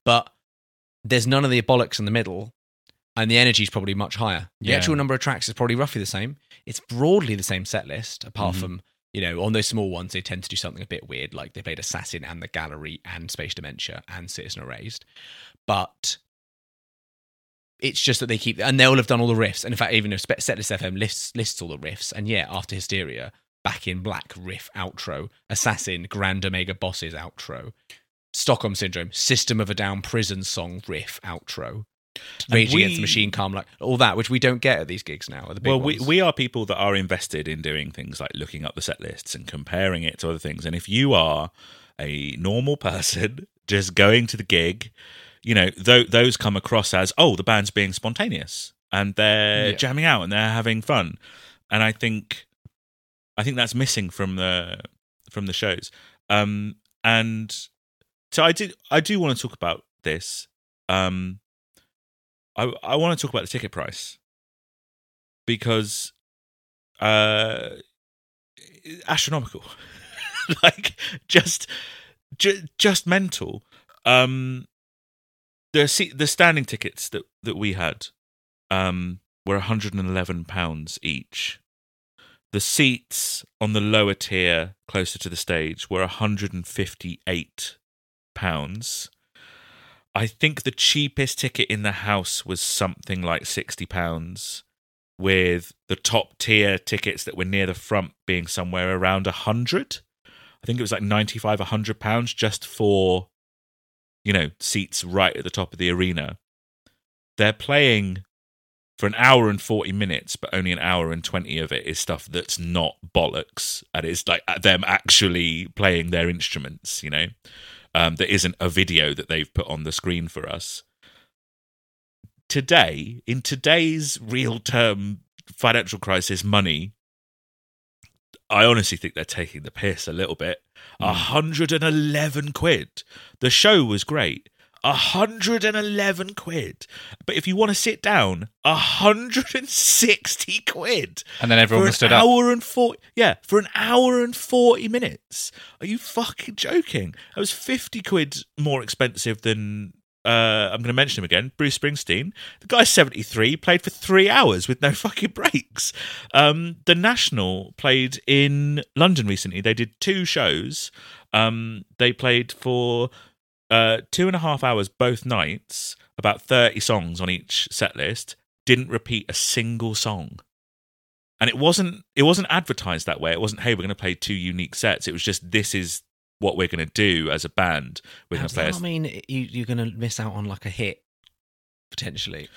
Speaker 4: But there's none of the bollocks in the middle, and the energy is probably much higher. The
Speaker 5: Yeah.
Speaker 4: actual number of tracks is probably roughly the same. It's broadly the same set list, apart from you know on those small ones they tend to do something a bit weird, like they played assassin and the gallery and space dementia and citizen erased, but it's just that they keep and they'll have done all the riffs and in fact even if Spe- setlist fm lists lists all the riffs and yeah after hysteria back in black riff outro assassin grand omega bosses outro stockholm syndrome system of a down prison song riff outro rage
Speaker 3: we-
Speaker 4: against the machine calm like all that which we don't get at these gigs now at the big
Speaker 3: well, we,
Speaker 4: ones.
Speaker 3: we are people that are invested in doing things like looking up the set lists and comparing it to other things. And if you are a normal person (laughs) just going to the gig, you know, tho- those come across as, oh, the band's being spontaneous and they're
Speaker 4: Yeah.
Speaker 3: jamming out and they're having fun. And I think I think that's missing from the from the shows. Um and so I do I do want to talk about this. Um I I want to talk about the ticket price because uh astronomical (laughs) like just ju- just mental um the se- the standing tickets that that we had um were 111 pounds each the seats on the lower tier closer to the stage were 158 pounds i think the cheapest ticket in the house was something like 60 pounds with the top tier tickets that were near the front being somewhere around 100 i think it was like 95 100 pounds just for you know seats right at the top of the arena they're playing for an hour and 40 minutes but only an hour and 20 of it is stuff that's not bollocks and it's like uh, them actually playing their instruments you know um, that isn't a video that they've put on the screen for us today, in today's real term financial crisis money, I honestly think they're taking the piss a little bit.
Speaker 5: Hmm.
Speaker 3: 111 quid. The show was great. 111 quid. But if you want to sit down, 160 quid.
Speaker 5: And then everyone
Speaker 3: for an
Speaker 5: was stood up.
Speaker 3: hour and 40 yeah, for an hour and 40 minutes. Are you fucking joking? That was 50 quid more expensive than uh, I'm going to mention him again, Bruce Springsteen. The guy's 73, played for three hours with no (laughs) fucking breaks. Um, the National played in London recently. They did two shows. Um, they played for uh, two and a half hours both nights, about 30 songs on each set list. Didn't repeat a single song. And it wasn't it wasn't advertised that way. It wasn't, hey, we're going to play two unique sets. It was just this is what we're going to do as a band. We're
Speaker 4: How
Speaker 3: going
Speaker 4: does
Speaker 3: to play.
Speaker 4: that
Speaker 3: a-
Speaker 4: not mean you, you're going to miss out on like a hit potentially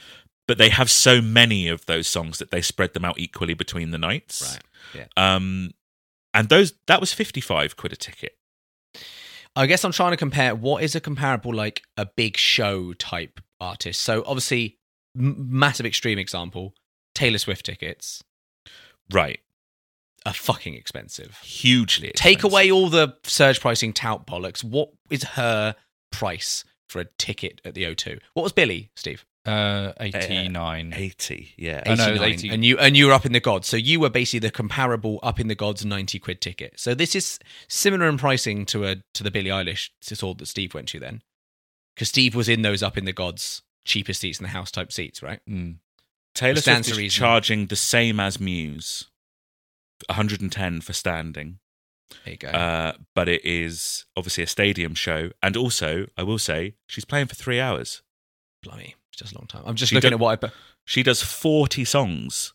Speaker 3: but they have so many of those songs that they spread them out equally between the nights.
Speaker 4: yeah
Speaker 3: Um, and those that was fifty five quid a ticket.
Speaker 4: I guess I'm trying to compare what is a comparable like a big show type artist. So obviously, m- massive extreme example: Taylor Swift tickets
Speaker 3: Right,
Speaker 4: are fucking expensive.
Speaker 3: hugely.
Speaker 4: Take
Speaker 3: expensive.
Speaker 4: away all the surge pricing tout bollocks. What is her price for a ticket at the O2? What was Billy, Steve?
Speaker 5: Uh, 89.
Speaker 3: eighty. Yeah,
Speaker 5: I know, it was
Speaker 4: 89,
Speaker 5: 80.
Speaker 4: and you and you were up in the gods, so you were basically the comparable up in the gods ninety quid ticket. So this is similar in pricing to a to the Billie Eilish tour that Steve went to then, because Steve was in those up in the gods cheapest seats in the house type seats, right?
Speaker 5: Mm.
Speaker 3: Taylor
Speaker 4: stands
Speaker 3: Swift is
Speaker 4: to reason.
Speaker 3: charging the same as Muse, one hundred and ten for standing.
Speaker 4: There you go.
Speaker 3: Uh, but it is obviously a stadium show, and also I will say she's playing for three hours.
Speaker 4: Blimey, it's just a long time. I'm just
Speaker 3: she
Speaker 4: looking
Speaker 3: don't-
Speaker 4: at what I. put-
Speaker 3: She does forty songs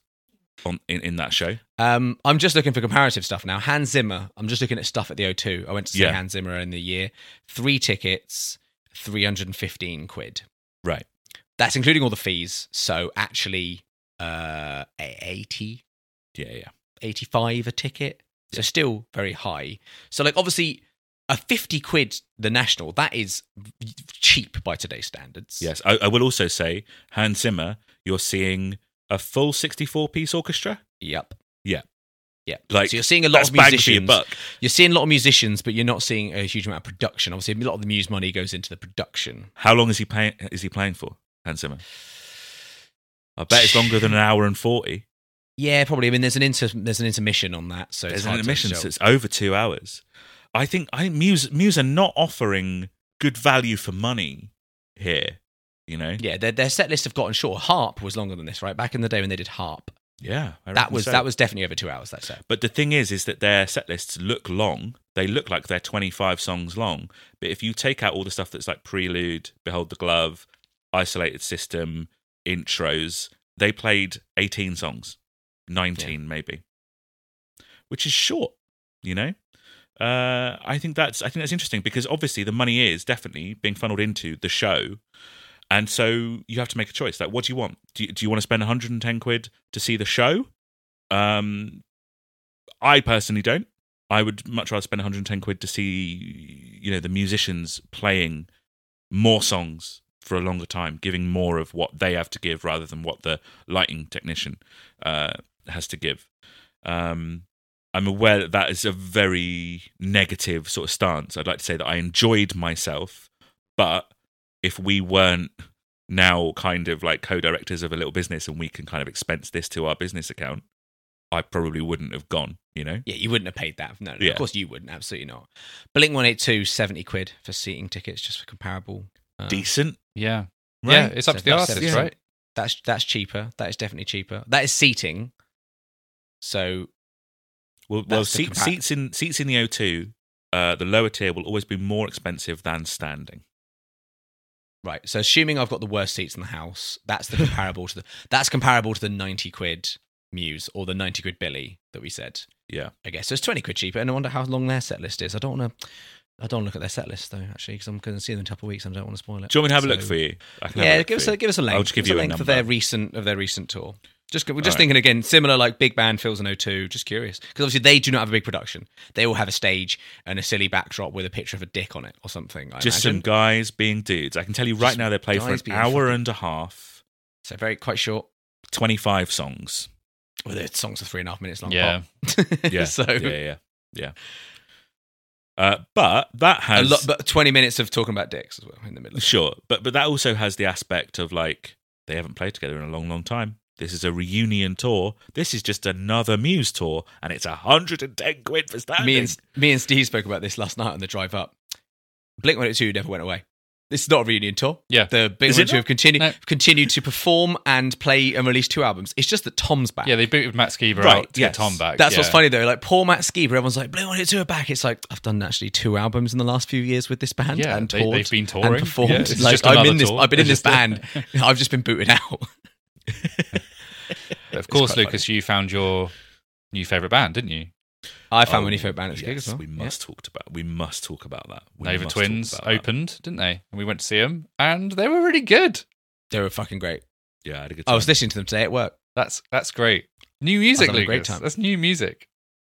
Speaker 3: on in, in that show.
Speaker 4: Um, I'm just looking for comparative stuff now. Hans Zimmer. I'm just looking at stuff at the O2. I went to see
Speaker 3: Yeah.
Speaker 4: Hans Zimmer in the year. Three tickets, three hundred and fifteen quid.
Speaker 3: Right.
Speaker 4: That's including all the fees. So actually, uh, eighty
Speaker 3: Yeah, yeah.
Speaker 4: 85 a ticket. So still very high. So like obviously a 50 quid the national that is cheap by today's standards.
Speaker 3: Yes, I, I will also say Hans Zimmer. You're seeing a full 64 piece orchestra.
Speaker 4: Yep.
Speaker 3: Yeah.
Speaker 4: Yeah.
Speaker 3: Like,
Speaker 4: so you're seeing a lot
Speaker 3: that's
Speaker 4: of
Speaker 3: bang for your
Speaker 4: musicians.
Speaker 3: buck.
Speaker 4: You're seeing a lot of musicians but you're not seeing a huge amount of production. Obviously a lot of the muse money goes into the production.
Speaker 3: How long is he playing? Is he playing for Hans Zimmer? I bet it's longer than an hour and forty.
Speaker 4: Yeah, probably. I mean, there's an inter- there's an intermission on that, so it's
Speaker 3: There's
Speaker 4: hard
Speaker 3: an
Speaker 4: to
Speaker 3: admission,
Speaker 4: judge.
Speaker 3: so it's over two hours. I think I think Muse Muse are not offering good value for money here. You know,
Speaker 4: yeah, their, their set list have gotten short. Harp was longer than this, right? Back in the day when they did Harp,
Speaker 3: yeah, I
Speaker 4: that
Speaker 3: reckon
Speaker 4: was
Speaker 3: so.
Speaker 4: that was definitely over two hours. That set.
Speaker 3: But the thing is, is that their set lists look long. They look like they're 25 songs long. But if you take out all the stuff that's like Prelude, Behold the Glove, Isolated System, intros, they played 18 songs, 19 maybe, which is short, you know? Uh, I think that's I think that's interesting because obviously the money is definitely being funneled into the show, and so you have to make a choice. Like, what do you want? Do you, do you want to spend 110 quid to see the show? Um, I personally don't. I would much rather spend 110 quid to see, you know, the musicians playing more songs for a longer time, giving more of what they have to give rather than what the lighting technician uh, has to give. Um, I'm aware that that is a very negative sort of stance. I'd like to say that I enjoyed myself, but if we weren't now kind of like co-directors of a little business and we can kind of expense this to our business account, I probably wouldn't have gone. You know,
Speaker 4: Yeah, you wouldn't have paid that. No, no
Speaker 3: Yeah.
Speaker 4: of course you wouldn't. Absolutely not. Blink 182, 70 quid for seating tickets, just for comparable. uh,
Speaker 3: decent.
Speaker 1: Yeah.
Speaker 3: Right?
Speaker 1: Yeah, it's up
Speaker 4: So
Speaker 1: to the
Speaker 4: that's
Speaker 1: artist,
Speaker 4: seven-
Speaker 1: right?
Speaker 4: That's that's cheaper. That is definitely cheaper. That is seating. So
Speaker 3: Well, well
Speaker 4: That's the
Speaker 3: seat,
Speaker 4: compar-
Speaker 3: seats in seats in the O2, uh, the lower tier will always be more expensive than standing.
Speaker 4: right. So assuming I've got the worst seats in the house,
Speaker 3: (laughs)
Speaker 4: that's the comparable to the that's comparable to the ninety quid Muse or the ninety quid Billy that we said.
Speaker 3: Yeah.
Speaker 4: I guess so. It's twenty quid cheaper, and I wonder how long their set list is. I don't want to. I don't wanna look at their set list though, actually, because I'm going to see them in a couple of weeks, and I don't want to spoil it.
Speaker 3: Do you want me to have a look
Speaker 4: So-
Speaker 3: for you? I can have
Speaker 4: Yeah,
Speaker 3: look
Speaker 4: give us
Speaker 3: for
Speaker 4: a give us a length.
Speaker 3: I'll just give
Speaker 4: Give
Speaker 3: you
Speaker 4: us a
Speaker 3: a
Speaker 4: length
Speaker 3: number.
Speaker 4: of their recent of their recent tour. Just we're just
Speaker 3: Alright.
Speaker 4: thinking again, similar like Big Band feels an O2. Just curious because obviously they do not have a big production. They all have a stage and a silly backdrop with a picture of a dick on it or something. I
Speaker 3: Just some
Speaker 4: imagine.
Speaker 3: guys being dudes. I can tell you right
Speaker 4: Just
Speaker 3: now, they play for
Speaker 4: guys
Speaker 3: an
Speaker 4: being
Speaker 3: hour
Speaker 4: fucking-
Speaker 3: and a half,
Speaker 4: so very quite short.
Speaker 3: twenty-five
Speaker 4: (laughs)
Speaker 3: songs.
Speaker 4: Well, their songs are three and a half minutes long.
Speaker 1: Yeah.
Speaker 4: (laughs) Pop.
Speaker 3: Yeah,
Speaker 4: so
Speaker 3: yeah, yeah, yeah. Uh, but that
Speaker 4: a
Speaker 3: has
Speaker 4: lot, but twenty minutes of talking about dicks as well in the middle. Of it.
Speaker 3: Sure, but but that also has the aspect of like they haven't played together in a long, long time. This is a reunion tour. This is just another Muse tour, and it's hundred and ten quid for standing.
Speaker 4: me and me and Steve spoke about this last night on the drive up. Blink One Eight Two never went away. This is not a reunion tour.
Speaker 1: Yeah.
Speaker 4: the Blink
Speaker 3: Is
Speaker 4: One
Speaker 3: it
Speaker 4: Eight Two have continued
Speaker 1: No.
Speaker 4: continued to perform and play and release two albums. It's just that Tom's back.
Speaker 1: Yeah, they booted Matt Skiba
Speaker 3: Right,
Speaker 1: out to
Speaker 3: yes.
Speaker 1: get Tom back.
Speaker 4: That's what's
Speaker 1: yeah.
Speaker 4: funny though. Like poor Matt Skiba, everyone's like Blink One Eight Two are back. It's like I've done actually two albums in the last few years with this band
Speaker 1: Yeah,
Speaker 4: and
Speaker 1: they-
Speaker 4: toured.
Speaker 1: they've been
Speaker 4: and
Speaker 1: touring.
Speaker 4: performed.
Speaker 1: Yeah, it's
Speaker 4: like
Speaker 1: just
Speaker 4: I'm
Speaker 1: another
Speaker 4: in this.
Speaker 1: tour.
Speaker 4: I've been
Speaker 1: (laughs)
Speaker 4: in this
Speaker 1: It's
Speaker 4: band. I've just been booted out.
Speaker 1: But of course,
Speaker 4: quite
Speaker 1: Lucas, you found your new favourite band, didn't you?
Speaker 4: I found
Speaker 3: Oh,
Speaker 4: my new favorite band at this gig as
Speaker 3: yes,
Speaker 4: well.
Speaker 3: We
Speaker 4: Yeah.
Speaker 3: must talk about. We must talk about that. We
Speaker 1: Nova
Speaker 3: must talk
Speaker 1: Twins
Speaker 3: about that.
Speaker 1: opened, didn't they? And we went to see them, and they were really good.
Speaker 4: They were fucking great.
Speaker 3: Yeah, I had a good
Speaker 4: I
Speaker 3: time.
Speaker 4: was listening to them today at work.
Speaker 1: That's that's great. New music,
Speaker 4: having
Speaker 1: Lucas.
Speaker 4: a great time.
Speaker 1: That's new music.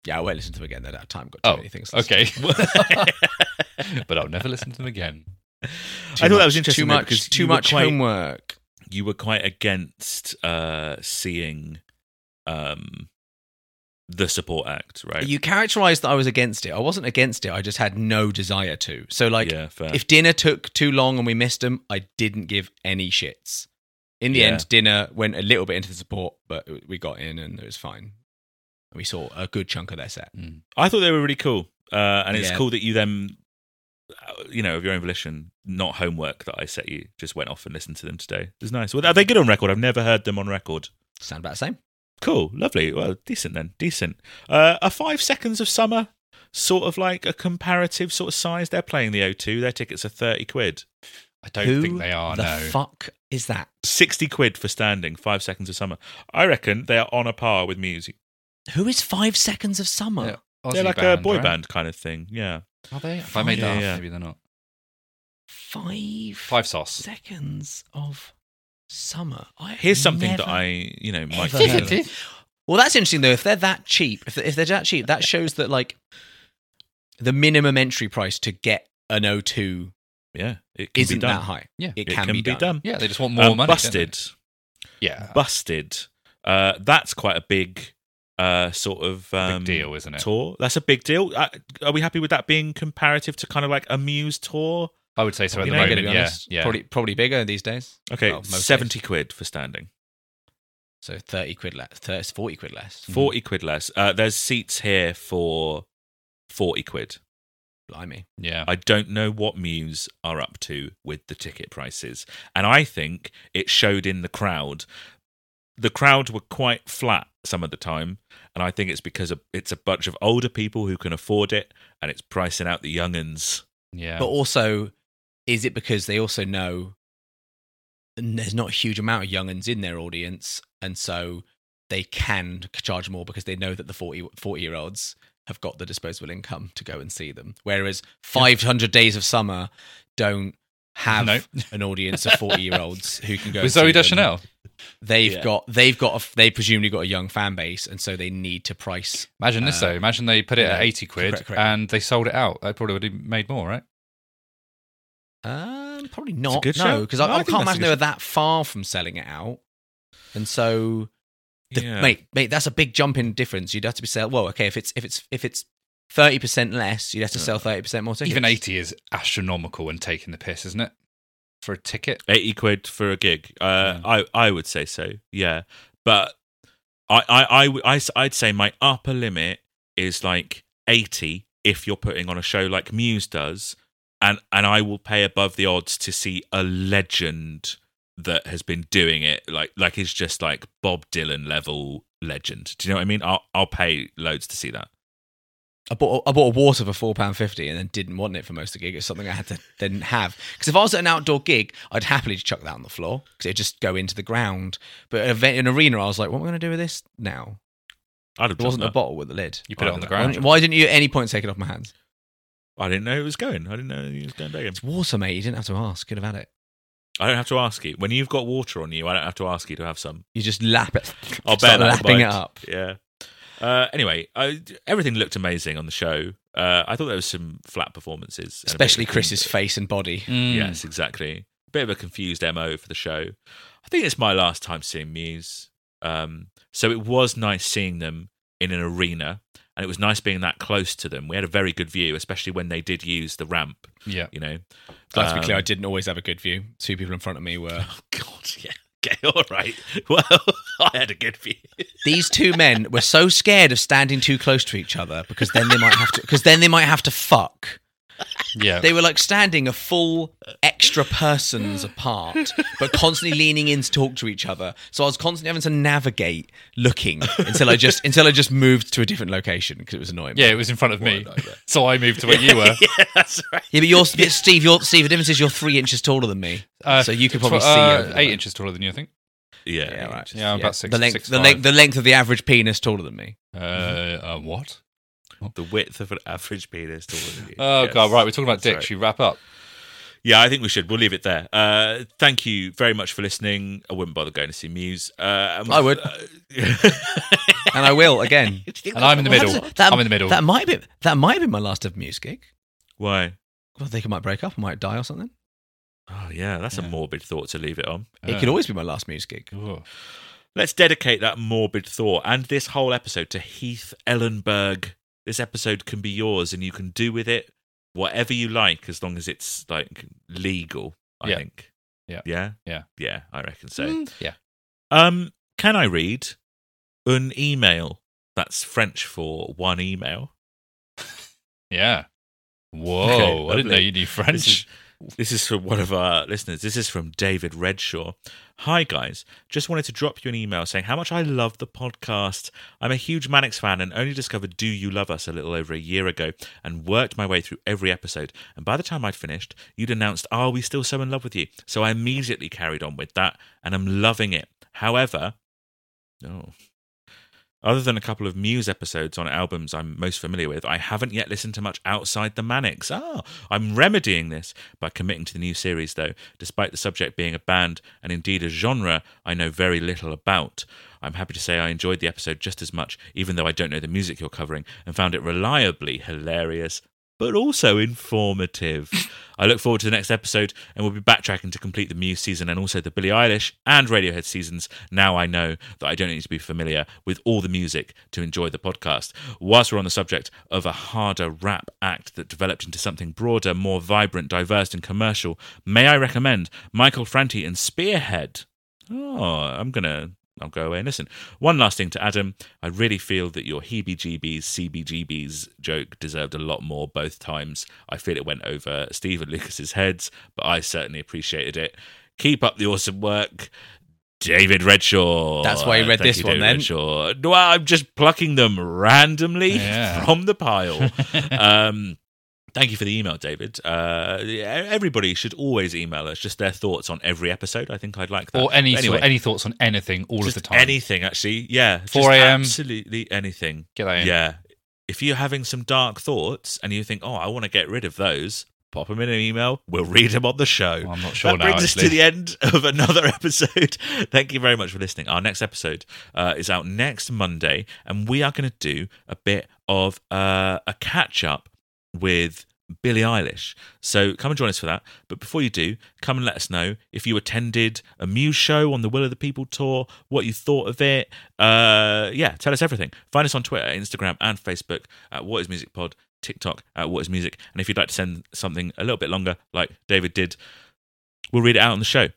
Speaker 4: Yeah, I won't listen to them again. They're out of time. Got too
Speaker 1: Oh,
Speaker 4: many things. to listen
Speaker 1: okay.
Speaker 3: (laughs)
Speaker 1: (laughs) but I'll never listen to them again.
Speaker 3: I thought that was interesting.
Speaker 4: Too
Speaker 3: though,
Speaker 4: much,
Speaker 3: because
Speaker 4: too
Speaker 3: you were
Speaker 4: much
Speaker 3: quite-
Speaker 4: homework.
Speaker 3: You were quite against uh, seeing um, the support act, right?
Speaker 4: You characterized that I was against it. I wasn't against it. I just had no desire to. So, like,
Speaker 3: yeah, fair.
Speaker 4: if dinner took too long and we missed them, I didn't give any shits. In the
Speaker 3: Yeah.
Speaker 4: end, dinner went a little bit into the support, but we got in and it was fine. And we saw a good chunk of their set.
Speaker 3: I thought they were really cool, uh, and it's
Speaker 4: Yeah.
Speaker 3: cool that you then, uh, you know, of your own volition, not homework that I set you, just went off and listened to them today. It was nice. Well, are they good on record? I've never heard them on record.
Speaker 4: Sound about the same?
Speaker 3: Cool, lovely. Well, decent then, decent. Uh, are five seconds of summer sort of like a comparative sort of size? They're playing the O2. Their tickets are thirty quid,
Speaker 1: I don't
Speaker 4: Who
Speaker 1: think they are.
Speaker 4: the
Speaker 1: no.
Speaker 4: fuck is that?
Speaker 3: sixty quid for standing. Five seconds of summer. I reckon they are on a par with music.
Speaker 4: Who is Five Seconds of Summer?
Speaker 1: Yeah, Aussie
Speaker 3: they're like a boy
Speaker 1: right?
Speaker 3: band kind of thing. Yeah,
Speaker 1: Are they? If I made
Speaker 3: Yeah,
Speaker 1: that up,
Speaker 3: yeah.
Speaker 1: maybe they're not.
Speaker 4: Five.
Speaker 1: Five sauce.
Speaker 4: seconds of summer. I
Speaker 3: here's something
Speaker 4: never-
Speaker 3: that I, you know, might.
Speaker 4: ever heard of. Well, that's interesting though. If they're that cheap, if, if they're that cheap, that shows that like the minimum entry price to get an O2
Speaker 3: Yeah, it can
Speaker 4: isn't
Speaker 3: be done.
Speaker 4: that high.
Speaker 1: Yeah.
Speaker 4: it can, be, done.
Speaker 1: Yeah, they just want more
Speaker 3: Um,
Speaker 1: money. don't they?
Speaker 3: Busted.
Speaker 1: Yeah.
Speaker 3: Busted. Uh, that's quite a big uh, sort of um,
Speaker 1: deal, isn't it?
Speaker 3: Tour. That's a big deal. Uh, are we happy with that being comparative to kind of like a Muse tour?
Speaker 1: I would say so at
Speaker 3: You
Speaker 1: the
Speaker 3: know,
Speaker 4: I'm
Speaker 1: moment.
Speaker 4: gonna be
Speaker 1: Yeah.
Speaker 4: honest.
Speaker 1: yeah. Oh,
Speaker 4: Probably, probably bigger these days.
Speaker 3: Okay,
Speaker 4: Well, most days.
Speaker 3: seventy quid for standing.
Speaker 4: So 30 quid less, 30, 40 quid less.
Speaker 3: 40 quid less. Uh, there's seats here for 40 quid.
Speaker 4: Blimey.
Speaker 1: Yeah.
Speaker 3: I don't know what Muse are up to with the ticket prices. And I think it showed in the crowd. The crowd were quite flat some of the time. And I think it's because of, it's a bunch of older people who can afford it and it's pricing out the young'uns.
Speaker 1: yeah.
Speaker 4: But also, is it because they also know n- there's not a huge amount of young'uns in their audience, and so they can c- charge more because they know that the 40, 40 year olds have got the disposable income to go and see them. Whereas 500 Days of Summer don't have
Speaker 1: No.
Speaker 4: (laughs) an audience of 40 year olds who can go
Speaker 1: With
Speaker 4: and see
Speaker 1: Zoe
Speaker 4: them.
Speaker 1: Deschanel.
Speaker 4: They've
Speaker 3: Yeah.
Speaker 4: got they've got a, f- they presumably got a young fan base, and so they need to price.
Speaker 1: Imagine this
Speaker 4: Uh,
Speaker 1: though. Imagine they put it
Speaker 4: yeah,
Speaker 1: at eighty quid
Speaker 4: correct, correct.
Speaker 1: and they sold it out. They probably would have made more, right?
Speaker 4: Um, probably not.
Speaker 3: good
Speaker 4: No,
Speaker 3: shout.
Speaker 4: because
Speaker 3: No, I
Speaker 4: I, I
Speaker 3: think
Speaker 4: can't
Speaker 3: that's a
Speaker 4: imagine
Speaker 3: good
Speaker 4: they were
Speaker 3: shout.
Speaker 4: that far from selling it out, and so The,
Speaker 3: Yeah.
Speaker 4: Mate, mate, that's a big jump in difference. You'd have to be sell. Well, okay, if it's if it's if it's thirty percent less, you'd have to sell thirty percent more tickets.
Speaker 1: Even eighty is astronomical and taking the piss, isn't it? For a ticket.
Speaker 3: 80 quid for a gig. Uh, I, I would say so. Yeah. But I, I, I, w- I, would say my upper limit is like 80 if you're putting on a show like Muse does. And, and I will pay above the odds to see a legend that has been doing it. Like, like is just like Bob Dylan level legend. Do you know what I mean? I'll, I'll pay loads to see that.
Speaker 4: I bought I bought a water for four pound fifty, and then didn't want it for most of the gig. It's something I had to then have because if I was at an outdoor gig, I'd happily just chuck that on the floor because it'd just go into the ground. But at an event- an arena, I was like, what am I going to do with this now?
Speaker 3: I'd have
Speaker 4: There wasn't
Speaker 3: done
Speaker 4: a
Speaker 3: that.
Speaker 4: bottle with the lid.
Speaker 1: You put it on the
Speaker 4: Why
Speaker 1: ground.
Speaker 4: didn't- Why didn't you at any point take it off my hands?
Speaker 3: I didn't know it was going. I didn't know it was going begging.
Speaker 4: It's water, mate. You didn't have to ask. Could have had it.
Speaker 3: I don't have to ask you. When you've got water on you, I don't have to ask you to have some.
Speaker 4: You just lap it.
Speaker 3: I'll bet that
Speaker 4: start lapping
Speaker 3: mind.
Speaker 4: it up.
Speaker 3: Yeah. Uh, anyway, I, everything looked amazing on the show. Uh, I thought there was some flat performances, and a bit
Speaker 4: Especially
Speaker 3: of a-
Speaker 4: Chris's face and body.
Speaker 3: Yes, exactly. Bit of a confused mo for the show. I think it's my last time seeing Muse, um, so it was nice seeing them in an arena, and it was nice being that close to them. We had a very good view, especially when they did use the ramp.
Speaker 1: Yeah.
Speaker 3: You know,
Speaker 4: Let's
Speaker 3: Um,
Speaker 4: be
Speaker 3: Oh,
Speaker 4: clear, I didn't always have a good view. Two people in front of me
Speaker 3: (laughs)
Speaker 4: were.
Speaker 3: God, yeah. Okay, (laughs) all right. Well, (laughs) I had a good view.
Speaker 4: These two men were so scared of standing too close to each other because then they might have to. Because then they might have to fuck.
Speaker 1: Yeah.
Speaker 4: They were like standing a full extra persons apart, but constantly leaning in to talk to each other. So I was constantly having to navigate, looking until I just until I just moved to a different location because it was annoying.
Speaker 1: yeah, it was in front of me. (laughs) So I moved to where you were.
Speaker 3: yeah, that's right.
Speaker 4: yeah, but you're but Steve. You're Steve. The difference is you're three inches taller than me,
Speaker 1: Uh,
Speaker 4: so you could probably
Speaker 1: tw-
Speaker 4: see
Speaker 1: uh,
Speaker 4: over
Speaker 1: eight
Speaker 4: that.
Speaker 1: inches taller than you, I think.
Speaker 3: Yeah,
Speaker 4: Yeah, right.
Speaker 1: Yeah, I'm about six-
Speaker 4: the length,
Speaker 1: six
Speaker 4: the
Speaker 1: five.
Speaker 4: length, the length of the average penis taller than me.
Speaker 1: Uh, uh, what?
Speaker 3: The width of an (laughs) average penis. to all of you.
Speaker 1: Oh
Speaker 3: Yes.
Speaker 1: god, right. We're talking about
Speaker 3: Sorry.
Speaker 1: dicks. You wrap up.
Speaker 3: Yeah, I think we should. We'll leave it there. Uh, thank you very much for listening. I wouldn't bother going to see Muse. Uh, and-
Speaker 4: I
Speaker 3: (laughs)
Speaker 4: would. and I will again.
Speaker 1: And I'm (laughs) in the
Speaker 4: What
Speaker 1: middle.
Speaker 4: happens- that-
Speaker 1: I'm in the middle.
Speaker 4: That might be that might be my last of Muse gig.
Speaker 3: Why?
Speaker 4: Well, I think I might break up. I might die or something.
Speaker 3: Oh, yeah, that's a morbid thought to leave it on.
Speaker 4: It
Speaker 1: Uh.
Speaker 4: could always be my last Muse gig.
Speaker 1: Ooh.
Speaker 3: Let's dedicate that morbid thought and this whole episode to Heath Ellenberg. This episode can be yours, and you can do with it whatever you like, as long as it's like legal. I
Speaker 1: Yeah.
Speaker 3: think.
Speaker 1: Yeah.
Speaker 3: Yeah.
Speaker 1: Yeah. Mm.
Speaker 3: Yeah. I reckon so.
Speaker 1: Yeah.
Speaker 3: Um, can I read an email? That's French for one email.
Speaker 1: Yeah. Whoa.
Speaker 3: Okay,
Speaker 1: I didn't know
Speaker 3: lovely.
Speaker 1: you knew
Speaker 3: This is,
Speaker 1: French.
Speaker 3: this is from one of our listeners. This is from David Redshaw. Hi, guys. Just wanted to drop you an email saying how much I love the podcast. I'm a huge Mannix fan and only discovered Do You Love Us a little over a year ago and worked my way through every episode. And by the time I'd finished, you'd announced, Are we still so in love with you? So I immediately carried on with that and I'm loving it. However, oh, no. Other than a couple of Muse episodes on albums I'm most familiar with, I haven't yet listened to much outside the Manics. Ah, I'm remedying this by committing to the new series, though, despite the subject being a band and indeed a genre I know very little about. I'm happy to say I enjoyed the episode just as much, even though I don't know the music you're covering, and found it reliably hilarious but also informative. I look forward to the next episode and we'll be backtracking to complete the Muse season and also the Billie Eilish and Radiohead seasons. Now I know that I don't need to be familiar with all the music to enjoy the podcast. Whilst we're on the subject of a harder rap act that developed into something broader, more vibrant, diverse, and commercial, may I recommend Michael Franti and Spearhead? Oh, I'm gonna I'll go away and listen. One last thing to Adam. I really feel that your heebie jeebies, CBGBs joke deserved a lot more both times. I feel it went over Steve and Lucas's heads, but I certainly appreciated it. Keep up the awesome work. David Redshaw.
Speaker 4: That's why you read
Speaker 3: Thank
Speaker 4: this one
Speaker 3: David
Speaker 4: then.
Speaker 3: Redshaw. Well, I'm just plucking them randomly
Speaker 1: Yeah.
Speaker 3: (laughs) from the
Speaker 4: (laughs)
Speaker 3: pile. um, Thank you for the email, David. Uh, yeah, everybody should always email us just their thoughts on every episode. I think I'd like that.
Speaker 1: or any
Speaker 3: But anyway,
Speaker 1: any thoughts on anything all of
Speaker 3: just
Speaker 1: the time.
Speaker 3: anything actually. Yeah, just
Speaker 1: 4 a.m..
Speaker 3: Absolutely anything.
Speaker 1: Get that in.
Speaker 3: Yeah, if you're having some dark thoughts and you think, oh, I want to get rid of those, pop them in an email. We'll read them on the show.
Speaker 1: Well, I'm not sure
Speaker 3: That
Speaker 1: now,
Speaker 3: brings us to
Speaker 1: actually.
Speaker 3: the end of another (laughs) episode. Thank you very much for listening. Our next episode uh, is out next Monday, and we are going to do a bit of uh, a catch up with Billie Eilish. So come and join us for that. But before you do, come and let us know if you attended a Muse show on the Will of the People tour, what you thought of it. Uh, yeah, tell us everything. Find us on Twitter, Instagram, and Facebook at What Is Music Pod, TikTok at What Is Music. And if you'd like to send something a little bit longer, like David did, We'll read it out on the show.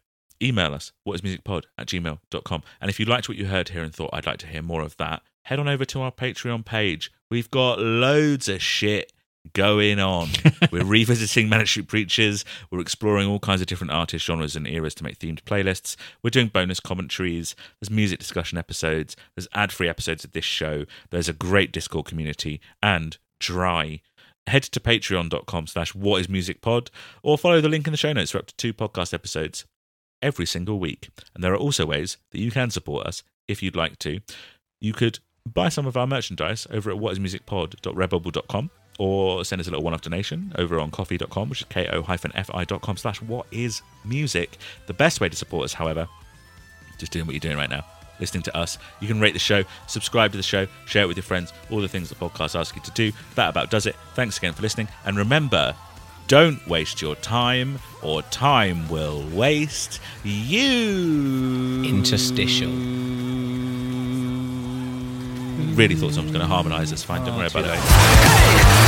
Speaker 3: Email us, whatismusicpod at gmail.com. And if you liked what you heard here and thought I'd like to hear more of that, head on over to our Patreon page. We've got loads of shit going on. We're revisiting Manic Street Preachers. We're exploring all kinds of different artist genres and eras to make themed playlists. We're doing bonus commentaries. There's music discussion episodes. There's ad free episodes of this show. There's a great Discord community and dry head to patreon.com slash what is music pod or follow the link in the show notes for up to two podcast episodes every single week and there are also ways that you can support us if you'd like to you could buy some of our merchandise over at whatismusicpod.redbubble.com or send us a little one-off donation over on coffee.com which is ko-fi.com slash what is music the best way to support us however just doing what you're doing right now listening to us you can rate the show subscribe to the show share it with your friends all the things that podcasts ask you to do that about does it thanks again for listening and remember don't waste your time or time will waste you
Speaker 4: Interstitial.
Speaker 3: really thought someone was going to harmonise us fine don't worry about it